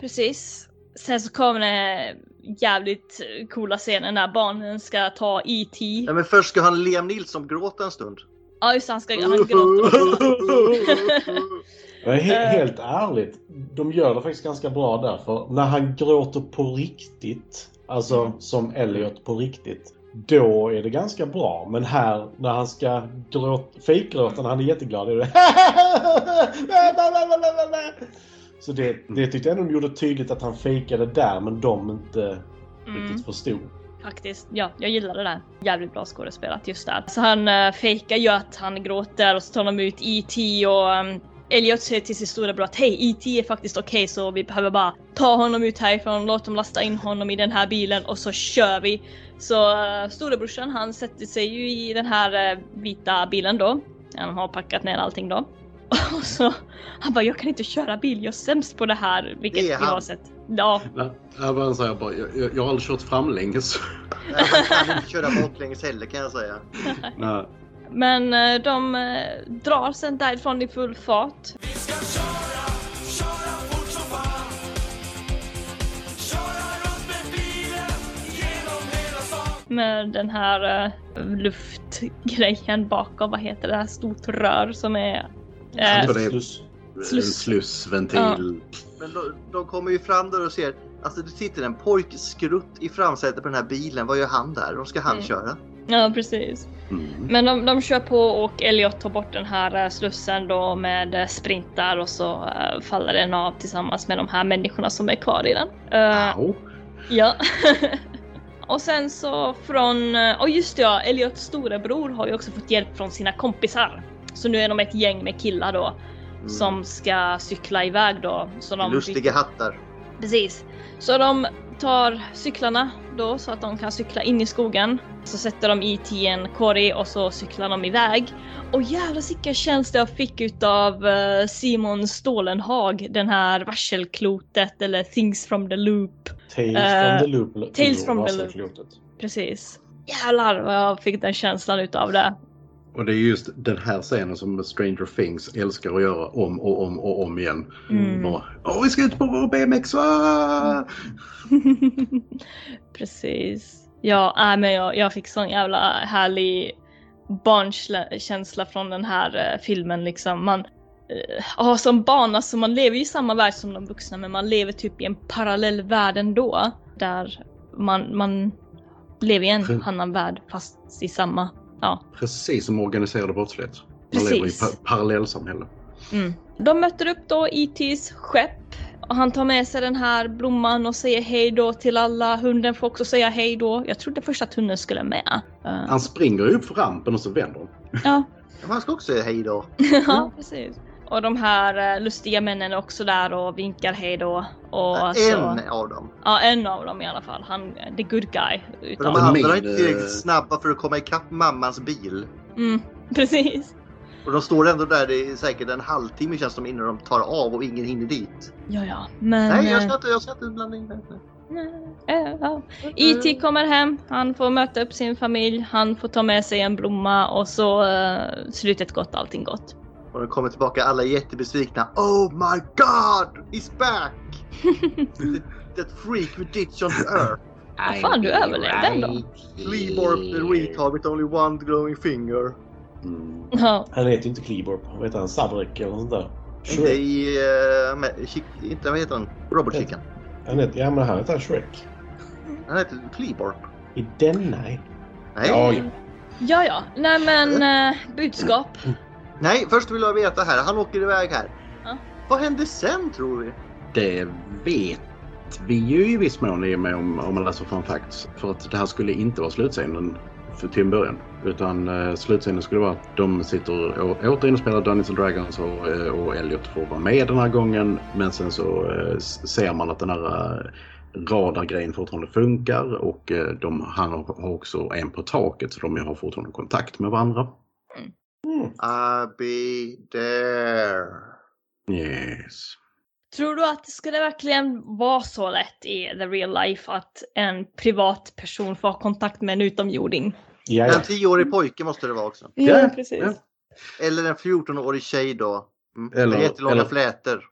A: Precis. Sen så kommer det jävligt coola scener när barnen ska ta E E.T.
B: Ja, men först ska han Liam Nilsson gråta en stund.
A: Ja just det, han ska... Han gråter.
E: Men he-
A: Eh.
E: helt ärligt, de gör det faktiskt ganska bra där. För när han gråter på riktigt, alltså
A: Mm.
E: som Elliot på riktigt, då är det ganska bra. Men här, när han ska gråta, fejkgråta när han är jätteglad, är det Så det, det tyckte jag ändå de gjorde tydligt att han fejkade där, men de inte
A: Mm.
E: riktigt förstod.
A: Faktiskt, ja, jag gillar det där. Jävligt bra skådespelat just där. Så han uh, fejkar ju att han gråter och så tar de ut E.T. och um, Elliot säger till sin stora bror att hej, E.T. är faktiskt okej så vi behöver bara ta honom ut härifrån, låt dem lasta in honom i den här bilen och så kör vi. Så uh, storebrorsan han sätter sig ju i den här eh, vita bilen då. Han har packat ner allting då. Och så han bara, jag kan inte köra bil, jag är sämst på det här. Vilket
B: Det är
A: jag
B: han.
A: har sett. Ja,
D: Nej, jag bara säger bara, jag, jag, jag har aldrig kört framlänges.
B: Nej, han kan inte köra baklänges heller kan jag säga.
D: Nej.
A: Men eh, de eh, drar sen därifrån i full fart. Med den här eh, luftgrejen bakom, vad heter det, här stort rör som är... eh,
D: Jag tror det är-
A: Sluss.
D: En slussventil.
B: Men de, de kommer ju fram där och ser. Alltså det sitter en pojkskrutt i framsätet på den här bilen. Vad gör han där? Vad ska han
A: Mm.
B: köra?
A: ja, precis.
D: Mm.
A: Men de, de kör på och Elliot tar bort den här eh, slussen då med eh, sprintar och så eh, faller den av tillsammans med de här människorna som är kvar i den. Eh,
D: Au.
A: Ja. Och sen så från, eh, och just det, ja, Elliots storebror har ju också fått hjälp från sina kompisar. Så nu är de ett gäng med killar då som ska cykla iväg då. Så de
B: Lustiga hattar.
A: Precis. Så de tar cyklarna då så att de kan cykla in i skogen. Så sätter de i till en korg och så cyklar de iväg. Och jävlar vilken känsla jag fick utav eh, Simon Stålenhag, den här varselklotet eller Things from the Loop.
E: Tales
A: Eh,
E: from the loop. eller-
A: Tales from the
E: Ur
A: Loop.
E: Vasaklotet.
A: Precis. Jävlar vad jag fick den känslan utav det.
D: Och det är just den här scenen som Stranger Things älskar att göra om och om och om igen.
A: Mm.
D: Bara, Åh, vi ska ut på vår BMX! va?"
A: Precis. Ja, nej, men jag, jag fick sån jävla härlig barnkänsla från den här eh, filmen liksom. Man, eh, ja, som barn, alltså man lever ju i samma värld som de vuxna men man lever typ i en parallell värld ändå. Där man, man lever i en annan värld fast i samma Ja.
D: Precis som organiserad brottslighet. Man
A: Precis.
D: lever i pa- parallellsamhälle.
A: Mm. De möter upp då E.T.s skepp och han tar med sig den här blomman och säger hej då till alla. Hunden får också säga hej då. Jag trodde först att hunden skulle med. Eh,
D: Han springer ju upp för rampen och så vänder han.
A: Ja.
B: Man ska också säga hej då.
A: ja, precis. Och de här eh, lustiga männen är också där och vinkar hej då. Och så-
B: En av dem.
A: Ja, en av dem i alla fall. Han, the good guy.
B: För
A: Utav
B: de andra är
D: Min,
B: inte
D: eh,
B: tillräckligt snabba för att komma ikapp mammans bil.
A: Mm, precis.
B: Och de står ändå där, det är säkert en halvtimme känns som innan de tar av och ingen hinner dit.
A: Ja, ja. Men...
B: Nej, jag
A: eh,
B: ska inte, jag ska inte blanda in det.
A: Eh, ja.
B: Mm.
A: E.T. kommer hem, han får möta upp sin familj, han får ta med sig en blomma och så eh, slutet gott, allting gott.
B: Och de kommer tillbaka alla är jättebesvikna. Oh my god! He's back! That freak we ditched on the earth.
A: Vad Ah, fan, du överlevde ändå.
B: Gleborp
D: Mm,
B: the retard with only one glowing finger.
A: Ja,
E: Han heter ju inte Kleborp. Han heter han Sabrek eller något sånt där.
B: Inte
E: Shrek.
B: i... eh, med- chick- inte vad heter han? Robot Chicken.
E: Han heter, ja, men han heter han Shrek.
B: Han heter Gleborp.
E: I den, nej.
B: Nej.
E: Ja, ja.
A: ja, ja. nej men eh, budskap.
B: Nej, först vill jag veta här. Han åker iväg här.
A: Ja.
B: Vad hände sen tror vi?
D: Det vet vi ju i viss mån i och med om, om man läser fun facts. För att det här skulle inte vara slutscenen för till en början. Utan eh, slutscenen skulle vara att de sitter och, återigen och spelar Dungeons and Dragons och, eh, och Elliot får vara med den här gången. Men sen så eh, s- ser man att den här eh, radargrejen fortfarande funkar och eh, de, han har har också en på taket så de har fortfarande kontakt med varandra.
E: Mm.
B: I'll be there.
D: Yes.
A: Tror du att det skulle verkligen vara så lätt i the real life att en privat person får ha kontakt med en utomjording?
E: Ja,
B: En
E: ja.
B: tioårig pojke måste det vara också.
D: Ja,
A: precis.
D: ja.
B: Eller en 14-årig tjej då. Mm.
D: Eller-
B: med jättelånga
D: eller-
B: flätor.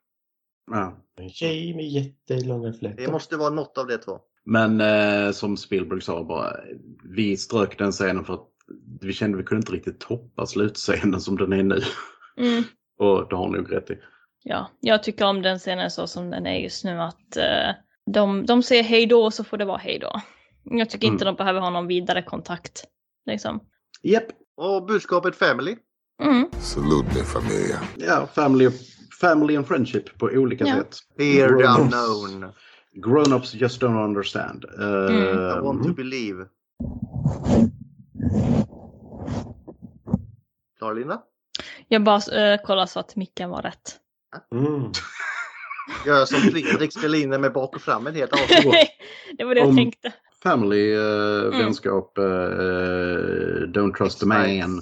D: Ja.
E: En tjej med jättelånga
B: Det
E: flätor.
B: måste vara något av det två.
D: Men eh, som Spielberg sa bara, vi strök den scenen för att vi kände vi kunde inte riktigt toppa slutscenen som den är nu.
A: Mm.
D: Och det har han nog rätt i.
A: Ja, jag tycker om den scenen så som den är just nu att eh, de, de säger hej då och så får det vara hej då. Jag tycker inte de behöver ha någon vidare kontakt. Liksom.
D: Japp,
B: Och budskapet family.
A: Mm.
K: Salute me, familia.
D: ja, family, family and friendship på olika
A: Ja.
D: sätt.
B: Fear the
D: Grown-ups-
B: unknown.
D: Grown-ups just don't understand. Eh,
B: I want to
D: mm.
B: believe. Klar Linda?
A: Jag bara eh, kollar så att micken var rätt.
E: Mm.
B: Gör som Fredrik, spela in den med bak och fram ett helt avsnitt.
A: det var det jag
D: Om-
A: tänkte.
D: Family,
A: Mm.
D: eh, vänskap, eh, eh, don't trust the man.
E: Kom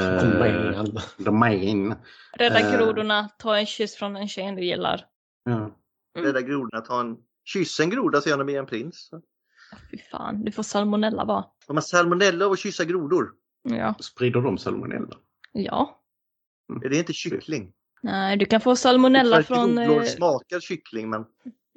D: Eh,
E: med, Alma.
D: the man.
A: Rädda
D: eh.
A: grodorna, ta en kyss från en tjej du gillar.
D: Ja.
B: Rädda grodorna, ta en... Kyss en groda så gärna blir en prins.
A: Fy fan, du får salmonella bara.
B: De har salmonella och kyssa grodor.
A: Ja.
D: Sprider de salmonella?
A: ja.
B: Är det inte kyckling?
A: Nej, du kan få salmonella
B: För
A: från... eh,
B: Grodor smakar kyckling men...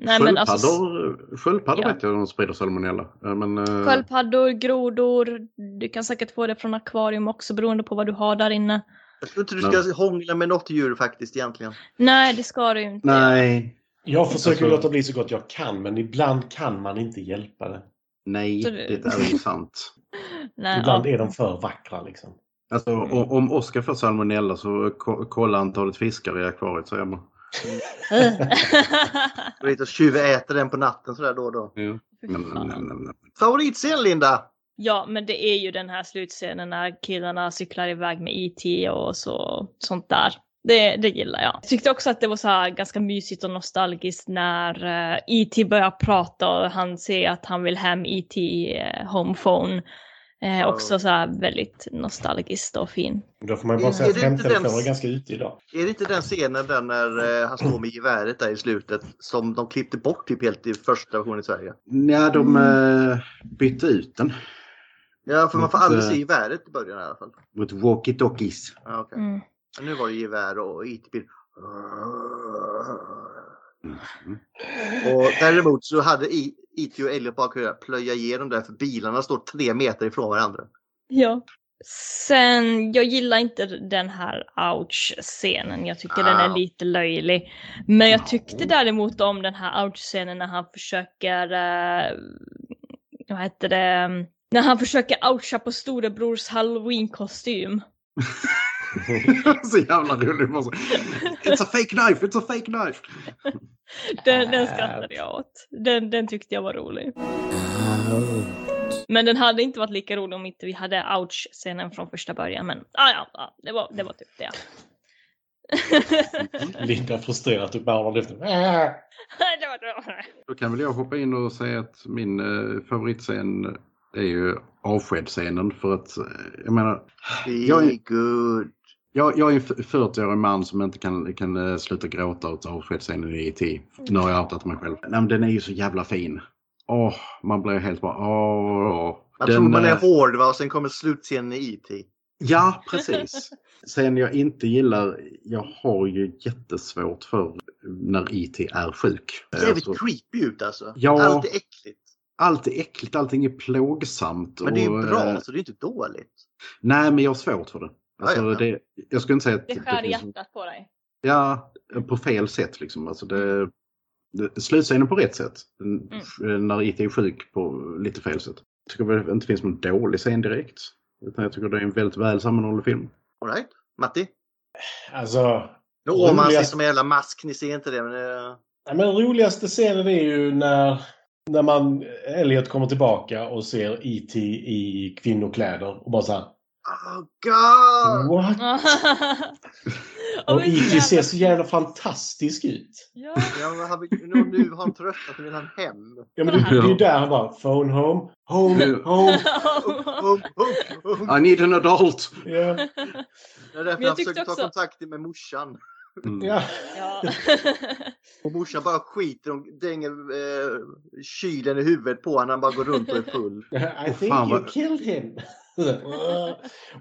A: nej, men alltså,
D: Sköldpaddor- Sköldpaddor
A: Ja.
D: vet jag de sprider salmonella. Eh, Men, eh,
A: sköldpaddor, grodor. Du kan säkert få det från akvarium också beroende på vad du har där inne.
B: Jag tror inte du ska hångla med något djur faktiskt egentligen.
A: Nej, det ska du ju inte.
D: Nej.
E: Jag försöker
D: Alltså-
E: låta bli så gott jag kan, men ibland kan man inte hjälpa det.
D: Nej,
A: Så det-
D: det är ju sant.
A: Nej,
E: Ibland
A: ja.
E: är de för vackra liksom.
D: Alltså, o- om Oskar får salmonella så ko- kolla antalet fiskar i akvariet säger man.
B: Och lite tjuväter den på natten sådär då och då.
D: Ja.
A: Fy
D: Nej, nej, nej,
A: fan.
D: nej, nej.
B: Favoritscen Linda!
A: ja, men det är ju den här slutscenen när killarna cyklar iväg med IT och så, sånt där. Det, det gillar jag. Jag tyckte också att det var så här ganska mysigt och nostalgiskt när eh, IT börjar prata och han ser att han vill hem IT eh, homephone. Eh, också så här väldigt nostalgiskt och fin.
E: Då får man bara säga
B: Är
E: att
B: det inte
E: hemtelefoner
B: den-
E: är ganska ute idag.
B: Är det inte den scenen där när eh, han står med geväret där i slutet som de klippte bort typ helt i första versionen i Sverige?
D: Nej, de eh, bytte ut den
B: Ja, för man får
D: Mot,
B: aldrig
D: eh,
B: se geväret i början i alla fall.
D: mot walkie-talkies.
B: Ja, okej.
A: Mm.
B: Men Nu var det gevär och IT-bil.
D: Mm-hmm.
B: Och däremot så hade I- IT och Elliot bara kunnat plöja igenom där för bilarna står tre meter ifrån varandra.
A: Ja. Sen, jag gillar inte den här ouch-scenen. Jag tycker den är
B: Au.
A: lite löjlig. Men jag tyckte däremot om den här ouch-scenen när han försöker, eh, vad heter det, När han försöker oucha på storebrors halloween-kostym.
D: så jävla rolig. bara så, It's a fake knife, it's a fake knife.
A: Den, den skrattade jag åt. Den, den tyckte jag var rolig. Men den hade inte varit lika rolig om inte vi hade ouch-scenen från första början. Men ah, ja, ja, det, var, det var typ det.
E: Linda frustrerat upp armarna i luften. Ah.
A: det var det.
D: Då kan väl jag hoppa in och säga att min eh, favoritscen är ju avskedsscenen för att eh, jag menar, Jag
B: Be
D: är-
B: good.
D: jag, jag är en f- 40-årig man som inte kan, kan eh, sluta gråta åt avskedsscenen i E.T. Nu har jag outat mig själv. Nej, men den är ju så jävla fin. Åh, man blir helt bara åh. åh.
B: Man
D: Den,
B: tror man är
D: eh,
B: hård va och sen kommer slutscenen i IT.
D: Ja, precis. Sen jag inte gillar, jag har ju jättesvårt för när IT är sjuk.
B: Jävligt
D: Alltså,
B: creepy ut alltså.
D: Ja.
B: Allt är äckligt.
D: allt är äckligt, allting är plågsamt.
B: Men det är ju
D: och,
B: bra
D: eh,
B: så det är inte dåligt.
D: Nej, men jag har svårt för det. Alltså,
B: Ja, ja, ja.
D: Det, jag skulle inte säga att
A: Det skär i
D: finns-
A: hjärtat på dig.
D: Ja, på fel sätt liksom. Alltså det, det, slutscenen på rätt sätt. N- När IT är sjuk på lite fel sätt. Jag tycker väl inte det finns någon dålig scen direkt. Utan jag tycker det är en väldigt väl sammanhållen film.
B: All right. Matti?
E: Alltså,
B: Nu åmar man sig
E: Roligast-
B: som en jävla mask, ni ser inte det. Men eh, det...
E: Nej, men roligaste scenen är ju när, när man, Elliot kommer tillbaka och ser E.T. i kvinnokläder och bara så här.
B: Oh god!
E: What?
A: Åh,
E: Och
A: men
E: E.T.
A: jävlar.
E: ser så jävla fantastisk ut.
A: Ja.
B: Ja, men han, nu, nu har han tröttnat, nu vill han hem.
E: Ja, men det, det är ju där han bara, phone home, home, home.
B: Oh, oh, oh.
D: I need an adult!
E: Ja,
B: Det är därför
A: Men jag tyckte
B: han försöker ta
A: också-
B: kontakt med morsan.
D: Mm.
E: ja.
A: ja.
B: Och morsan bara skiter hon dänger eh, kylen i huvudet på honom när han bara går runt och är full.
E: I
D: Åh,
E: think
D: fan,
E: you
D: vad-
E: killed him.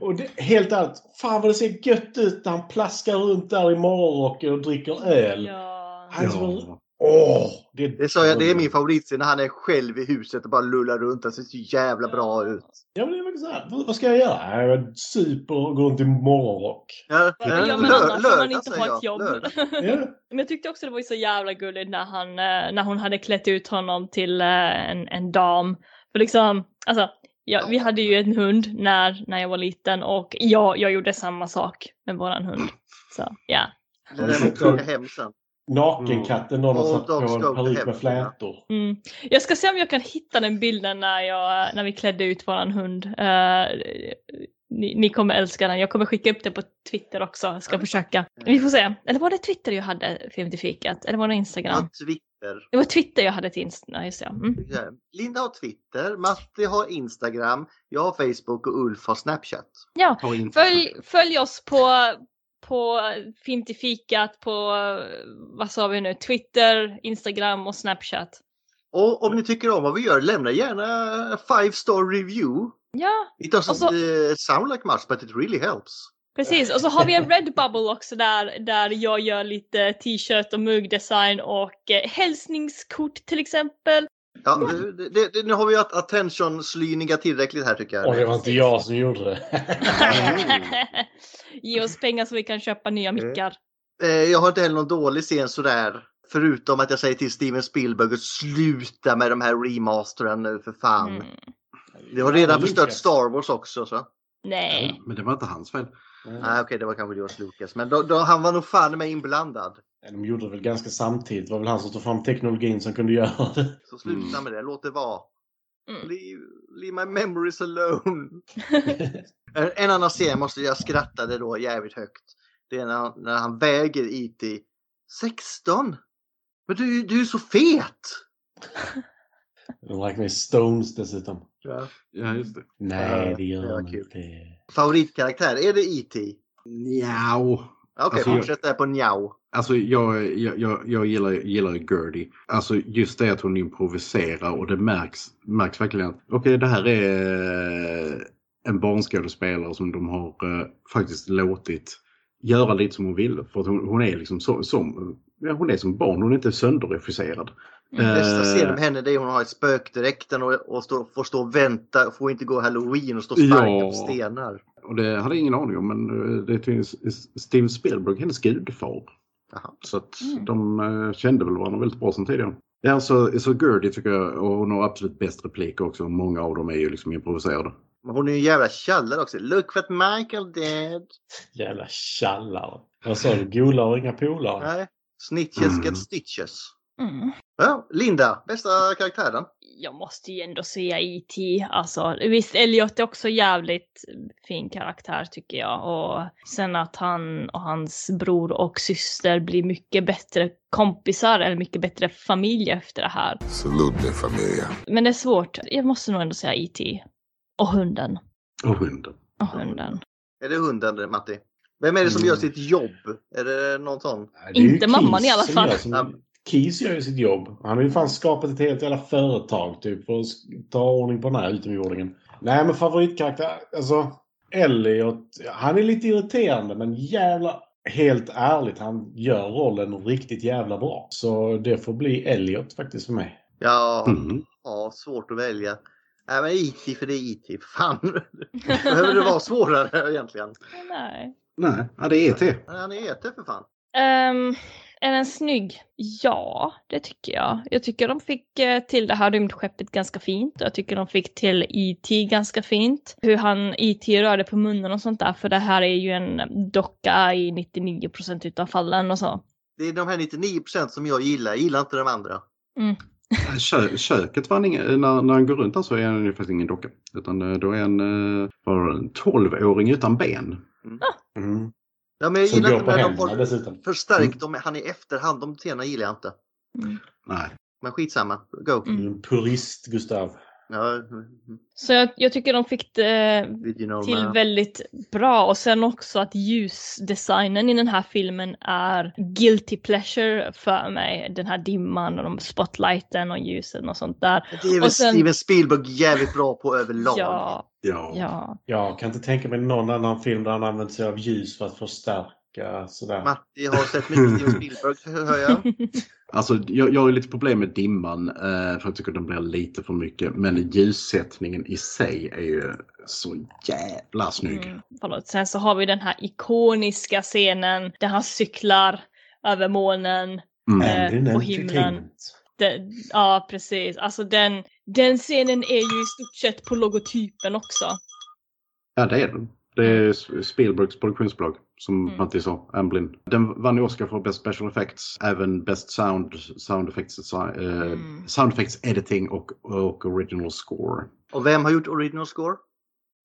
E: och det, helt allt, fan vad det ser gött ut när han plaskar runt där i morgonrocken och dricker öl.
A: ja.
E: Han är så- Åh! det,
B: Det sa jag, det är min favoritscen när han är själv i huset och bara lullar runt. Han ser så jävla bra ut.
E: Ja, men det är faktiskt så här. Vad vad ska jag göra? Nej, men super och gå runt i morgonrock.
B: Ja,
A: Varför gör alltså, man
B: lör-
A: annars om man
B: lördag,
A: inte
B: säger
A: har
B: jag.
A: ett jobb?
B: Lördag.
E: Ja.
A: Men jag tyckte också det var så jävla gulligt när, han, eh, när hon hade klätt ut honom till eh, en, en dam. För liksom, alltså, ja, vi hade ju en hund när, när jag var liten och jag, jag gjorde samma sak med våran hund. Så ja.
B: Det där måste jag åka hem sen.
E: Nakenkatten någon har
B: Mm.
E: satt på
B: Old Dog
E: en peruk
B: Scout
E: med
B: är
E: flätor.
A: Mm. Jag ska se om jag kan hitta den bilden när, jag, när vi klädde ut våran hund. Eh, ni, ni kommer älska den. Jag kommer skicka upp den på Twitter också. Jag ska försöka. Vi får se. Eller var det Twitter jag hade filmtifikat? Eller var det Instagram?
B: Ja, Twitter.
A: Det var Twitter jag hade till Instagram. Just det. Mm.
B: Linda har Twitter, Matti har Instagram, jag har Facebook och Ulf har Snapchat.
D: Ta in-
A: Följ, följ oss på, på Fintifikat, på eh, vad sa vi nu, Twitter, Instagram och Snapchat.
B: Och om ni tycker om vad vi gör, lämna gärna 5 star review.
A: Ja,
B: It doesn't
A: Och så-
B: eh, sound like much but it really helps.
A: precis. Och så har vi en Redbubble också där, där jag gör lite t-shirt och muggdesign och eh, hälsningskort till exempel.
B: Ja, det, det, det, nu har vi att attention-slyningar tillräckligt här tycker jag.
E: Och det var inte jag som gjorde det.
A: Ge oss pengar så vi kan köpa nya mickar.
B: Eh, Jag har inte heller någon dålig scen sådär. Förutom att jag säger till Steven Spielberg att sluta med de här remasteren nu för fan.
A: Mm.
B: Det har redan
E: Lucas.
B: förstört Star Wars också. Så.
A: Nej.
D: Men det var inte hans fel.
B: Nej okej, det var kanske George Lucas. Men då, då, han var nog fan med inblandad.
E: De gjorde det väl ganska samtidigt. Det var väl han som tog fram teknologin som kunde göra det.
B: Så sluta
D: Mm.
B: med det, låt det vara.
A: Mm.
B: Leave, leave my memories alone. En- Eh, En annan scen måste jag skrattade då jävligt högt. Det är när han, när han väger IT 16. Men du, du är så fet!
E: De räknade i Stones dessutom.
D: Ja, just det.
E: Nej, det
B: det
E: gör
B: var
E: de
B: kul.
E: inte.
B: Favoritkaraktär, är det IT?
D: Njau.
B: Okej,
D: Alltså, jag-
B: fortsätt där på njau.
D: Alltså jag, jag, jag, jag gillar, gillar Gertie. Alltså just det att hon improviserar och det märks, märks verkligen att okej det här är eh, en barnskådespelare som de har eh, faktiskt låtit göra lite som hon ville. För att hon, hon är liksom så, som, ja, hon är som barn, hon är inte sönderregisserad.
A: Mm.
B: Bästa
D: Eh,
B: scenen med henne det är hon har ett spökdräkten och, och står, får stå och vänta, får inte gå halloween och stå och sparka
D: Ja.
B: på stenar.
D: Och det hade jag ingen aning om men eh, det är tydligen Steve Spielberg, hennes gudfar.
B: Jaha.
D: Så att
A: Mm.
D: de eh, kände väl varandra väldigt bra sedan tidigare. Ja, så, så Gertie tycker jag, och hon har absolut bäst repliker också. Många av dem är ju liksom improviserade.
B: Men hon är ju en jävla tjallare också. Look what Michael did.
E: Jävla tjallare. Vad sa du? Golare och inga polare?
B: Nej. Snitches
D: Mm.
B: get stitches.
A: Mm.
B: Ja, Linda, bästa karaktären.
A: Jag måste ju ändå säga E.T. Alltså, visst, Elliot är också jävligt fin karaktär tycker jag. Och sen att han och hans bror och syster blir mycket bättre kompisar eller mycket bättre familj efter det här.
L: Salute mi familia.
A: Men det är svårt. Jag måste nog ändå säga E.T. Och hunden.
D: Och hunden.
A: Och hunden.
B: Är det hunden, Matti? Vem är det som
D: Mm.
B: gör sitt jobb? Är det någon sån?
A: det är ju Inte mamman Keith i alla som fall. gör som-
E: Keys gör ju sitt jobb. Han har ju fan skapat ett helt jävla företag typ för att sk- ta ordning på den här utomjordingen. Nej men favoritkaraktär, alltså Elliot, han är lite irriterande men jävla helt ärligt, han gör rollen riktigt jävla bra. Så det får bli Elliot faktiskt för mig.
B: Ja,
D: Mm. Mhm.
B: ja svårt att välja. Nej, men IT för det är IT. Fan, behöver det vara svårare egentligen?
A: Nej.
D: Nej, ja, det är E E.T.
B: Men han är ET för fan.
A: Ehm, är den snygg? Ja, det tycker jag. Jag tycker de fick eh, till det här rymdskeppet ganska fint. Jag tycker de fick till IT ganska fint. Hur han IT rörde på munnen och sånt där. För det här är ju en docka i 99% utav fallen och så.
B: Det är de här 99 som jag gillar. Jag gillar inte de andra.
D: Kö, köket var han ingen, eh, när, när han går runt där så är han ju faktiskt ingen docka. Utan eh, då är han eh, vad var det, en 12-åring utan ben. Mm.
B: Ja, men jag
D: Som
B: gillar
D: går
B: inte
D: på Mm.
B: när de
D: händerna
B: har
D: dessutom.
B: förstärkt dem. Han är i efterhand. De scenerna gillar jag inte.
D: Nej.
B: Men skitsamma. Go.
A: Mm.
E: Mm, Purist, Gustav.
B: Ja, mm,
A: Så jag, jag tycker de fick det
B: original
A: till
B: man.
A: väldigt bra och sen också att ljusdesignen i den här filmen är guilty pleasure för mig. Den här dimman och de spotlighten och ljusen och sånt där.
B: Det är väl
A: och sen-
B: Steven Spielberg jävligt bra på överlag.
A: Ja. Ja.
E: Jag kan inte tänka mig någon annan film där han använt sig av ljus för att förstärka sådär.
B: Matti har sett mycket Steven Spielberg, hör jag.
D: Alltså, jag, jag har ju lite problem med dimman eh, för jag tycker den blir lite för mycket. Men ljussättningen i sig är ju så jävla snygg.
A: Mm. Förlåt. Sen så har vi den här ikoniska scenen där han cyklar över molnen
D: Mm.
A: eh,
D: And in
A: på
D: entertainment.
A: himlen. Den, ja, precis. Alltså den, den scenen är ju i stort sett på logotypen också.
D: Ja, det är den. Det är Spielbergs produktionsbolag som Matti sa, Amblin. Den vann ju Oscar för Best Special Effects, även Best Sound, Sound Effects, Desi- eh, sound effects Editing och, och Original Score.
B: Och vem har gjort original score?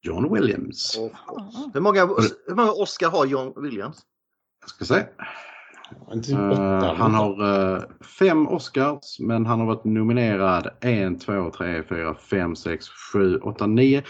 D: John Williams. Ah.
B: Hur många, hur många Oscar har John Williams?
D: Ska se.
E: Typ
D: Eh,
E: åtta,
D: han
E: åtta.
D: har eh, fem Oscars, men han har varit nominerad en, två, tre, fyra, fem, sex, sju, åtta, nio,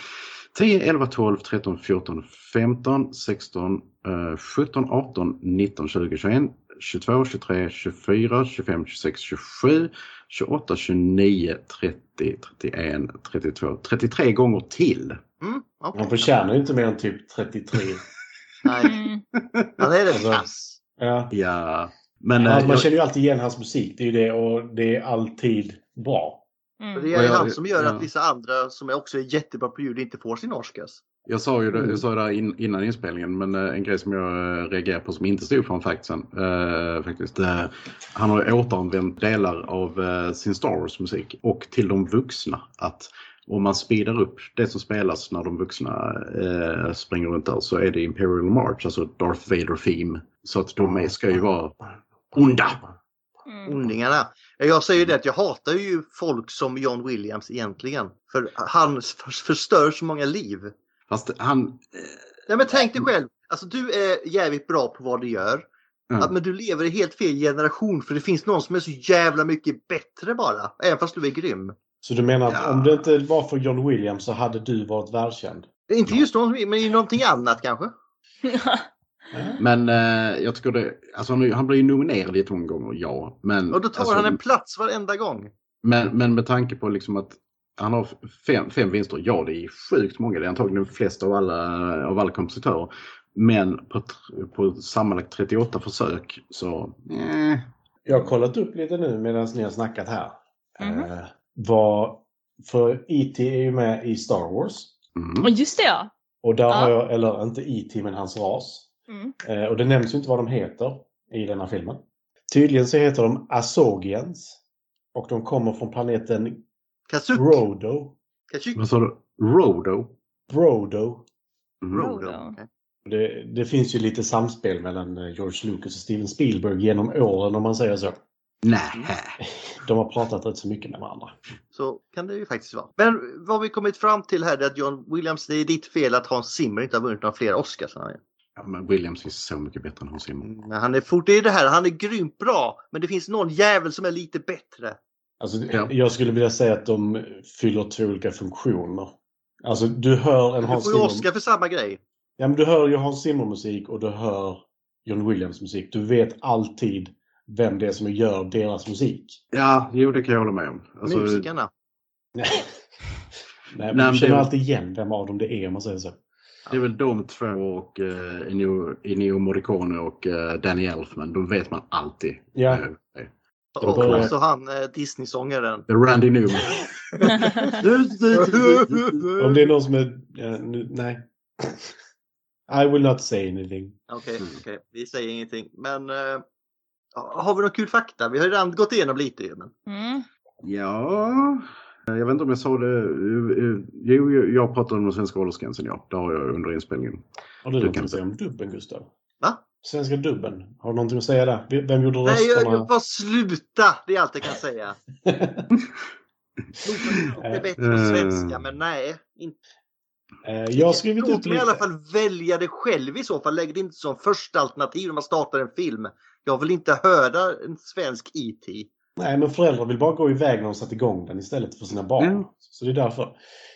D: tio, elva, tolv, tretton, fjorton, femton, sexton, eh, sjutton, arton, nitton, tjugo, tjugoen, tjugotvå, tjugotre, tjugofyra, tjugofem, tjugosex, tjugosju, tjugoåtta, tjugonio, trettio, trettioen, trettiotvå, trettiotre gånger till.
B: Mm, okej.
E: Han förtjänar ju inte mer än typ 33.
A: Mm,
B: Nej. Ja, det är det. Alltså,
E: ja.
D: ja. Men,
E: man,
D: eh,
E: man
D: jag-
E: känner ju alltid igen hans musik. Det är ju det och det är alltid bra.
B: För
A: mm,
B: Det är ju han som gör att vissa andra som är också är jättebra på ljud inte får sin Oscars.
D: Jag sa ju det,
B: Mm.
D: jag sa det här in, innan inspelningen, men eh, en grej som jag eh, reagerar på som inte stod från factsen. Eh, faktiskt, eh, han har ju återanvänt delar av eh, sin Star Wars-musik och till de vuxna. Att om man speedar upp det som spelas när de vuxna eh, springer runt där så är det Imperial March, alltså Darth Vader-theme. Så att de är, ska ju vara onda.
A: Mm.
B: Ondingarna. Jag säger ju det att jag hatar ju folk som John Williams egentligen. För han för- förstör så många liv.
D: Fast han... eh,
B: Nej men tänk dig själv. Alltså du är jävligt bra på vad du gör.
D: Ja.
B: Att, men du lever i helt fel generation för det finns någon som är så jävla mycket bättre bara. Även fast du är grym.
E: Så du menar att om det inte var för John Williams så hade du varit välkänd?
B: Inte just någon som är- men i någonting annat kanske.
D: Men eh, jag tycker det, alltså han, han blir ju nominerad jättemånga gånger, ja. Men,
B: Och då tar
D: alltså,
B: han en plats varenda gång.
D: Men, men med tanke på liksom att han har fem, fem vinster, ja det är sjukt många, det är antagligen flest av alla, av alla kompositörer. Men på, tr- på sammanlagt 38 försök så... eh.
E: Jag har kollat upp lite nu medan ni har snackat här.
D: Mhm.
E: Eh, vad, för E.T. är ju med i Star Wars.
D: Mm.
A: Och just det ja.
E: Och där
A: Ja.
E: har jag, eller inte E.T. men hans ras.
A: Mm.
E: Eh, och det nämns ju inte vad de heter i denna filmen. Tydligen så heter de Asogians. Och de kommer från planeten
B: Kazuk.
E: Rodo.
D: Vad sa du? Rodo? Mm.
E: Brodo.
D: Rodo.
E: Det, det finns ju lite samspel mellan eh, George Lucas och Steven Spielberg genom åren om man säger så.
D: Nej.
E: De har pratat rätt så mycket med varandra.
B: Så kan det ju faktiskt vara. Men vad vi kommit fram till här är att John Williams, det är ditt fel att Hans Zimmer inte har vunnit några fler Oscars. än han gör.
D: Ja, men Williams är så mycket bättre än Hans Zimmer.
E: Mm.
B: Men han är fort, det är det här, han är grymt bra. Men det finns någon jävel som är lite bättre.
E: Alltså, Jag skulle vilja säga att de fyller två olika funktioner. Alltså du hör en
B: Du
E: Hans
B: får ju
E: Zimmer...
B: Oscar för samma grej.
E: Ja, men du hör ju Hans Zimmer-musik och du hör John Williams musik. Du vet alltid vem det är som gör deras musik.
D: Ja, jo det kan jag hålla med om. Alltså,
B: Musikerna.
E: Nej,
D: Nej,
E: men
D: men
E: du känner
D: det-
E: alltid igen vem av dem det är om man säger så.
D: Det är väl de två och eh, Ennio- Ennio Morricone och eh, Danny Elfman. De vet man alltid. Eh,
E: Ja.
B: Mm.
D: De
B: Och
D: börjar-
B: också han eh, Disney-sångaren.
D: Randy Newman.
E: Om det är någon som är... Ja, nu, nej. I will not say anything.
B: Okej,
E: Mm.
B: okej. vi säger ingenting. Men eh, ja, har vi någon kul fakta? Vi har ju redan gått igenom lite ju. Men...
A: Mm.
D: Ja, jag vet inte om jag sa det. eh, Jo, jag pratade om den svenska åldersgränsen, ja. Det har jag under inspelningen.
E: Har du
D: Du
E: något
D: kan
E: att säga om dubben, Gustav?
B: Va?
E: Svenska dubben. Har du någonting att säga där? Vem gjorde
B: Nej, jag,
E: rösterna?
B: jag, bara sluta! Det är allt jag kan säga. Nog för att Det är bättre på svenska, men nej. Inte.
E: Eh, jag har skrivit
B: Låt
E: upp
B: mig i alla
E: lite.
B: fall välja det själv i så fall. Lägg det inte som första alternativ när man startar en film. Jag vill inte höra en svensk E IT.
E: Nej, men föräldrar vill bara gå iväg när de satt igång den istället för sina barn. Så det är därför.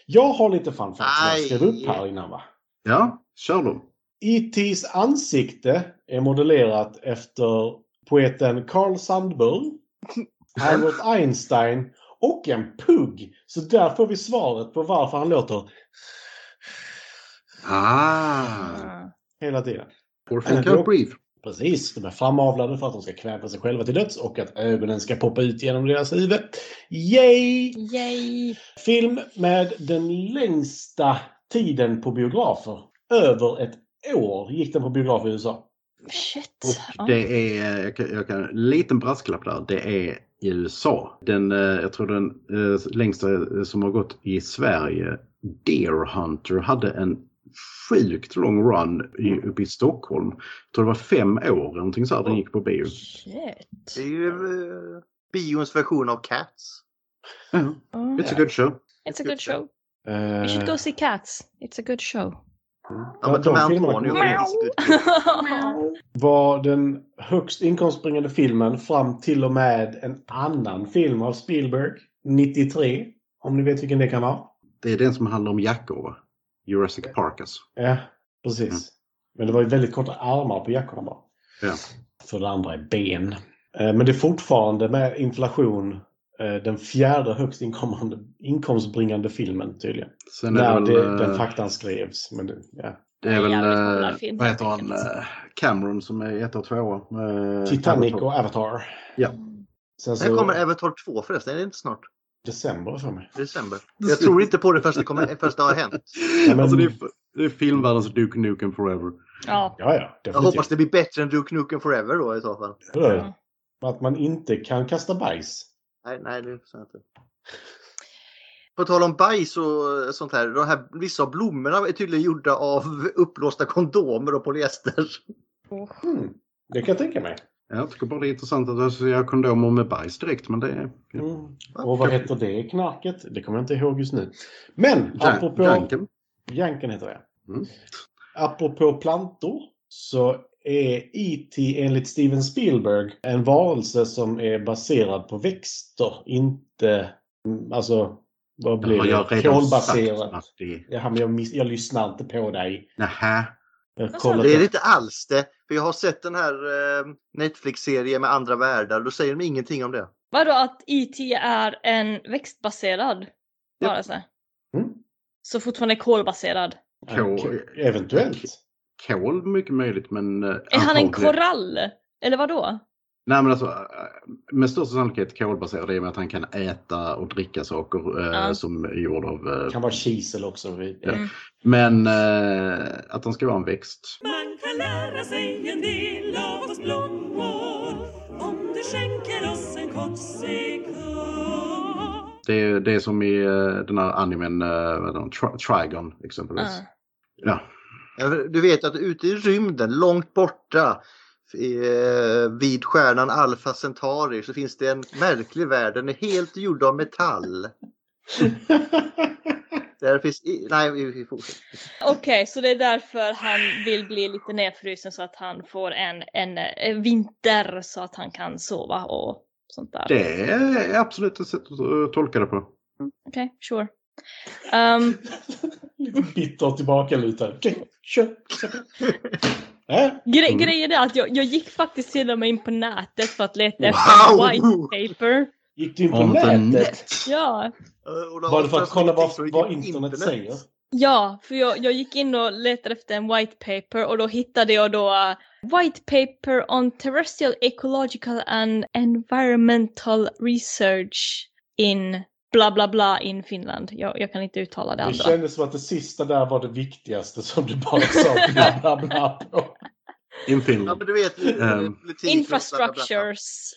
E: Jag har lite fun facts som jag skrev upp här innan va?
D: Ja, kör då.
E: E.T.s ansikte är modellerat efter poeten Carl Sandburg, Albert Einstein och en pugg. Så där får vi svaret på varför han låter
D: Ah. Äh,
E: hela tiden.
D: Orphan Can't Breathe.
E: Precis, de är framavlade för att de ska kväva sig själva till döds och att ögonen ska poppa ut genom deras huvud. Yay!
A: Yay!
E: Film med den längsta tiden på biografer. Över ett år gick den på biograf i USA.
A: Shit.
D: Och det är, jag kan, jag kan, liten brasklapp där, det är i USA. Den, eh, jag tror den eh, längsta eh, som har gått i Sverige, Deer Hunter, hade en sjukt lång run i, uppe i Stockholm. Jag tror det var fem år eller någonting så här den gick på bio.
A: Shit.
B: Det är ju eh, bions version av Cats.
D: It's a good Eh. show.
A: It's a good show.
E: Uh,
A: You should go see Cats. It's a good show.
B: Eh, Ja, men de här Antonio
E: kommer. var den högst inkomstbringande filmen fram till och med en annan film av Spielberg, 93. Om ni vet vilken det kan vara.
D: Det är den som handlar om jackor, va? Jurassic Park alltså.
E: Ja, precis. Men det var ju väldigt korta armar på jackorna bara.
D: Mm. Ja.
E: För det andra är ben. Eh, Men det är fortfarande med inflation eh, den fjärde högst inkommande, inkomstbringande filmen tydligen.
D: Sen är
E: När
D: det väl,
E: det,
D: eh,
E: den faktan skrevs. Men det, ja.
D: Det är väl,
E: Jävligt
A: populär
D: eh,
A: film,
D: vad
A: helt
D: heter han, eh, Cameron som är ett och tvåa. eh,
E: Titanic och Avatar.
D: Ja.
E: Sen
B: Här
E: så,
B: kommer Avatar 2 förresten, är det inte snart?
E: december för mig.
B: December. Jag tror inte på det först det, kommer, först det har hänt.
E: Ja, men-
D: Alltså det är, det är filmvärldens Duke Nukem Forever.
A: Ja.
E: ja, ja
B: Jag hoppas det blir bättre än Duke Nukem Forever då i så fall.
A: Mm.
E: Eller? Att man inte kan kasta bajs.
B: Nej, nej, det förstår jag inte. På tal om bajs och sånt här, de här. Vissa av blommorna är tydligen gjorda av uppblåsta kondomer och polyester.
E: Mm, det kan jag tänka mig.
D: Jag tycker bara det är intressant att alltså, associera kondomer med bajs direkt. Men det är...
E: Mm. Och vad heter det knarket? Det kommer jag inte ihåg just nu. Men
D: Jan-
E: apropå...
D: Janken.
E: Janken heter det.
D: Mm.
E: Apropå plantor så är E.T. enligt Steven Spielberg en varelse som är baserad på växter, inte... mm, Alltså, vad
D: Det
E: blir
D: har jag
E: det?
D: redan sagt.
E: Kolbaserat.
D: att det-
E: Ja, men jag, miss, jag lyssnar inte på dig.
D: Nähä.
E: Jag kollar
B: Det är
E: på-
B: det inte alls det. För jag har sett den här eh, Netflix-serien med andra världar. Då säger de ingenting om det.
A: Vadå att IT är en växtbaserad varelse?
E: Mm.
A: Så fortfarande kolbaserad.
D: Kol,
E: Eventuellt.
D: kol mycket möjligt men... eh,
A: Är han en korall? Eller vadå?
D: Nej men alltså eh, med största sannolikhet kolbaserad i och med att han kan äta och dricka saker eh,
A: Ja.
D: som är gjord av... eh,
E: kan vara kisel också. Vi-
D: ja. Men eh, att han ska vara en växt.
L: Man kan lära sig en del av oss blommor om du skänker oss en
D: Det är, det är som i eh, den här animen eh, vad heter den? Tri- Trigon exempelvis.
A: Ah.
D: Ja.
B: Ja, för Du vet att ute i rymden, långt borta eh, vid stjärnan Alpha Centauri så finns det en märklig värld. Den är helt gjord av metall. Där finns... i- Nej, vi vi fortsätter.
A: Okej, så det är därför han vill bli lite nedfrusen så att han får en, en, en vinter så att han kan sova och sånt där.
D: Det är absolut ett sätt att eh, tolka det på.
A: Okej, sure. Ehm,
E: Bitter tillbakalutad. Okej, kör. Äh?
A: gre- Grejen är att jag, jag gick faktiskt till och med in på nätet för att leta
E: Wow!
A: efter white paper.
E: Gick du in på
D: On the
E: nätet?
A: Ja,
B: Eh,
E: Var det för att kolla vad, vad internet säger?
A: ja för jag, jag gick in och letade efter en white paper och då hittade jag då eh, White paper on terrestrial ecological and environmental research in bla bla bla in Finland. Jag, jag kan inte uttala det
E: Det
A: andra.
E: kändes som att det sista där var det viktigaste som du bara sa bla bla bla på.
D: In Finland.
B: Ja, men du vet. eh,
D: Ehm,
A: Infrastructures.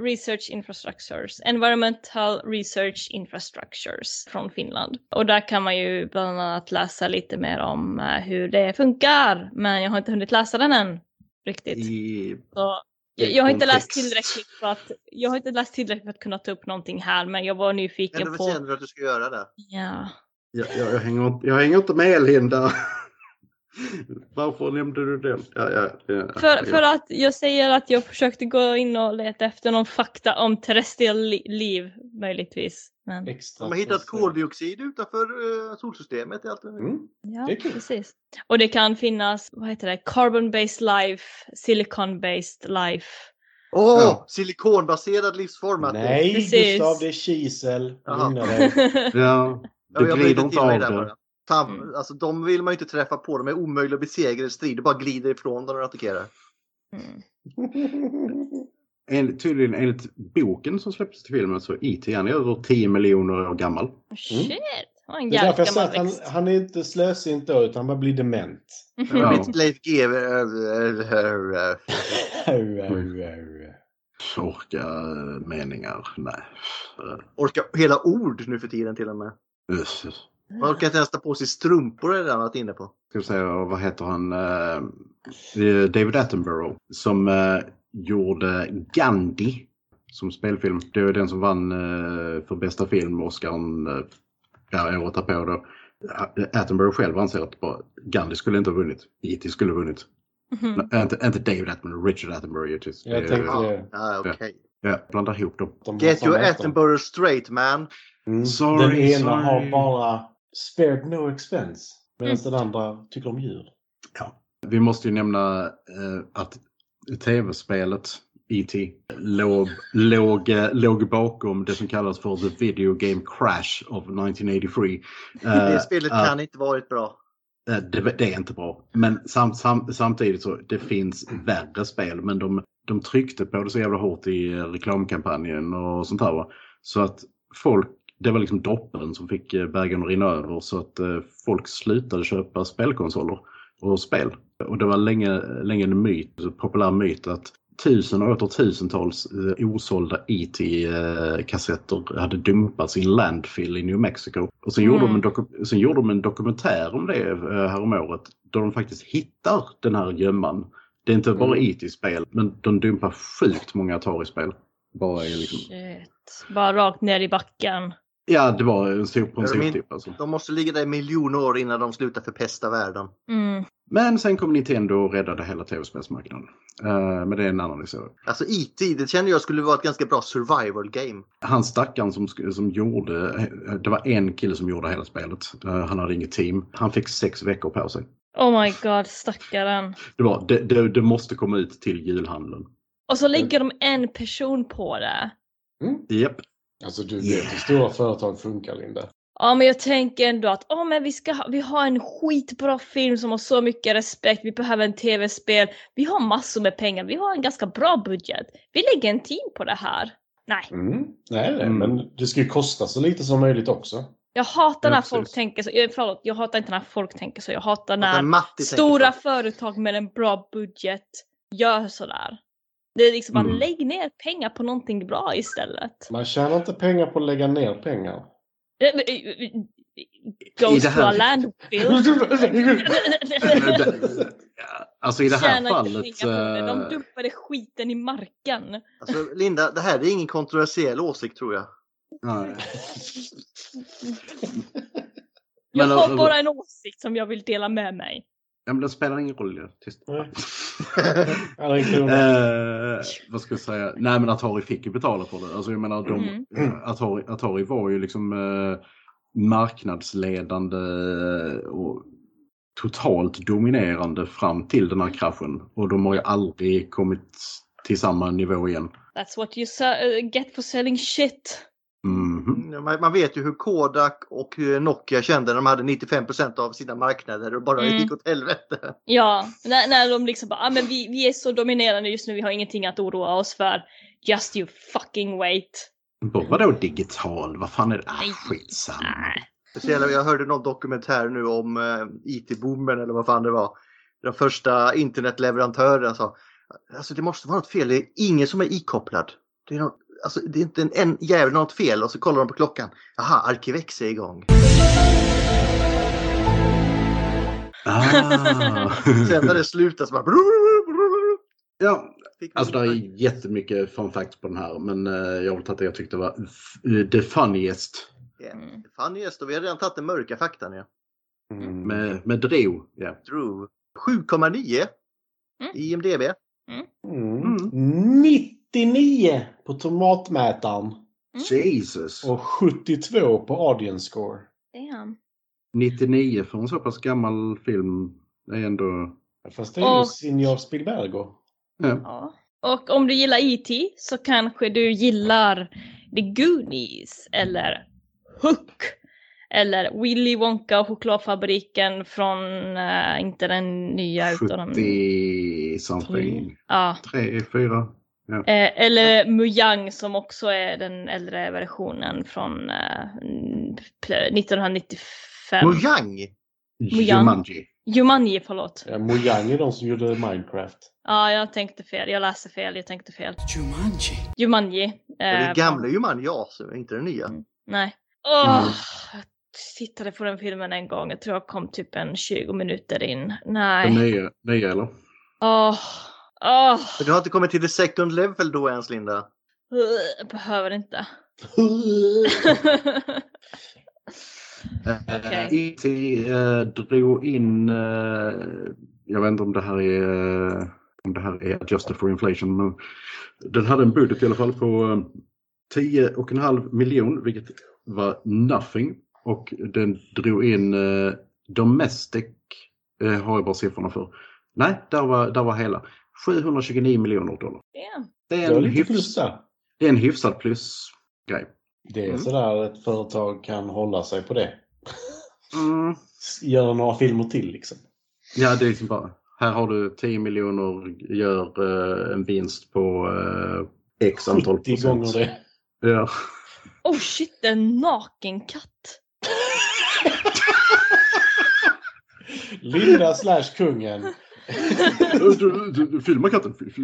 A: Research infrastructures. Environmental research infrastructures från Finland. Och där kan man ju bland annat läsa lite mer om eh, hur det funkar. Men jag har inte hunnit läsa den än riktigt.
D: I,
A: Så,
D: i
A: jag, jag har inte läst
D: kontext.
A: tillräckligt för att jag har inte läst tillräckligt för att kunna ta upp någonting här. Men jag var
B: Ändå
A: nyfiken på...
B: känner du att du ska göra det.
A: Ja.
D: Jag, jag, jag, hänger, inte- jag hänger inte med Linda. Varför nämnde du den? Ja, ja, ja,
A: För,
D: ja.
A: för att jag säger att jag försökte gå in och leta efter någon fakta om terrestriell li- liv möjligtvis. Men...
E: Extra.
B: De har hittat koldioxid utanför eh, solsystemet. i Allt. Mm.
A: Ja,
B: Det är kul.
A: precis. Och det kan finnas, vad heter det, carbon-based life, silicon-based life.
B: Åh, silikonbaserad livsform. Matti.
E: Nej,
A: Precis.
E: Gustav, det är kisel.
B: Jaha.
E: Lugna dig.
A: Mm.
D: Ja,
B: Ja,
D: du
B: jag
D: glider
B: glider
D: inte
B: till mig
D: av
B: där
D: det.
B: bara. Tav, alltså, de vill man ju inte träffa på. De är omöjliga att besegra i strid. Du bara glider ifrån dem när de attackerar.
E: Mm.
D: Enligt, tydligen enligt boken som släpptes till filmen så IT han är över 10 miljoner år gammal.
A: Shit! Det var en
E: Det är därför
A: jävla
E: jag sa att
A: gammal
E: han,
A: växt.
E: han är inte slösint då, utan han bara blir dement.
B: Ja.
D: Ja.
B: Mitt Leif GW. eh, eh, eh,
D: Orka eh, meningar, nej.
B: Orkar hela ord nu för tiden till och med.
D: Eh,
B: Man orkar inte ens ta på sig strumpor eller annat inne på.
D: Ska vi säga, vad heter han? Eh, eh, David Attenborough som eh, gjorde Gandhi som spelfilm. Det är den som vann eh, för bästa film, Oscarn, eh, ja, året därpå då. Attenborough själv anser att bara, Gandhi skulle inte ha vunnit. E.T. skulle ha vunnit.
E: Mm.
A: Mhm.
D: Nej, inte, inte David Attenborough, Richard Attenborough givetvis.
E: Jag
D: Eh,
E: tänkte
D: ja,
E: det.
B: Ah, okej.
D: ja, blanda ihop dem.
E: De har
B: Get your
E: samma efternamn.
B: Attenborough straight man.
E: Den
D: Mm. Sorry,
E: ena
D: sorry.
E: har bara spared no expense. Medan den
A: Mm.
E: andra tycker om djur.
D: Vi måste ju nämna eh, att tv-spelet E.T. Låg, låg, eh, låg bakom det som kallas för The Video Game Crash of 1983. Eh,
B: Det spelet
D: att-
B: kan inte varit bra.
D: Eh, Det, det är inte bra. Men sam, sam, samtidigt så det finns värre spel. Men de, de tryckte på det så jävla hårt i eh, reklamkampanjen och sånt här. Va? Så att folk, det var liksom droppen som fick eh, bägaren att rinna över. Så att eh, folk slutade köpa spelkonsoler och spel. Och det var länge, länge en myt, en populär myt att tusen och åter tusentals eh, osålda IT-kassetter hade dumpats i en landfill i New Mexico. Och sen, gjorde de en doku- sen gjorde de en dokumentär om det eh, häromåret då de faktiskt hittar den här gömman. Det är inte bara IT-spel, men de dumpar sjukt många Atari-spel. Bara i liksom...
A: Shit. Bara rakt ner i backen.
D: Ja, det var en sop på en
B: Är de in-
D: soptipp alltså.
B: De måste ligga där i miljoner år innan de slutar förpesta världen.
A: Mm.
D: Men sen kom Nintendo och räddade hela tv-spelsmarknaden. Eh, men det är en annan historia.
B: Alltså IT, det känner jag skulle vara ett ganska bra survival game.
D: han stackaren som, sk- som gjorde, eh, det var en kille som gjorde hela spelet. Eh, Han hade inget team. Han fick sex veckor på sig.
A: Oh my god, stackaren.
D: Det var, det, det, det måste komma ut till julhandeln.
A: Och
E: Mm.
A: så lägger de en person på det.
D: Japp.
E: Alltså du vet hur stora företag funkar, Linda.
A: Ja men jag tänker ändå att oh, men vi, ska ha, vi har en skitbra film som har så mycket respekt, vi behöver en tv-spel, vi har massor med pengar, vi har en ganska bra budget. Vi lägger en team på det här. Nej,
E: Mm. Nej, nej, men det ska ju kosta så lite som möjligt också.
A: jag hatar
E: Ja,
A: när
E: precis.
A: folk tänker så. Jag, förlåt, jag hatar inte när folk tänker så. Jag hatar när
B: Matti tänker
A: stora företag med en bra budget gör sådär. Det är liksom bara
E: Mm.
A: lägg ner pengar på någonting bra istället.
E: Man tjänar inte pengar på att lägga ner pengar.
A: Eh, eh, eh, Goes
E: det
A: to
E: här-
A: a landfill.
D: Alltså i det här
A: Tjäna
D: fallet...
A: pengar på det.
D: eh,
A: De dumpade skiten i marken.
B: Alltså, Linda, det här är ingen kontroversiell åsikt tror jag.
A: Jag
D: Men
A: har
D: alltså-
A: bara en åsikt som jag vill dela med mig.
D: Ja, men det spelar ingen roll. ja. Tyst.
E: Alla är kul.
D: Eh, vad ska jag säga? Nej, men Atari fick ju betala för det. Alltså, jag menar, de,
E: Mm.
D: eh, Atari, Atari var ju liksom eh, marknadsledande eh, och totalt dominerande fram till den här kraschen. Och de har ju aldrig kommit till samma nivå igen.
A: That's what you se- eh, get for selling shit.
D: Mhm.
B: Mm, Man, man vet ju hur Kodak och eh, Nokia kände när de hade 95 av sina marknader och bara
A: Mm.
B: gick åt helvete.
A: Ja, när, när de liksom bara, ah, men vi, vi är så dominerande just nu, vi har ingenting att oroa oss för. Just you fucking wait.
D: Bara, Vadå digital? Vad fan är det? Ah, skitsamma.
A: Ah,
B: Speciellt, jag hörde någon dokumentär nu om eh, IT-boomen eller vad fan det var. Den första internetleverantören sa alltså det måste vara något fel, det är ingen som är ikopplad. Det är, något, alltså, det är inte en, en jävel något fel och så kollar de på klockan. Aha, Arkivex är igång. Sen när det slutar så bara...
D: Ah. Ja, alltså det är jättemycket fun facts på den här. Men eh, jag har tagit det jag tyckte var f- the funniest.
B: Yeah.
A: mm.
B: Funniest, och vi har redan tagit den mörka faktan ja.
E: Mm.
D: Med, med Drew. Ja.
B: Drew. 7,9 i IMDB.
E: Mm. 99 på tomatmätaren.
D: Jesus.
E: Och 72 på audience score.
A: Damn.
D: 99 för en så pass gammal film är ändå...
E: Fast
A: det är ju Och-
E: Signor Spielbergo.
D: Ja.
A: Och om du gillar E.T. så kanske du gillar The Goonies eller Hook. Eller Willy Wonka och chokladfabriken från, eh, inte den nya utan den...
D: 70 something.
A: Ja.
D: 3, 4. Ja.
A: Eh, eller Mojang som också är den äldre versionen från eh, n- p- 1995.
B: Mojang?
A: Mojang. Jumanji, förlåt.
E: Ja, Mojang är de som gjorde Minecraft.
A: Ja, jag tänkte fel. Jag läste fel. Jag tänkte fel. Jumanji. Jumanji.
B: Det är
A: eh,
B: gamla Jumanji, ja, så inte den nya.
A: Nej. Åh,
B: Mm.
A: Jag tittade på den filmen en gång. Jag tror jag kom typ en 20 minuter in. Nej.
D: Den nya, nya eller?
A: Åh. Åh.
B: Du har inte kommit till the second level då ens Linda.
A: Jag behöver inte.
D: Okay. IT eh, drog in, eh, jag vet inte om det här är eh, om det här är adjusted for inflation, men den hade en budget i alla fall på eh, 10,5 miljon, vilket var nothing. Och den drog in eh, domestic, eh, har jag bara siffrorna för. Nej, där var, där var hela. 729 miljoner dollar.
A: Damn.
D: Det
E: Det
D: är
E: var
D: en,
E: lite
D: hyfs,
E: plus där.
D: det är en hyfsad plusgrej.
E: Det är
D: Mm.
E: sådär ett företag kan hålla sig på det.
D: Mm.
E: Göra några filmer till liksom.
D: Ja, det är liksom bara, här har du 10 miljoner, gör eh, en vinst på eh, x antal
E: 70 gånger det.
D: Ja.
A: Oh shit, en naken katt.
E: Linda slash kungen.
D: du, du, du filmar katten. Fy, fy.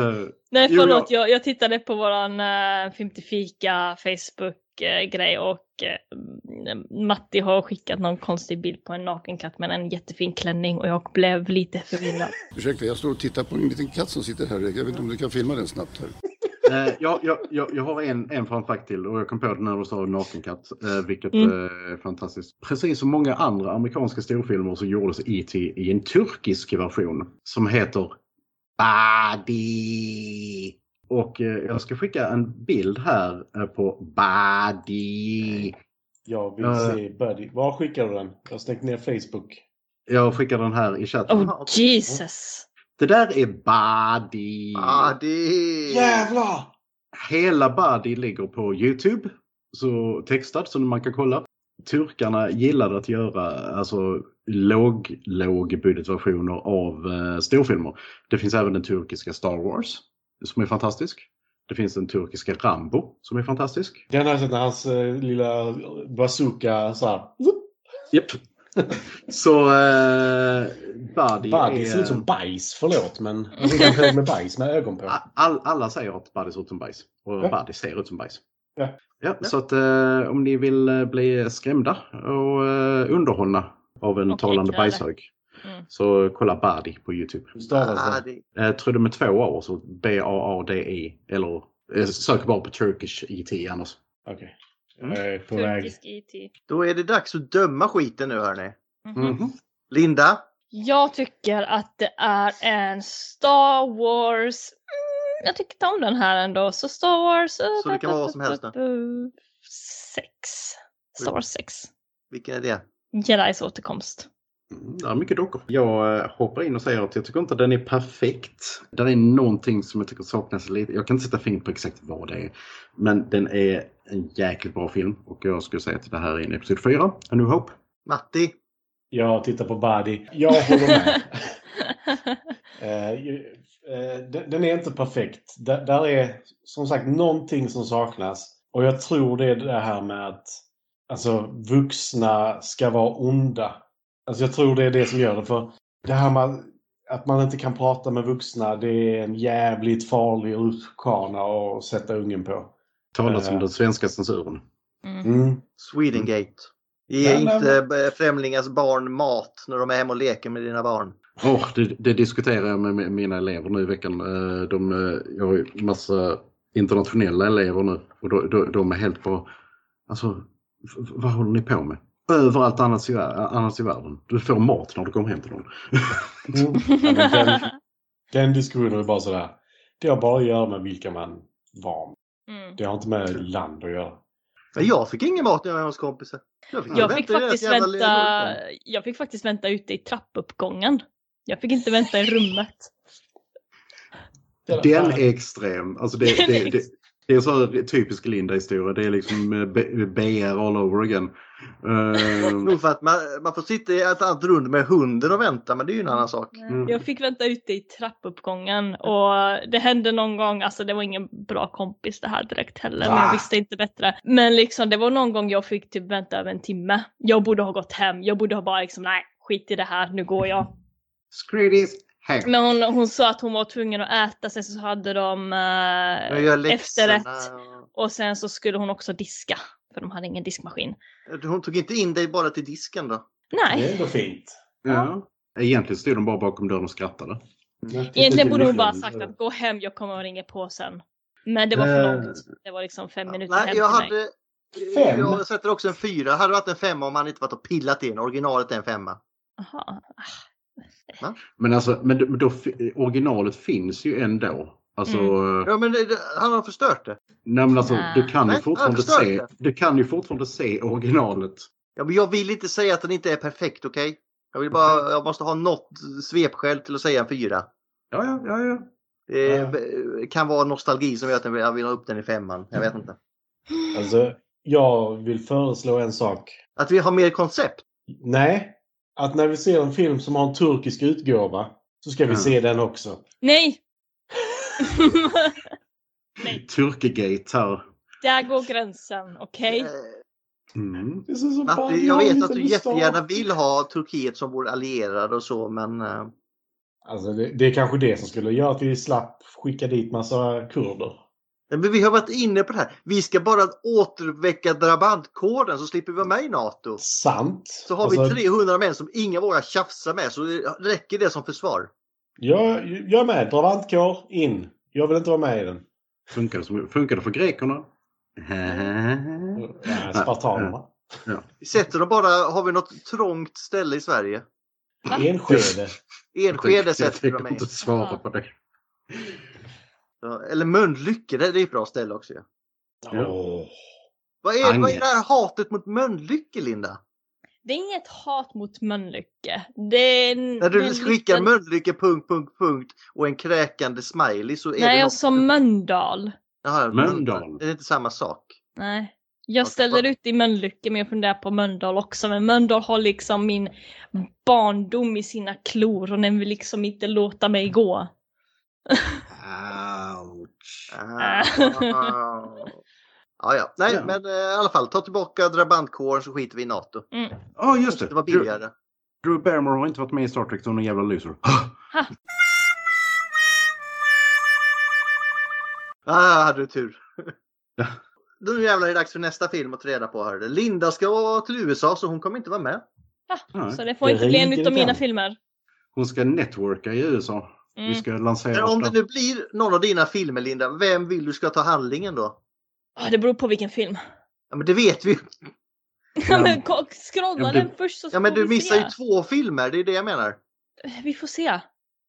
D: Eh,
A: Nej
D: jo,
A: förlåt,
D: ja.
A: jag, jag tittade på våran äh, Film till fika Facebook-grej och eh, Matti har skickat någon konstig bild på en naken katt med en jättefin klänning och jag blev lite förvirrad.
L: Ursäkta, jag står och tittar på en liten katt som sitter här. Jag vet inte om du kan filma den snabbt här.
D: Eh, jag, jag, jag, jag har en, en fun fact till och jag kom på det när du sa nakenkatt, eh, vilket
L: Mm.
D: eh, är fantastiskt. Precis som många andra amerikanska storfilmer så gjordes E.T. i en turkisk version som heter Badi. Och eh, jag ska skicka en bild här eh, på Badi.
E: Jag vill
D: Eh.
E: se Buddy. Var skickar du den? Jag har stängt ner Facebook.
D: Jag skickar den här i chatten.
A: Oh Jesus!
D: Det där är Badi.
A: Mm.
B: Ah, Badi!
E: Jävlar!
D: Hela Badi ligger på Youtube. Så textad så man kan kolla. Turkarna gillade att göra alltså, låg, låg budgetversioner av eh, storfilmer. Det finns även den turkiska Star Wars som är fantastisk. Det finns den turkiska Rambo som är fantastisk.
E: Den har jag sett när hans eh, lilla bazooka så här.
D: Japp. Så eh, Buddy
E: Buddy
D: är-
E: ser ut som bajs, förlåt men. Jag trodde han höll med bajs med ögon på.
D: All, alla säger att Buddy ser ut som bajs och
E: Ja.
D: Buddy ser ut som bajs.
E: Ja.
D: Ja, Så att eh, om ni vill eh, bli skrämda och eh, underhållna av en talande
E: knöle.
D: bajshög
A: Mm.
D: så kolla Buddy på Youtube.
B: ah,
E: stavas det?
D: Eh, tror du med två år så B-A-A-D-I eller eh, sök bara på Turkish IT annars.
E: Okej.
D: Mm.
A: på väg. Turkisk E IT.
B: Då är det dags att döma skiten nu hörni.
D: Mm.
A: Mhm.
B: Linda?
A: Jag tycker att det är en Star Wars... Mm, jag tyckte om den här ändå. Så Star Wars...
B: Så det kan vara vad som helst
A: nu? Sex. Star Wars 6.
B: Vilken är det?
A: Jedis återkomst.
D: Det är Mm, mycket dockor. Jag eh, hoppar in och säger att jag tycker inte den är perfekt. Det är någonting som jag tycker saknas lite. Jag kan inte sätta fingret på exakt vad det är. Men den är en jäkligt bra film och jag skulle säga att det här är en episod 4, A New Hope.
B: Matti?
E: Jag tittar på Buddy. Jag håller med. Eh, ju- eh, de- den är inte perfekt. D- där är som sagt någonting som saknas. Och jag tror det är det här med att alltså, vuxna ska vara onda. Alltså, jag tror det är det som gör det. För det här med att man inte kan prata med vuxna det är en jävligt farlig rutschkana att sätta ungen på.
D: Talas om
E: Eh.
D: den svenska censuren.
E: Mm.
B: Swedengate. Ge
E: Ja, nej,
B: inte eh, främlingars barn mat när de är hemma och leker med dina barn.
D: Åh, det, det diskuterar jag med mi- mina elever nu i veckan. Eh, De, eh, jag har ju massa internationella elever nu och då, då, de är helt på... Alltså, v- v- vad håller ni på med? Överallt annars i, vär- annars i världen. Du får mat när du kommer hem till någon.
E: Mm. Ja, men den, den diskussionen är bara sådär. Det har bara att göra med vilka man var med.
A: Mm.
E: Det har inte med land att göra.
B: Men jag fick ingen mat när jag var hos kompisar. Jag fick,
A: Jag fick,
B: vänta i deras
A: faktiskt
B: jävla
A: vänta,
B: lådor.
A: jag fick faktiskt vänta ute i trappuppgången. Jag fick inte vänta i rummet.
D: Den är extrem. Alltså det,
A: Den är
D: det, det, det är så här typisk Linda-historia. Det är liksom eh, B- BR all over again. Eh,
B: Nog för att man, man får sitta i ett annat rund med hunden och vänta, men det är ju en annan sak.
D: mm.
A: Jag fick vänta ute i trappuppgången och det hände någon gång, alltså det var ingen bra kompis det här direkt heller, men
B: Va?
A: jag visste inte bättre. Men liksom det var någon gång jag fick typ vänta över en timme. Jag borde ha gått hem, jag borde ha bara liksom nej, skit i det här, nu går jag.
D: Screw this, hey.
A: Men hon, hon sa att hon var tvungen att äta, sen så hade de
B: Jag gör
A: eh,
B: läxorna
A: efterrätt. Och sen så skulle hon också diska, för de hade ingen diskmaskin.
B: Eh, Hon tog inte in dig bara till disken då?
A: Nej.
E: fint.
D: Ja. Egentligen stod de bara bakom dörren och skrattade.
A: Egentligen borde hon bara sagt att gå hem, jag kommer och ringer på sen. Men det var för
D: Eh,
A: långt. Det var liksom fem minuter hem
B: Nej,
A: till
B: jag
A: mig.
B: hade...
E: Fem?
B: Jag sätter också en fyra. Hade det varit en femma om han inte varit och pillat in. Originalet är en femma.
A: Aha.
D: Men alltså, men då- men då, fi- originalet finns ju ändå. Alltså, eh,
B: Ja, men det, det, han har förstört det.
D: nej, men alltså
B: Nej.
D: du kan ju
B: Mm. Nej,
D: fortfarande
B: jag förstår
D: se,
B: inte.
D: du kan ju fortfarande se originalet.
B: Ja, men jag vill inte säga att den inte är perfekt, okej? Jag vill bara... Jag måste ha något svepskäl till att säga en fyra.
D: Ja, ja, ja, ja.
B: Det eh, kan vara nostalgi som gör att jag vill- jag vill ha upp den i femman. Jag vet inte.
E: Alltså, jag vill föreslå en sak.
B: Att vi har mer koncept?
E: Nej. Att när vi ser en film som har en turkisk utgåva så ska vi se den också.
A: Nej,
D: Turkegate här.
A: där går gränsen, okej?
B: Eh,
D: Mm.
B: Matti, jag vet att du jättegärna vill ha Turkiet som vår allierade och så, men... eh,
E: Alltså, det, det är kanske det som skulle göra att vi slapp skicka dit massa kurder.
B: Nej, Men vi har varit inne på det här. Vi ska bara återväcka drabantkåren så slipper vi vara med i NATO.
E: Sant.
B: Så har
E: Alltså-
B: vi 300 män som ingen vågar tjafsa med så räcker det som försvar.
E: Jag, jag är med. Drabantkår, in. Jag vill inte vara med i den.
D: Funkar det, som, funkar det för grekerna?
B: Mm.
E: Nej, spartanerna.
B: Vi sätter dem bara, har vi något trångt ställe i Sverige?
E: Enskede.
B: Enskede
D: Jag
B: sätter vi dem
D: tänker
B: i.
D: inte svara på det.
B: Ja, Eller Mölnlycke, det det är ett bra ställe också ju.
E: Åh.
B: Vad är, vad är
D: Agnes.
B: det här hatet mot Mölnlycke Linda?
A: Det är inget hat mot Mölnlycke. Det är en,
B: När
A: det är
B: du
A: en
B: skickar
A: liten-
B: Mölnlycke punkt, punkt, punkt och en kräkande smiley så är
A: Nej,
B: det
A: jag
B: något...
D: alltså
A: sa Mölndal.
B: Jaha,
D: Mölndal.
B: Det är inte samma sak.
A: Nej. Jag ställer ut i Mölnlycke men jag funderar på Mölndal också. Men Mölndal har liksom min barndom i sina klor och den vill liksom inte låta mig gå.
D: Ouch.
A: Ah.
B: Ja, ja. Nej,
D: Ja.
B: men eh, i alla fall. Ta tillbaka drabantkåren så skiter vi i NATO.
A: Mm.
D: Ja, just det.
B: Det var billigare.
D: Drew Barrymore har inte varit med i Star Trek så hon är en jävla loser.
B: Ah, hade du tur. Nu jävlar är det dags för nästa film att ta reda på. Hörde. Linda ska till USA så hon kommer inte vara med.
D: Nej.
A: Så det får inte bli en utav mina filmer.
D: Hon ska networka i USA.
A: Mm.
D: Vi ska lansera
B: Men
D: oss
B: om det
D: där.
B: nu blir någon av dina filmer Linda, vem vill du ska ta handlingen då?
A: Ah, det beror på vilken film.
B: Ja, men det vet vi ju.
A: Ja, men ko- scrolla
B: Ja, men
A: den
B: du-
A: först så
B: Ja, men
A: får
B: du
A: vi
B: missar
A: se.
B: ju två filmer, det är det jag menar.
A: Vi får se.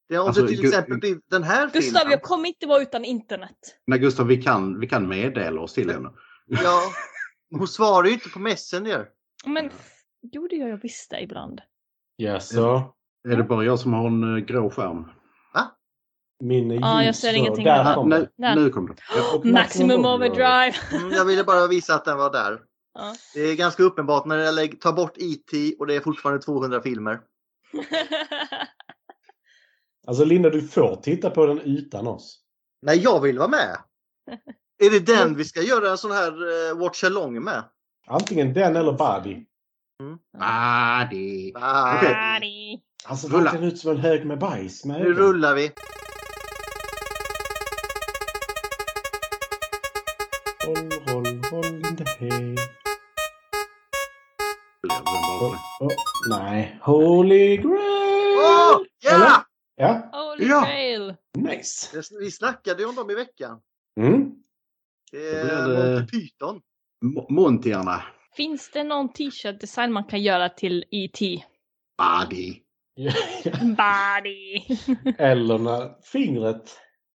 B: Det är om
D: Alltså,
B: det till
D: Gu-
B: exempel blir den här
A: Gustav,
B: filmen.
A: jag kommer inte vara utan internet.
D: Nej Gustav, vi kan, vi kan meddela oss till henne.
B: Ja, hon svarar ju inte på Messenger.
A: Men
E: Eh.
A: f- jo, det gör jag visst det ibland.
E: Jaså?
D: Är det bara jag som har en eh, grå skärm?
B: Va?
E: Min är
A: Ja, jag
E: ljus,
A: ser
E: så
A: ingenting
E: Där
A: heller.
E: kom den.
A: Där.
D: Nu kom det.
E: Och
A: Maximum
E: Overdrive.
A: overdrive.
B: Mm, jag ville bara visa att den var där.
A: Ja.
B: Det är ganska uppenbart när jag lägger- tar bort IT och det är fortfarande 200 filmer.
E: Alltså Linda, du får titta på den utan oss.
B: Nej, jag vill vara med! Är det den vi ska göra en sån här eh, watch along med?
E: Antingen den eller Buddy.
D: Ah, det...
B: Ah,
A: Daddy.
E: Han Alltså, ser
D: Rulla.
E: verkligen ut som en hög med bajs. Med
B: Nu
E: ögonen.
B: rullar vi.
E: Roll, roll, roll in the hay. Oh, nej. Holy grail!
B: Åh, ja!
E: Eller? Ja,
A: Holy
D: Ja.
A: grail.
E: nice.
B: Det- Vi snackade ju om dem i veckan.
E: Mm.
B: Det
D: Då
B: är
D: blir det-
B: Monty Python.
D: Mo- Montiarna.
A: Finns det någon t-shirt design man kan göra till E E.T.?
D: Body.
E: Ja, ja.
A: Body.
E: eller när fingret...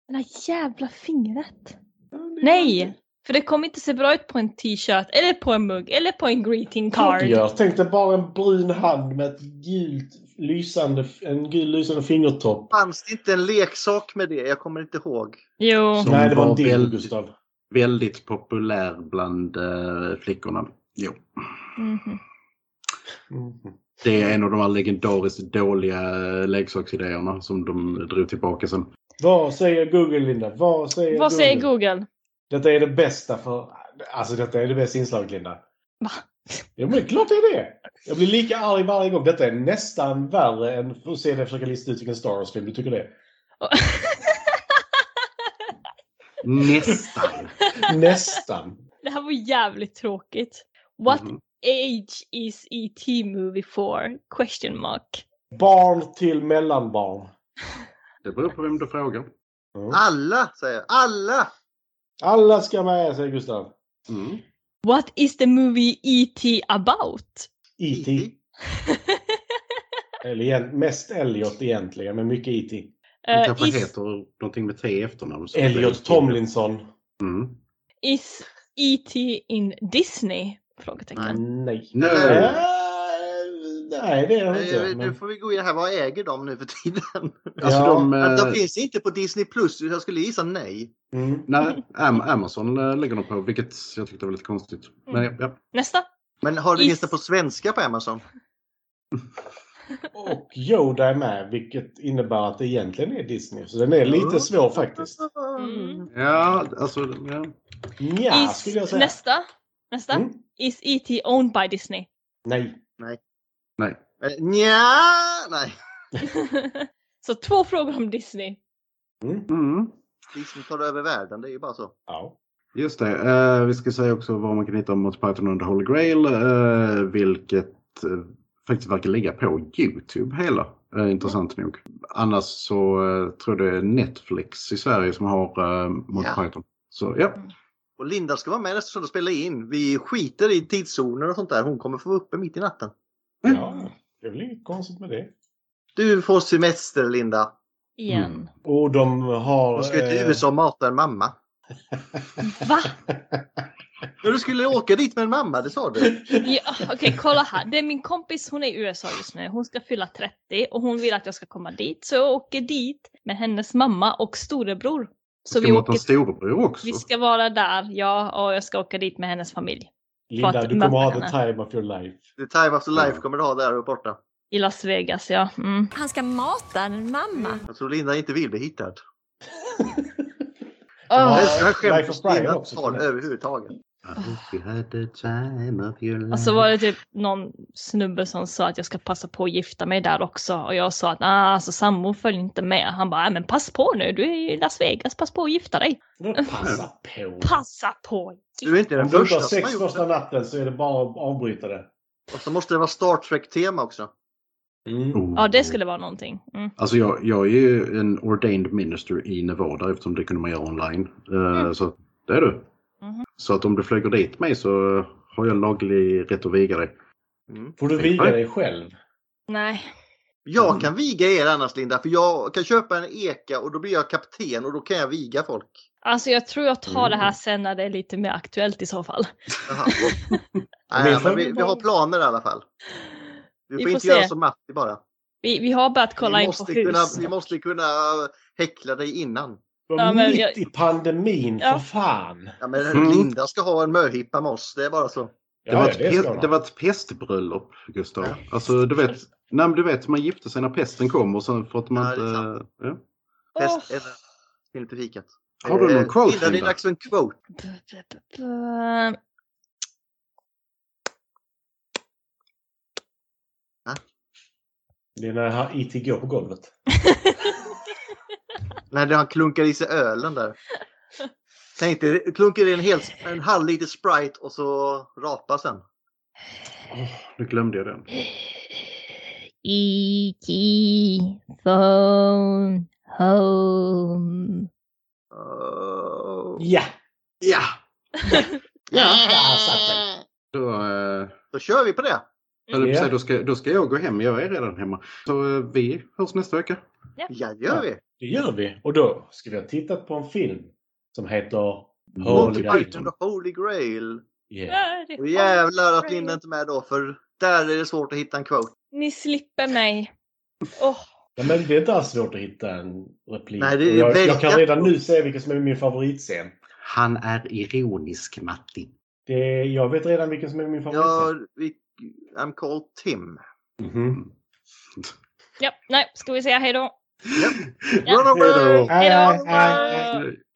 A: Det där jävla fingret.
E: Ja, det-
A: Nej! För det kommer inte se bra ut på en t-shirt, eller på en mugg, eller på en greeting
E: Klart det
A: card.
E: gör. Tänk dig bara en brun hand med ett gult lysande, en gul lysande fingertopp.
B: Fanns det inte en leksak med det? Jag kommer inte ihåg.
A: Mm. Jo.
D: Som
E: Nej, det var en
D: var
E: dildo,
D: väldigt-
E: Gustav.
D: Väldigt populär bland eh, flickorna. Jo.
A: Mhm.
E: Mhm.
D: Det är en av de här legendariskt dåliga eh, leksaksidéerna som de drog tillbaka sen.
E: Vad säger Google, Linda? Vad säger
A: Vad
E: Google?
A: säger Google?
E: Detta är det bästa för... Alltså detta är det bästa inslaget, Linda.
A: Va?
E: Ja, men det är klart det är det. Jag blir lika arg varje gång. Detta är nästan värre än att se dig försöka lista ut vilken Star Wars-film du tycker det är.
D: Nästan.
E: Nästan.
A: Det här var jävligt tråkigt. What
D: Mhm.
A: age is E.T. movie for? Question mark.
E: Barn till mellanbarn.
D: Det beror på vem du frågar.
E: Mm.
D: Ah.
B: Alla säger jag. Alla!
E: Alla ska med, säger Gustav.
A: Eh,
D: Mm.
A: What is the movie E.T. about?
D: E
A: Eh,
E: E.T. E Eller igen, mest Elliot egentligen, men mycket E E.T.
D: De
A: Eh,
D: kanske
A: is,
D: heter någonting med T i efternamn. så
E: Elliot
D: det är-
E: Tomlinson.
D: Mm.
A: is E.T. in Disney? Frågetecken.
E: Nej.
D: Nej.
A: Eh?
E: Äh, Nej, det är han
B: Eh,
E: inte.
B: Nu
E: Men...
B: får vi gå in här. Vad äger de nu för tiden?
D: Alltså
E: Ja.
D: de... eh,
B: De finns inte på Disney Plus. Jag skulle gissa nej.
E: Mm.
D: Nej, Am- Amazon eh, lägger de på, vilket jag tyckte var lite konstigt. Men
A: Mm.
D: ja, ja.
A: Nästa.
B: Men har det
A: Is-
B: finns det på svenska på Amazon?
E: Och Yoda är med, vilket innebär att det egentligen är Disney. Så den är lite
B: Ja.
E: svår faktiskt.
A: Mm.
D: ja alltså... Ja.
E: Nja,
A: is,
E: skulle jag säga.
A: nästa. Nästa.
E: Mm.
A: Is E.T. owned by Disney?
E: Nej.
D: Nej.
B: Eh, Nja, nej.
A: Så två frågor om Disney.
E: Mm.
D: Mm.
B: Disney tar över världen. Det är ju bara så.
E: Ja.
D: Just det. Eh, vi ska säga också var man kan hitta Monty Python under Holy Grail. eh, vilket eh, faktiskt verkar ligga på YouTube hela. eh, intressant nog. Annars så eh, tror jag det är Netflix i Sverige som har eh, Monty
B: Ja.
D: Python. Så ja.
B: Och Linda ska vara med eftersom de spelar in. Vi skiter i tidszoner och sånt där. Hon kommer få vara uppe mitt i natten. Mm.
E: ja. Det är väl inget konstigt med det.
B: Du får semester Linda.
A: Igen.
D: Mm.
E: Och de har...
B: Hon ska ju till
E: eh,
B: USA och mata en mamma.
A: Va?
B: Men du skulle åka dit med en mamma, det sa du.
A: Ja, Okej, kolla här. Det är min kompis, hon är i USA just nu. Hon ska fylla 30 och hon vill att jag ska komma dit. Så jag åker dit med hennes mamma och storebror. Så
D: Ska
A: vi,
D: vi åka
A: åker,
D: storebror också?
A: vi ska vara där, ja, och jag ska åka dit med hennes familj.
E: Linda,
A: att
E: du kommer ha
A: möta
E: the time of your life.
B: The time after life kommer du ha där uppe borta.
A: I Las Vegas, ja. Mm.
M: Han ska mata en mamma.
B: Jag tror Linda inte vill bli hittad.
E: Ja.
A: Åh,
B: Jag
E: Life of
B: skäms
E: Brian
B: Linda
E: också,
B: tar
E: tror jag.
B: överhuvudtaget.
D: If you had the time of your life.
A: Och så var det typ någon snubbe som sa att jag ska passa på att gifta mig där också. Och jag sa att ah, alltså, sambo följer inte med. Han bara, "Nej, men pass på nu, du är ju i Las Vegas, pass på att gifta dig.
E: Passa på.
A: Mm. Passa på!
B: Du är inte den
E: Om du inte
B: första
E: har
B: som har
E: sex
B: gjort
E: första natten så är det bara att avbryta det.
B: Och så måste det vara Star Trek-tema också. Mm.
A: Ja, det skulle vara någonting. Mm.
D: Alltså jag, jag är ju en ordained minister i Nevada eftersom det kunde man göra online. Eh, Så att, det är du.
A: Mm. Mhm.
D: Så att om du flyger dit mig så har jag laglig rätt att viga dig.
B: Mm.
E: Får du viga dig själv?
A: Nej.
D: Mm.
B: Jag kan viga er annars Linda, för jag kan köpa en eka och då blir jag kapten och då kan jag viga folk.
A: Alltså jag tror jag tar det
B: Mm.
A: här sen när det är lite mer aktuellt i så fall.
B: Jaha. Nej,
E: får-
B: men vi, vi har planer i alla fall. Du
A: Vi
B: får,
A: får
B: inte
A: se.
B: göra som Matti bara.
A: Vi, vi har börjat kolla
B: vi,
A: in på
B: måste kunna,
A: hus.
B: vi måste kunna häckla dig innan.
E: Var
A: Ja, men
E: mitt
A: jag-
E: i pandemin, för fan!
B: Ja, men
D: Mm.
B: Linda ska ha en möhippa med oss, det är bara så.
D: Det, var, ett, pe- det var ett pestbröllop, Gustav. Alltså, du vet, nej, men du vet, man gifte sig när pesten kom och sen för att man
B: Ja,
D: inte...
B: det är sant.
D: Ja.
B: Fest eller film till fikat.
D: Har du någon
B: Eh,
D: quote,
B: Linda? Det är
D: Linda?
B: dags för en quote.
A: Eh,
E: Det är när jag har IT går på golvet.
B: När han klunkar i sig ölen där. Tänk dig, klunkar i en, hel, en halv liter Sprite och så rapa sen.
D: Nu glömde jag den.
A: E.T. phone home.
B: Eh,
E: Ja!
B: Ja!
E: Ja!
D: Då, eh,
B: Då kör vi på det.
D: höll jag
A: Mm.
D: på att
E: Ja.
D: säga, då, ska, då ska jag gå hem, jag är redan hemma. Så eh, vi hörs nästa vecka.
B: Ja, det gör vi.
E: Det gör vi. Och då ska vi ha tittat på en film som heter
B: Monty
E: Holy
B: Python and
E: Python.
B: the Holy Grail.
E: Yeah.
B: Och jävlar att Linda inte är med då för där är det svårt att hitta en quote.
A: Ni slipper mig. Åh,
E: Ja, men det är inte alls svårt att hitta en replik.
B: Nej, det är
E: Och jag, jag kan
B: väldigt-
E: redan nu säga vilken som är min favoritscen.
D: Han är ironisk, Matti.
E: Det är, jag vet redan vilken som är min favoritscen.
B: Ja, vi, I'm called Tim.
E: Mhm.
A: ja, nej, ska vi säga hej då?
B: Run away!
A: Hej då!
E: Hej, hej, hej.
A: Hej då!
D: Nej.